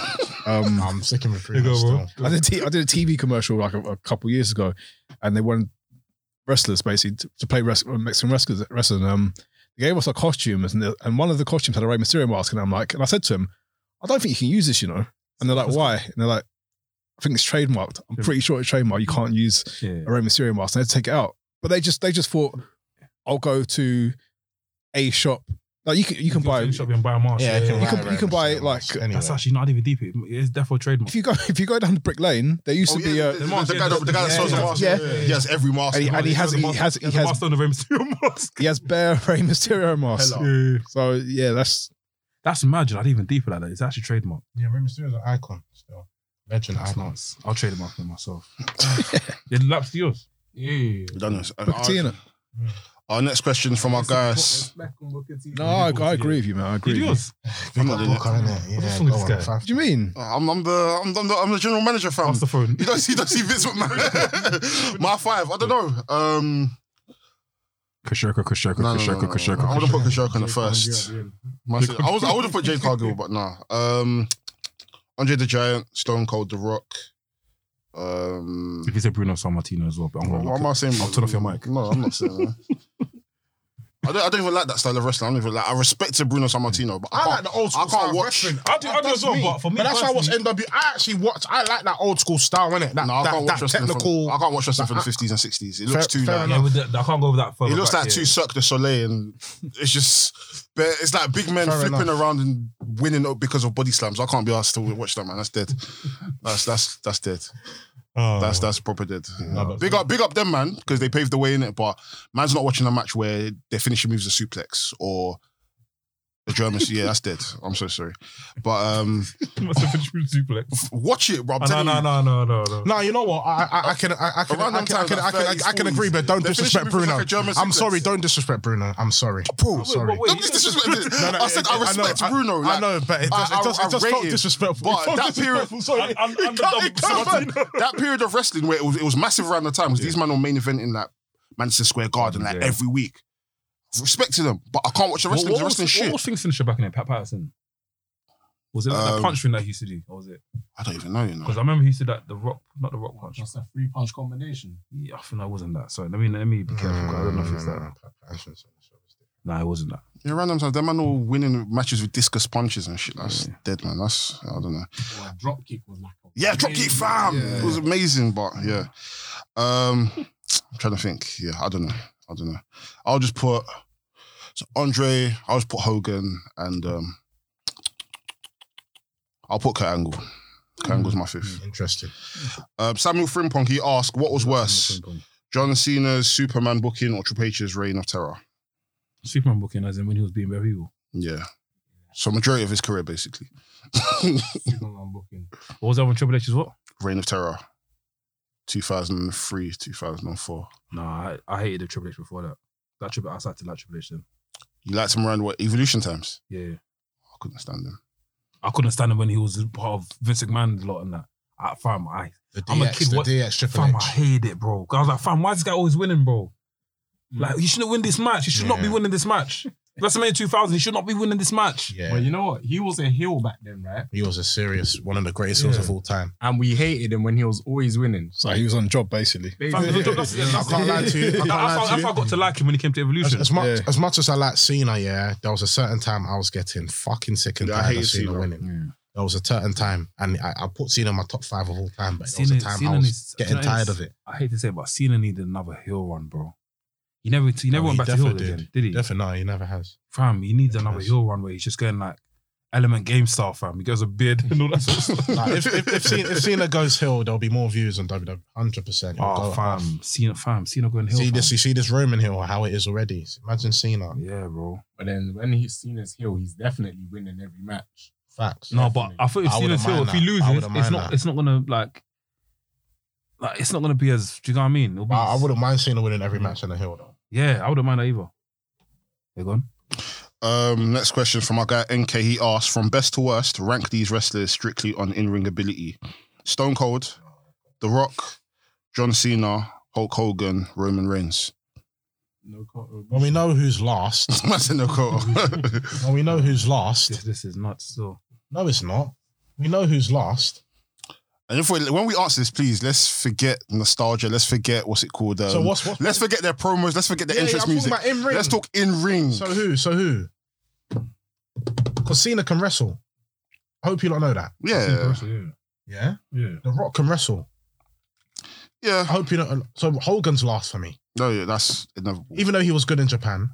Speaker 4: Um,
Speaker 3: I'm sticking with
Speaker 1: You
Speaker 3: Bruno.
Speaker 1: go, bro.
Speaker 3: still.
Speaker 4: I did a t- I did a TV commercial like a, a couple years ago, and they wanted wrestlers basically to, to play wrest- Mexican wrestlers. Wrestling. Um, they gave us our costumes, and the, and one of the costumes had a Rey Mysterio mask, and I'm like, and I said to him, I don't think you can use this, you know. And they're like, why? And they're like, I think it's trademarked. I'm pretty sure it's trademarked. You can't use
Speaker 1: Yeah.
Speaker 4: a Rey Mysterio mask. And they had to take it out, but they just they just thought, I'll go to a shop. Like you can you can buy
Speaker 1: in
Speaker 4: you
Speaker 1: the shop and buy a mask.
Speaker 3: Yeah,
Speaker 1: yeah.
Speaker 4: you
Speaker 3: buy
Speaker 4: can-
Speaker 3: Rey
Speaker 4: you can buy,
Speaker 3: Mysterio
Speaker 4: like-
Speaker 3: mask anyway.
Speaker 1: That's actually not even deep. It- It's therefore trademark.
Speaker 4: if you go if you go down Brick Lane, there used
Speaker 2: Oh,
Speaker 4: to be
Speaker 2: yeah,
Speaker 4: a
Speaker 2: the, the,
Speaker 1: mask,
Speaker 2: the
Speaker 1: yeah,
Speaker 2: guy, that-
Speaker 1: the-
Speaker 2: the guy that sells
Speaker 1: yeah,
Speaker 2: the mask.
Speaker 4: yeah.
Speaker 2: He has every mask.
Speaker 4: And he- and he has-
Speaker 1: a
Speaker 4: he
Speaker 1: mask-
Speaker 4: has-
Speaker 1: he has
Speaker 4: he
Speaker 1: a
Speaker 4: has-
Speaker 1: mask on the Rey Mysterio mask.
Speaker 4: he has bare Rey Mysterio mask.
Speaker 3: Hello.
Speaker 1: Yeah.
Speaker 4: So yeah, that's
Speaker 1: That's mad. you know, I didn't even deeper like that. It's actually trademark.
Speaker 3: Yeah, Rey Mysterio's an icon still. Legend
Speaker 1: That's
Speaker 3: icon.
Speaker 1: nuts. I'll trademark it myself. it laps to yours.
Speaker 5: Yeah.
Speaker 2: Done this. And
Speaker 4: Booker T,
Speaker 2: I-
Speaker 4: innit?
Speaker 2: Our next question from our guys.
Speaker 4: No, I, I agree with you, man. I agree.
Speaker 1: He
Speaker 4: with you.
Speaker 1: does.
Speaker 2: I'm not doing it.
Speaker 3: Booker, innit? Yeah,
Speaker 1: wrong with
Speaker 3: go
Speaker 1: this
Speaker 3: on,
Speaker 1: guy?
Speaker 3: fam.
Speaker 4: What do you mean?
Speaker 2: I'm, I'm the I'm, I'm the I'm the general manager fam.
Speaker 1: Pass the phone.
Speaker 2: You don't see don't see Vince McMahon. My five. I don't know. Um,
Speaker 7: Kashirka, Kashirka,
Speaker 2: no, no,
Speaker 7: Kashirka,
Speaker 2: no, no, no, no. I
Speaker 7: Kashirka.
Speaker 2: would have put Kashirk in the first. My- I was I would have put Jade Cargill, but nah. Um, Andre the Giant, Stone Cold, The Rock. Um,
Speaker 7: You can say Bruno San Martino as well, but I'm
Speaker 2: what,
Speaker 7: going
Speaker 2: what am I saying?
Speaker 7: I'll turn off your mic.
Speaker 2: No, I'm not saying that. I don't, I don't even like that style of wrestling. I don't even like. I respected Bruno Sammartino, but
Speaker 8: I
Speaker 2: I, can't-
Speaker 8: like the old school
Speaker 2: I can't
Speaker 8: style
Speaker 2: watch-
Speaker 8: wrestling.
Speaker 1: I do- I do
Speaker 8: That's
Speaker 1: as well, but for me
Speaker 8: that's why I watch
Speaker 1: personally-
Speaker 8: NW. I actually watch. I like that old school style, innit? That,
Speaker 2: No, I
Speaker 8: that,
Speaker 2: can't watch
Speaker 8: that
Speaker 2: wrestling.
Speaker 8: technical.
Speaker 2: From, I can't watch wrestling from the fifties and sixties. It
Speaker 8: Fair-
Speaker 2: looks too.
Speaker 8: fair
Speaker 2: like,
Speaker 1: Yeah, with the, I can't go with that.
Speaker 2: It
Speaker 1: further
Speaker 2: looks
Speaker 1: back,
Speaker 2: like
Speaker 1: yeah.
Speaker 2: two Cirque du Soleil, and it's just but it's like big men flipping around and winning up because of body slams. I can't be asked to watch that man. That's dead. That's that's that's dead.
Speaker 1: Oh.
Speaker 2: That's that's proper dead. big up, big up them man because they paved the way in it. But man's not watching a match where their finishing moves a suplex or the Germans. yeah, that's dead. I'm so sorry, but um,
Speaker 1: Must have been true suplex.
Speaker 2: watch it, bro. I'm
Speaker 1: Oh, No,
Speaker 2: telling
Speaker 1: no,
Speaker 2: you.
Speaker 1: no, no, no, no.
Speaker 3: No, you know what? I I, I can I, I can
Speaker 2: Around
Speaker 3: I
Speaker 2: them
Speaker 3: can, I can, I can,
Speaker 2: times,
Speaker 3: I can, I
Speaker 2: like
Speaker 3: can, I can
Speaker 2: 30s,
Speaker 3: agree, but don't
Speaker 2: they're finishing
Speaker 3: disrespect
Speaker 2: me with
Speaker 3: Bruno.
Speaker 2: like a German
Speaker 3: I'm
Speaker 2: suplex.
Speaker 3: sorry, don't disrespect Bruno. I'm sorry.
Speaker 2: Bro,
Speaker 3: I'm sorry.
Speaker 1: wait,
Speaker 2: Don't be disrespectful. I said I
Speaker 3: know,
Speaker 2: respect
Speaker 3: I-
Speaker 2: Bruno. like,
Speaker 3: I know, but it
Speaker 2: I-
Speaker 3: does,
Speaker 2: I-
Speaker 3: it does,
Speaker 2: I
Speaker 3: it does
Speaker 2: rate
Speaker 3: felt
Speaker 2: it,
Speaker 3: disrespectful.
Speaker 2: but
Speaker 3: It felt
Speaker 2: that period-
Speaker 3: disrespectful,
Speaker 1: I'm-
Speaker 3: sorry.
Speaker 1: I'm-
Speaker 3: It
Speaker 1: I'm the
Speaker 3: can't-
Speaker 1: dumb
Speaker 3: it can't-
Speaker 1: Martino.
Speaker 2: that period of wrestling where it was, it was massive around the time was these men were main eventing like Manchester Square Garden like
Speaker 7: Yeah.
Speaker 2: every week. Respect to them, but I can't watch the
Speaker 1: What,
Speaker 2: wrestling.
Speaker 1: what,
Speaker 2: the
Speaker 1: was,
Speaker 2: wrestling
Speaker 1: what
Speaker 2: shit.
Speaker 1: was Things finisher back in it? Pat Patterson. Was it like that
Speaker 2: Um,
Speaker 1: punch ring that he used to do? Or was it?
Speaker 2: I don't even know. You know.
Speaker 1: Because I remember he used to do that the rock, not the rock punch.
Speaker 5: Just a three punch combination.
Speaker 1: Yeah, I think that wasn't that. Sorry, let me let me be careful. 'cause I don't know if it's that. Nah, it wasn't that.
Speaker 2: Yeah, random times. Them man all winning matches with discus punches and shit. That's dead, man. That's I don't know.
Speaker 5: Or a drop kick was like a
Speaker 2: Yeah, dropkick fam. It was amazing, but yeah. Um, I'm trying to think. Yeah, I don't know. I don't know. I'll just put so Andre. I'll just put Hogan and um, I'll put Kurt Angle. Kurt Angle's my fifth.
Speaker 3: Interesting.
Speaker 2: Um, Samuel Frimpong, he asked, what was worse, John Cena's Superman booking or Triple H's Reign of Terror?
Speaker 1: Superman booking as in when he was being very evil.
Speaker 2: Yeah. So majority of his career, basically.
Speaker 5: Superman booking.
Speaker 1: What was that when Triple H is what?
Speaker 2: Reign of Terror, 2003, 2004.
Speaker 1: Nah, I, I hated the Triple H before that. That Triple I started to like Triple H then.
Speaker 2: You liked him around what, Evolution times?
Speaker 1: Yeah, yeah.
Speaker 2: I couldn't stand him.
Speaker 1: I couldn't stand him when he was part of Vince McMahon a lot and that. I, fam, I
Speaker 3: The
Speaker 1: I'm a
Speaker 3: DX,
Speaker 1: kid,
Speaker 3: the
Speaker 1: what-
Speaker 3: DX Triple
Speaker 1: Fam, I
Speaker 3: H.
Speaker 1: hate it, bro. 'Cause I was like, fam, why is this guy always winning, bro? Like, he shouldn't win this match. He should not be
Speaker 3: Yeah.
Speaker 1: winning this match. WrestleMania 2000, he should not be winning this match.
Speaker 5: But
Speaker 3: Yeah,
Speaker 5: you know what? He was a heel back then, right?
Speaker 3: he was a serious one of the greatest heels of all time.
Speaker 5: And we hated him when he was always winning.
Speaker 4: So he was on job basically.
Speaker 1: Fam, that's- that's-
Speaker 3: I
Speaker 1: that's-
Speaker 3: can't lie to you. I
Speaker 1: That's
Speaker 3: can't lie
Speaker 1: how
Speaker 3: to you.
Speaker 1: that's how I got to like him when he came to
Speaker 3: As,
Speaker 1: Evolution.
Speaker 3: as much
Speaker 4: Yeah.
Speaker 3: as much as I like Cena, yeah, there was a certain time I was getting fucking sick and
Speaker 2: Yeah, I
Speaker 3: tired of
Speaker 2: hated
Speaker 3: Cena,
Speaker 2: Cena.
Speaker 3: winning. There was a certain time, and I, I put Cena in my top five of all time, but there
Speaker 1: Cena-
Speaker 3: was a time
Speaker 1: Cena
Speaker 3: I was
Speaker 1: needs-
Speaker 3: getting
Speaker 1: Cena
Speaker 3: tired
Speaker 1: needs-
Speaker 3: of it.
Speaker 1: I hate to say it, but Cena needed another heel run, bro. He never, he never
Speaker 3: No,
Speaker 1: went
Speaker 3: he
Speaker 1: back to heel
Speaker 3: definitely
Speaker 1: again, did he?
Speaker 3: Definitely, no, he never has.
Speaker 1: Fam, he needs
Speaker 3: Yes.
Speaker 1: another heel run where he's just going like element game style, fam. He goes a beard and all that sort of stuff.
Speaker 3: Like, if, if, if, Cena, if Cena goes hill, there'll be more views on WWE. Hundred percent.
Speaker 1: oh, fam, Cena, fam, Cena going heel.
Speaker 3: See
Speaker 1: fam.
Speaker 3: this? You see this Roman hill? How it is already? Imagine Cena.
Speaker 1: Yeah, bro.
Speaker 5: But then when he's seen as heel, he's definitely winning every match.
Speaker 3: Facts.
Speaker 1: No, but I thought if
Speaker 3: I
Speaker 1: Cena's
Speaker 3: wouldn't
Speaker 1: heel,
Speaker 3: mind
Speaker 1: if he
Speaker 3: that. I
Speaker 1: loses,
Speaker 3: wouldn't
Speaker 1: it's
Speaker 3: mind
Speaker 1: not,
Speaker 3: that.
Speaker 1: it's not gonna like, like, it's not gonna be as. Do you know what I mean? It'll be,
Speaker 3: I, I wouldn't mind Cena winning every match on the hill though.
Speaker 1: Yeah, I wouldn't mind that either. They're gone.
Speaker 2: Um, next question from our guy NK. He asked, from best to worst, rank these wrestlers strictly on in-ring ability. Stone Cold, The Rock, John Cena, Hulk Hogan, Roman Reigns.
Speaker 5: No, co-
Speaker 3: When we know who's last,
Speaker 2: That's in the call.
Speaker 3: when we know who's
Speaker 1: This,
Speaker 3: last,
Speaker 1: this is nuts. So
Speaker 3: no, it's not. We know who's last.
Speaker 2: and if we, when we answer this, please let's forget nostalgia. Let's forget what's it called. Um,
Speaker 3: So what's what?
Speaker 2: let's forget their promos. Let's forget their entrance music.
Speaker 3: About in-ring.
Speaker 2: Let's talk in ring.
Speaker 3: So who? So who? Because Cena can wrestle. I hope you don't know that.
Speaker 2: yeah,
Speaker 3: Yeah.
Speaker 1: Yeah.
Speaker 3: The Rock can wrestle.
Speaker 2: yeah.
Speaker 3: I hope you don't. So Hogan's last for me,
Speaker 2: No, yeah, that's inevitable.
Speaker 3: even though he was good in Japan.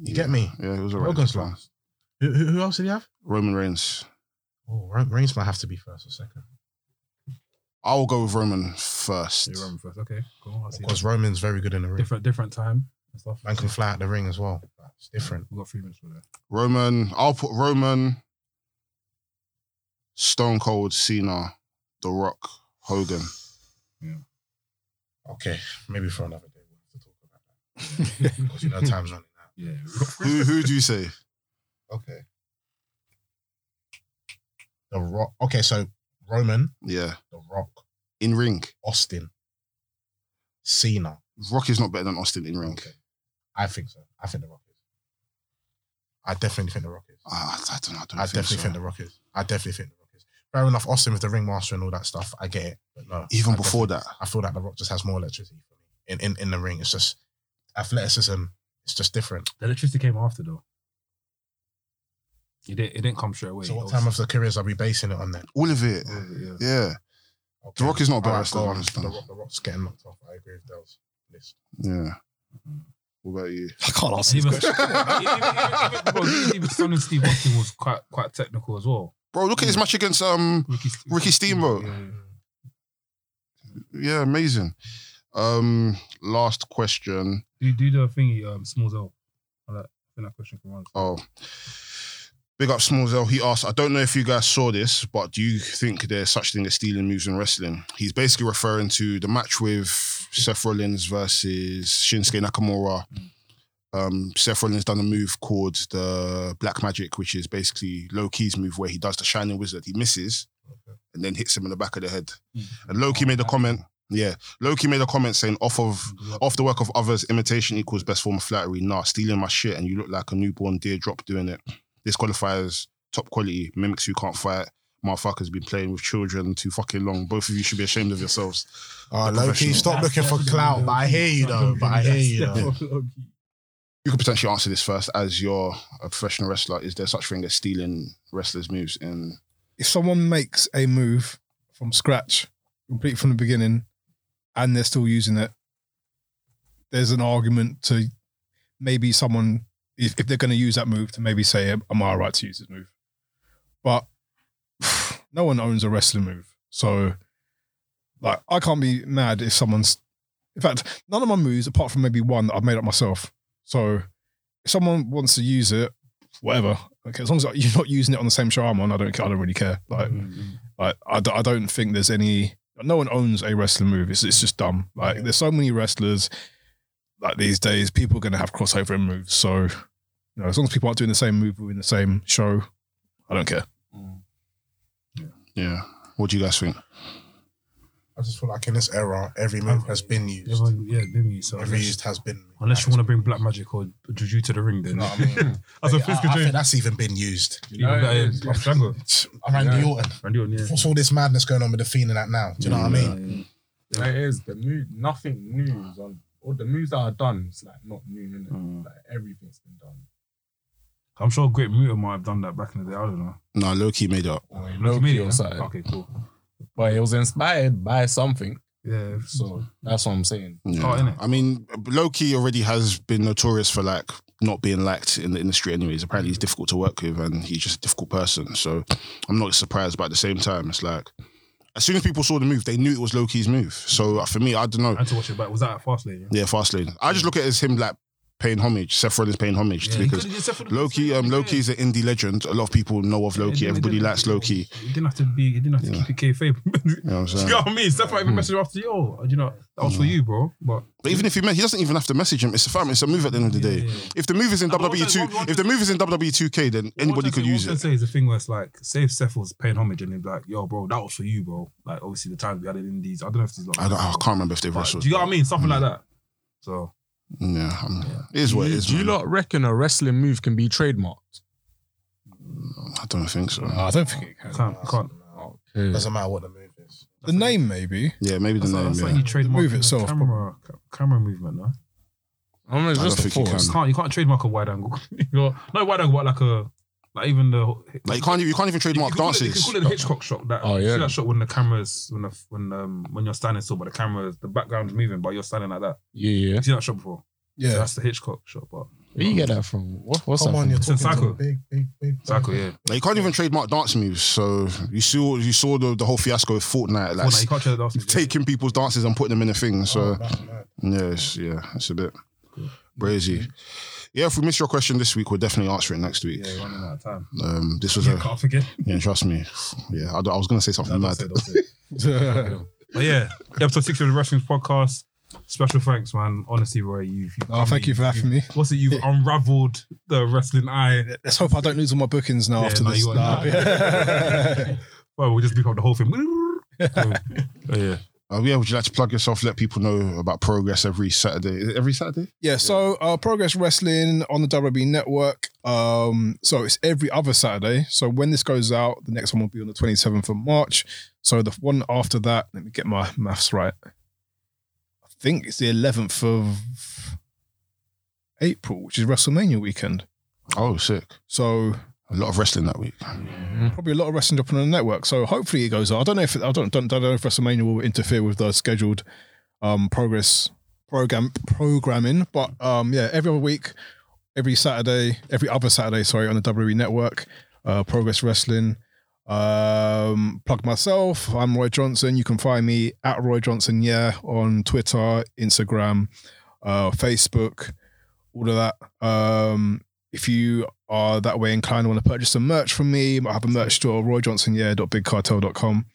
Speaker 2: you
Speaker 3: get me?
Speaker 2: Yeah, it was alright.
Speaker 3: Hogan's last. Who, who, who else did he have?
Speaker 2: Roman Reigns.
Speaker 3: Oh, Re- Reigns might have to be first or second
Speaker 2: I will go with Roman first.
Speaker 1: you Roman first. Okay, cool. I see.
Speaker 3: because Roman's very good in the ring.
Speaker 1: Different, different time and stuff.
Speaker 3: Man can fly out the ring as well. It's different.
Speaker 1: We got three minutes for that.
Speaker 2: Roman. I'll put Roman, Stone Cold, Cena, The Rock, Hogan.
Speaker 3: Okay, maybe for another day. We'll have to talk about that.
Speaker 8: because you know time's running out.
Speaker 1: Yeah.
Speaker 2: Who who do you say?
Speaker 8: Okay. The Rock. Okay, so Roman,
Speaker 2: Yeah,
Speaker 8: The Rock,
Speaker 2: in ring.
Speaker 8: Austin, Cena.
Speaker 2: Rock is not better than Austin in ring.
Speaker 8: Okay. I think so. I think The Rock is. I definitely think The Rock is.
Speaker 2: Ah, I, don't know. I, don't
Speaker 8: I
Speaker 2: think
Speaker 8: definitely
Speaker 2: so.
Speaker 8: think The Rock is. I definitely think The Rock is. Fair enough, Austin with the ringmaster and all that stuff. I get it, but no.
Speaker 2: Even
Speaker 8: I
Speaker 2: before that,
Speaker 8: I feel like The Rock just has more electricity for me in, in, in the ring. It's just athleticism. It's just different.
Speaker 1: The electricity came after though. It didn't, it didn't come straight away.
Speaker 8: so, what
Speaker 1: It
Speaker 8: time
Speaker 1: was-
Speaker 8: of the careers are we basing it on then?
Speaker 2: all of it.
Speaker 1: Oh, Yeah.
Speaker 2: Yeah,
Speaker 8: Okay.
Speaker 2: The Rock is not a bad
Speaker 8: All
Speaker 2: wrestler,
Speaker 8: go on.
Speaker 2: I understand.
Speaker 8: The, Rock, the Rock's getting knocked off. I agree with Dell's list.
Speaker 2: yeah. What about you?
Speaker 4: I can't answer
Speaker 1: And
Speaker 4: this
Speaker 1: even,
Speaker 4: question.
Speaker 1: even, even, even, even Son and Steve Austin was quite quite technical as well.
Speaker 2: Bro, look at
Speaker 8: Hmm.
Speaker 2: his match against um
Speaker 1: Ricky,
Speaker 2: Ricky Steamboat.
Speaker 1: Yeah, yeah.
Speaker 2: Yeah, amazing. Um, last question.
Speaker 1: Do do the thingy, um, Smalls L. I like- I think that question can run.
Speaker 2: Oh, big up Smallzell. He asked, I don't know if you guys saw this, but do you think there's such thing as stealing moves in wrestling? He's basically referring to the match with Seth Rollins versus Shinsuke Nakamura. Um, Seth Rollins done a move called the Black Magic, which is basically low key's move where he does the Shining Wizard. He misses and then hits him in the back of the head.
Speaker 1: Hmm.
Speaker 2: And Loki made a comment. Yeah, Loki made a comment saying, "Off of
Speaker 3: Oh,
Speaker 2: off the work of others, imitation equals best form of flattery." Nah, stealing my shit, and you look like a newborn teardrop doing it. This qualifies top quality, mimics who can't fight. Motherfuckers been playing with children too fucking long. Both of you should be ashamed of yourselves.
Speaker 3: Oh,
Speaker 2: low-key,
Speaker 3: Loki, stop looking for clout. But I hear you though. But I hear you though.
Speaker 2: You could potentially answer this first, as you're a professional wrestler. Is there such thing as stealing wrestlers' moves? In
Speaker 4: if someone makes a move from scratch, complete from the beginning, and they're still using it, there's an argument to maybe someone if, if they're going to use that move to maybe say, "Am I right to use this move?" But no one owns a wrestling move, so like I can't be mad if someone's. In fact, none of my moves, apart from maybe one that I've made up myself. So if someone wants to use it, whatever. Okay, as long as you're not using it on the same show I'm on, I don't care. I don't really care. Like,
Speaker 1: Hmm.
Speaker 4: like I, d- I don't think there's any. No one owns a wrestling move. It's, it's just dumb. Like, there's so many wrestlers. Like these days, people are going to have crossover in moves. So, you know, as long as people aren't doing the same move within the same show, I don't care.
Speaker 2: yeah, what do you guys think?
Speaker 8: I just feel like in this era, every move has been used.
Speaker 1: Everyone- Yeah, let me. So
Speaker 8: Every
Speaker 1: unless,
Speaker 8: used has been.
Speaker 1: unless you want to bring Black Magic or Juju to the ring, then
Speaker 8: No, I mean,
Speaker 1: as a
Speaker 8: I,
Speaker 1: physical
Speaker 8: I think
Speaker 1: change,
Speaker 8: that's even been used.
Speaker 1: you know, that is Django,
Speaker 8: Randy Orton.
Speaker 1: Randy Orton, yeah.
Speaker 8: What's all this madness going on with the Fiend and that now? Do you know what I mean?
Speaker 5: It is the move. Nothing new is on. All the moves that are done, it's like not new. Innit?
Speaker 2: Mm.
Speaker 5: Like everything's been done.
Speaker 1: I'm sure Great Muta might have done that back in the day. I don't know.
Speaker 2: No, Loki made up.
Speaker 1: Uh, Look, media,
Speaker 5: or
Speaker 1: yeah?
Speaker 5: something.
Speaker 1: Okay, cool.
Speaker 5: But it was inspired by something.
Speaker 1: Yeah.
Speaker 2: Mm-hmm.
Speaker 5: So that's what I'm saying.
Speaker 2: Yeah.
Speaker 1: Oh, innit?
Speaker 2: I mean, Loki already has been notorious for like not being liked in the industry. Anyways, apparently he's difficult to work with, and he's just a difficult person. So I'm not surprised, but at the same time, it's like as soon as people saw the move, they knew it was Loki's move. So uh, for me, I don't know.
Speaker 1: I had to watch it back. Was that at Fastlane? Yeah.
Speaker 2: Yeah, Fastlane. I just look at it as him like paying homage. Seth Rollins paying homage
Speaker 1: Yeah, he
Speaker 2: because
Speaker 1: could've just said for the-
Speaker 2: Loki, um,
Speaker 1: yeah.
Speaker 2: Loki's an indie legend. A lot of people know of
Speaker 1: Yeah, it didn't-
Speaker 2: Loki.
Speaker 1: it
Speaker 2: Everybody
Speaker 1: didn't-
Speaker 2: likes Loki.
Speaker 1: It didn't have to be. It didn't have to
Speaker 2: Yeah.
Speaker 1: keep it kayfabe.
Speaker 2: You know what I'm
Speaker 1: Do
Speaker 2: saying?
Speaker 1: you know what I mean? Steph might even message him after yo. You know that was for you, bro. But
Speaker 2: But even if he, me- he doesn't even have to message him. It's a fam. It's a move at the end of the day.
Speaker 1: Yeah, yeah, yeah.
Speaker 2: If the move is in
Speaker 1: And what
Speaker 2: WWE
Speaker 1: was that- what-
Speaker 2: two,
Speaker 1: what
Speaker 2: if the move is in WWE two K, then anybody could use
Speaker 1: What I
Speaker 2: it.
Speaker 1: say is the thing where it's like, say if Seth was paying homage and they'd be like, yo, bro, that was for you, bro. Like obviously the times we had it in these. I don't know if it's like.
Speaker 2: I, don't, I can't remember if they've
Speaker 1: But
Speaker 2: wrestled.
Speaker 1: Do you know what I mean? Something
Speaker 2: Mm.
Speaker 1: like that. So
Speaker 2: Yeah, um, it is what it is.
Speaker 5: Do you
Speaker 2: man.
Speaker 5: not reckon a wrestling move can be trademarked?
Speaker 2: I don't think so.
Speaker 4: Uh, I don't think it can.
Speaker 1: can't can't.
Speaker 8: Doesn't matter what the move is.
Speaker 4: The name, maybe.
Speaker 2: Yeah, maybe the
Speaker 1: That's like,
Speaker 2: name.
Speaker 1: that's
Speaker 2: yeah.
Speaker 1: like you trademark
Speaker 4: move
Speaker 1: in a
Speaker 4: itself,
Speaker 1: camera ca- camera movement, no?
Speaker 5: I mean, it's
Speaker 2: I
Speaker 5: just
Speaker 2: don't
Speaker 5: a
Speaker 2: think you
Speaker 5: force.
Speaker 1: You can't you can't trademark a wide angle. You're- no wide angle, but like a like even the
Speaker 2: like you can't you can't even trademark
Speaker 1: you could call it- You
Speaker 2: dances.
Speaker 1: can call it a Hitchcock shot. That,
Speaker 5: Oh,
Speaker 1: oh
Speaker 5: yeah.
Speaker 1: yeah, that shot when the cameras when the when um when you're standing still, but the cameras the background's moving, but you're standing like that.
Speaker 5: Yeah, yeah.
Speaker 1: You seen that shot before?
Speaker 4: Yeah.
Speaker 1: that's the Hitchcock shot, but
Speaker 5: Where you get that from? What, what's
Speaker 8: Come
Speaker 5: that
Speaker 8: on,
Speaker 5: from?
Speaker 8: you're
Speaker 1: It's in
Speaker 8: talking to
Speaker 1: Psycho.
Speaker 8: a big, big, big.
Speaker 1: Psycho, yeah.
Speaker 2: Like you can't even trademark dance moves. So you saw you saw the, the whole fiasco with Fortnite,
Speaker 1: Well,
Speaker 2: like
Speaker 1: no, you can't try that. after-
Speaker 2: taking people's dances and putting them in a thing.
Speaker 1: Oh,
Speaker 2: So
Speaker 8: That's mad.
Speaker 2: yeah, it's, yeah, it's a bit crazy. Yeah, if we miss your question this week, we'll definitely answer it next week.
Speaker 1: Yeah, you're running out of time.
Speaker 2: Um, this was
Speaker 1: Yeah,
Speaker 2: a
Speaker 1: can't forget.
Speaker 2: yeah, trust me. Yeah, I, I was gonna say something
Speaker 1: No,
Speaker 2: mad.
Speaker 1: don't say, don't say. but yeah, episode six of the Wrestling Podcast. Special thanks, man. Honestly, Roy, you've. you've
Speaker 4: Oh, thank you for having me.
Speaker 1: What's it? You've unraveled the wrestling eye.
Speaker 4: Let's hope I don't lose all my bookings now
Speaker 1: Yeah,
Speaker 4: after
Speaker 1: no,
Speaker 4: this.
Speaker 1: you won't.
Speaker 4: Nah, yeah.
Speaker 1: Well, we'll just beef up the whole thing. oh, yeah.
Speaker 2: Uh, yeah, would you like to plug yourself? Let people know about progress every Saturday. Is it every Saturday?
Speaker 4: Yeah, so uh, Progress Wrestling on the WWE Network. Um, so it's every other Saturday. So when this goes out, the next one will be on the 27th of March. So the one after that, let me get my maths right. I think it's the 11th of April, which is WrestleMania weekend.
Speaker 2: Oh, sick!
Speaker 4: So
Speaker 2: A lot of wrestling that week.
Speaker 4: probably a lot of wrestling up on the network. So hopefully it goes on. I don't know if I don't don't, don't know if WrestleMania will interfere with the scheduled um progress program programming. But um yeah, every other week, every Saturday, every other Saturday, sorry, on the WWE network, uh Progress Wrestling. Um plug myself. I'm Roy Johnson. You can find me at Roy Johnson, yeah, on Twitter, Instagram, uh, Facebook, all of that. Um if you are that way inclined and want to purchase some merch from me, I have a merch store, royjohnsonyeah.bigcartel.com.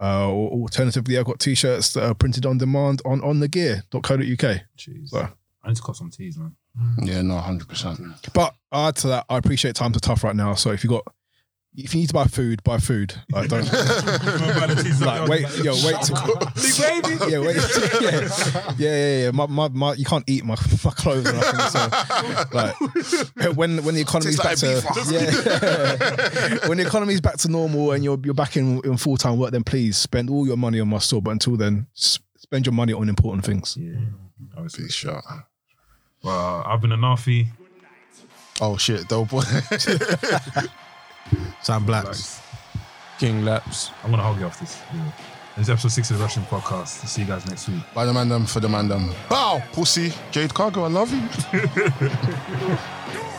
Speaker 4: Uh, or alternatively, I've got t-shirts that are printed on demand on onthegear.co.uk.
Speaker 1: Jeez.
Speaker 4: Well.
Speaker 1: I need to cut some teas, man.
Speaker 2: Yeah, no, hundred percent.
Speaker 4: But add to that, I appreciate times are tough right now. So if you got, if you need to buy food, buy food. Like don't like wait, yo, wait to yeah, wait, yeah, yeah, yeah. yeah. My, my, my, you can't eat my, my clothes. Or nothing, so, like, when when the economy's back
Speaker 2: Tastes
Speaker 4: to
Speaker 2: like a
Speaker 4: yeah, when the economy's back to normal and you're you're back in, in full time work, then please spend all your money on my store. But until then, s- spend your money on important things.
Speaker 2: Big shot.
Speaker 1: Well, I've been Anafi.
Speaker 2: Oh shit, Dope boy.
Speaker 3: Sam Blacks.
Speaker 1: Relax.
Speaker 5: King Laps.
Speaker 1: I'm going to hug you off this. Yeah. This is episode six of the Russian podcast. See you guys next week.
Speaker 2: By the man them for the man them. Bow, pussy, Jade Cargo, I love you.
Speaker 9: You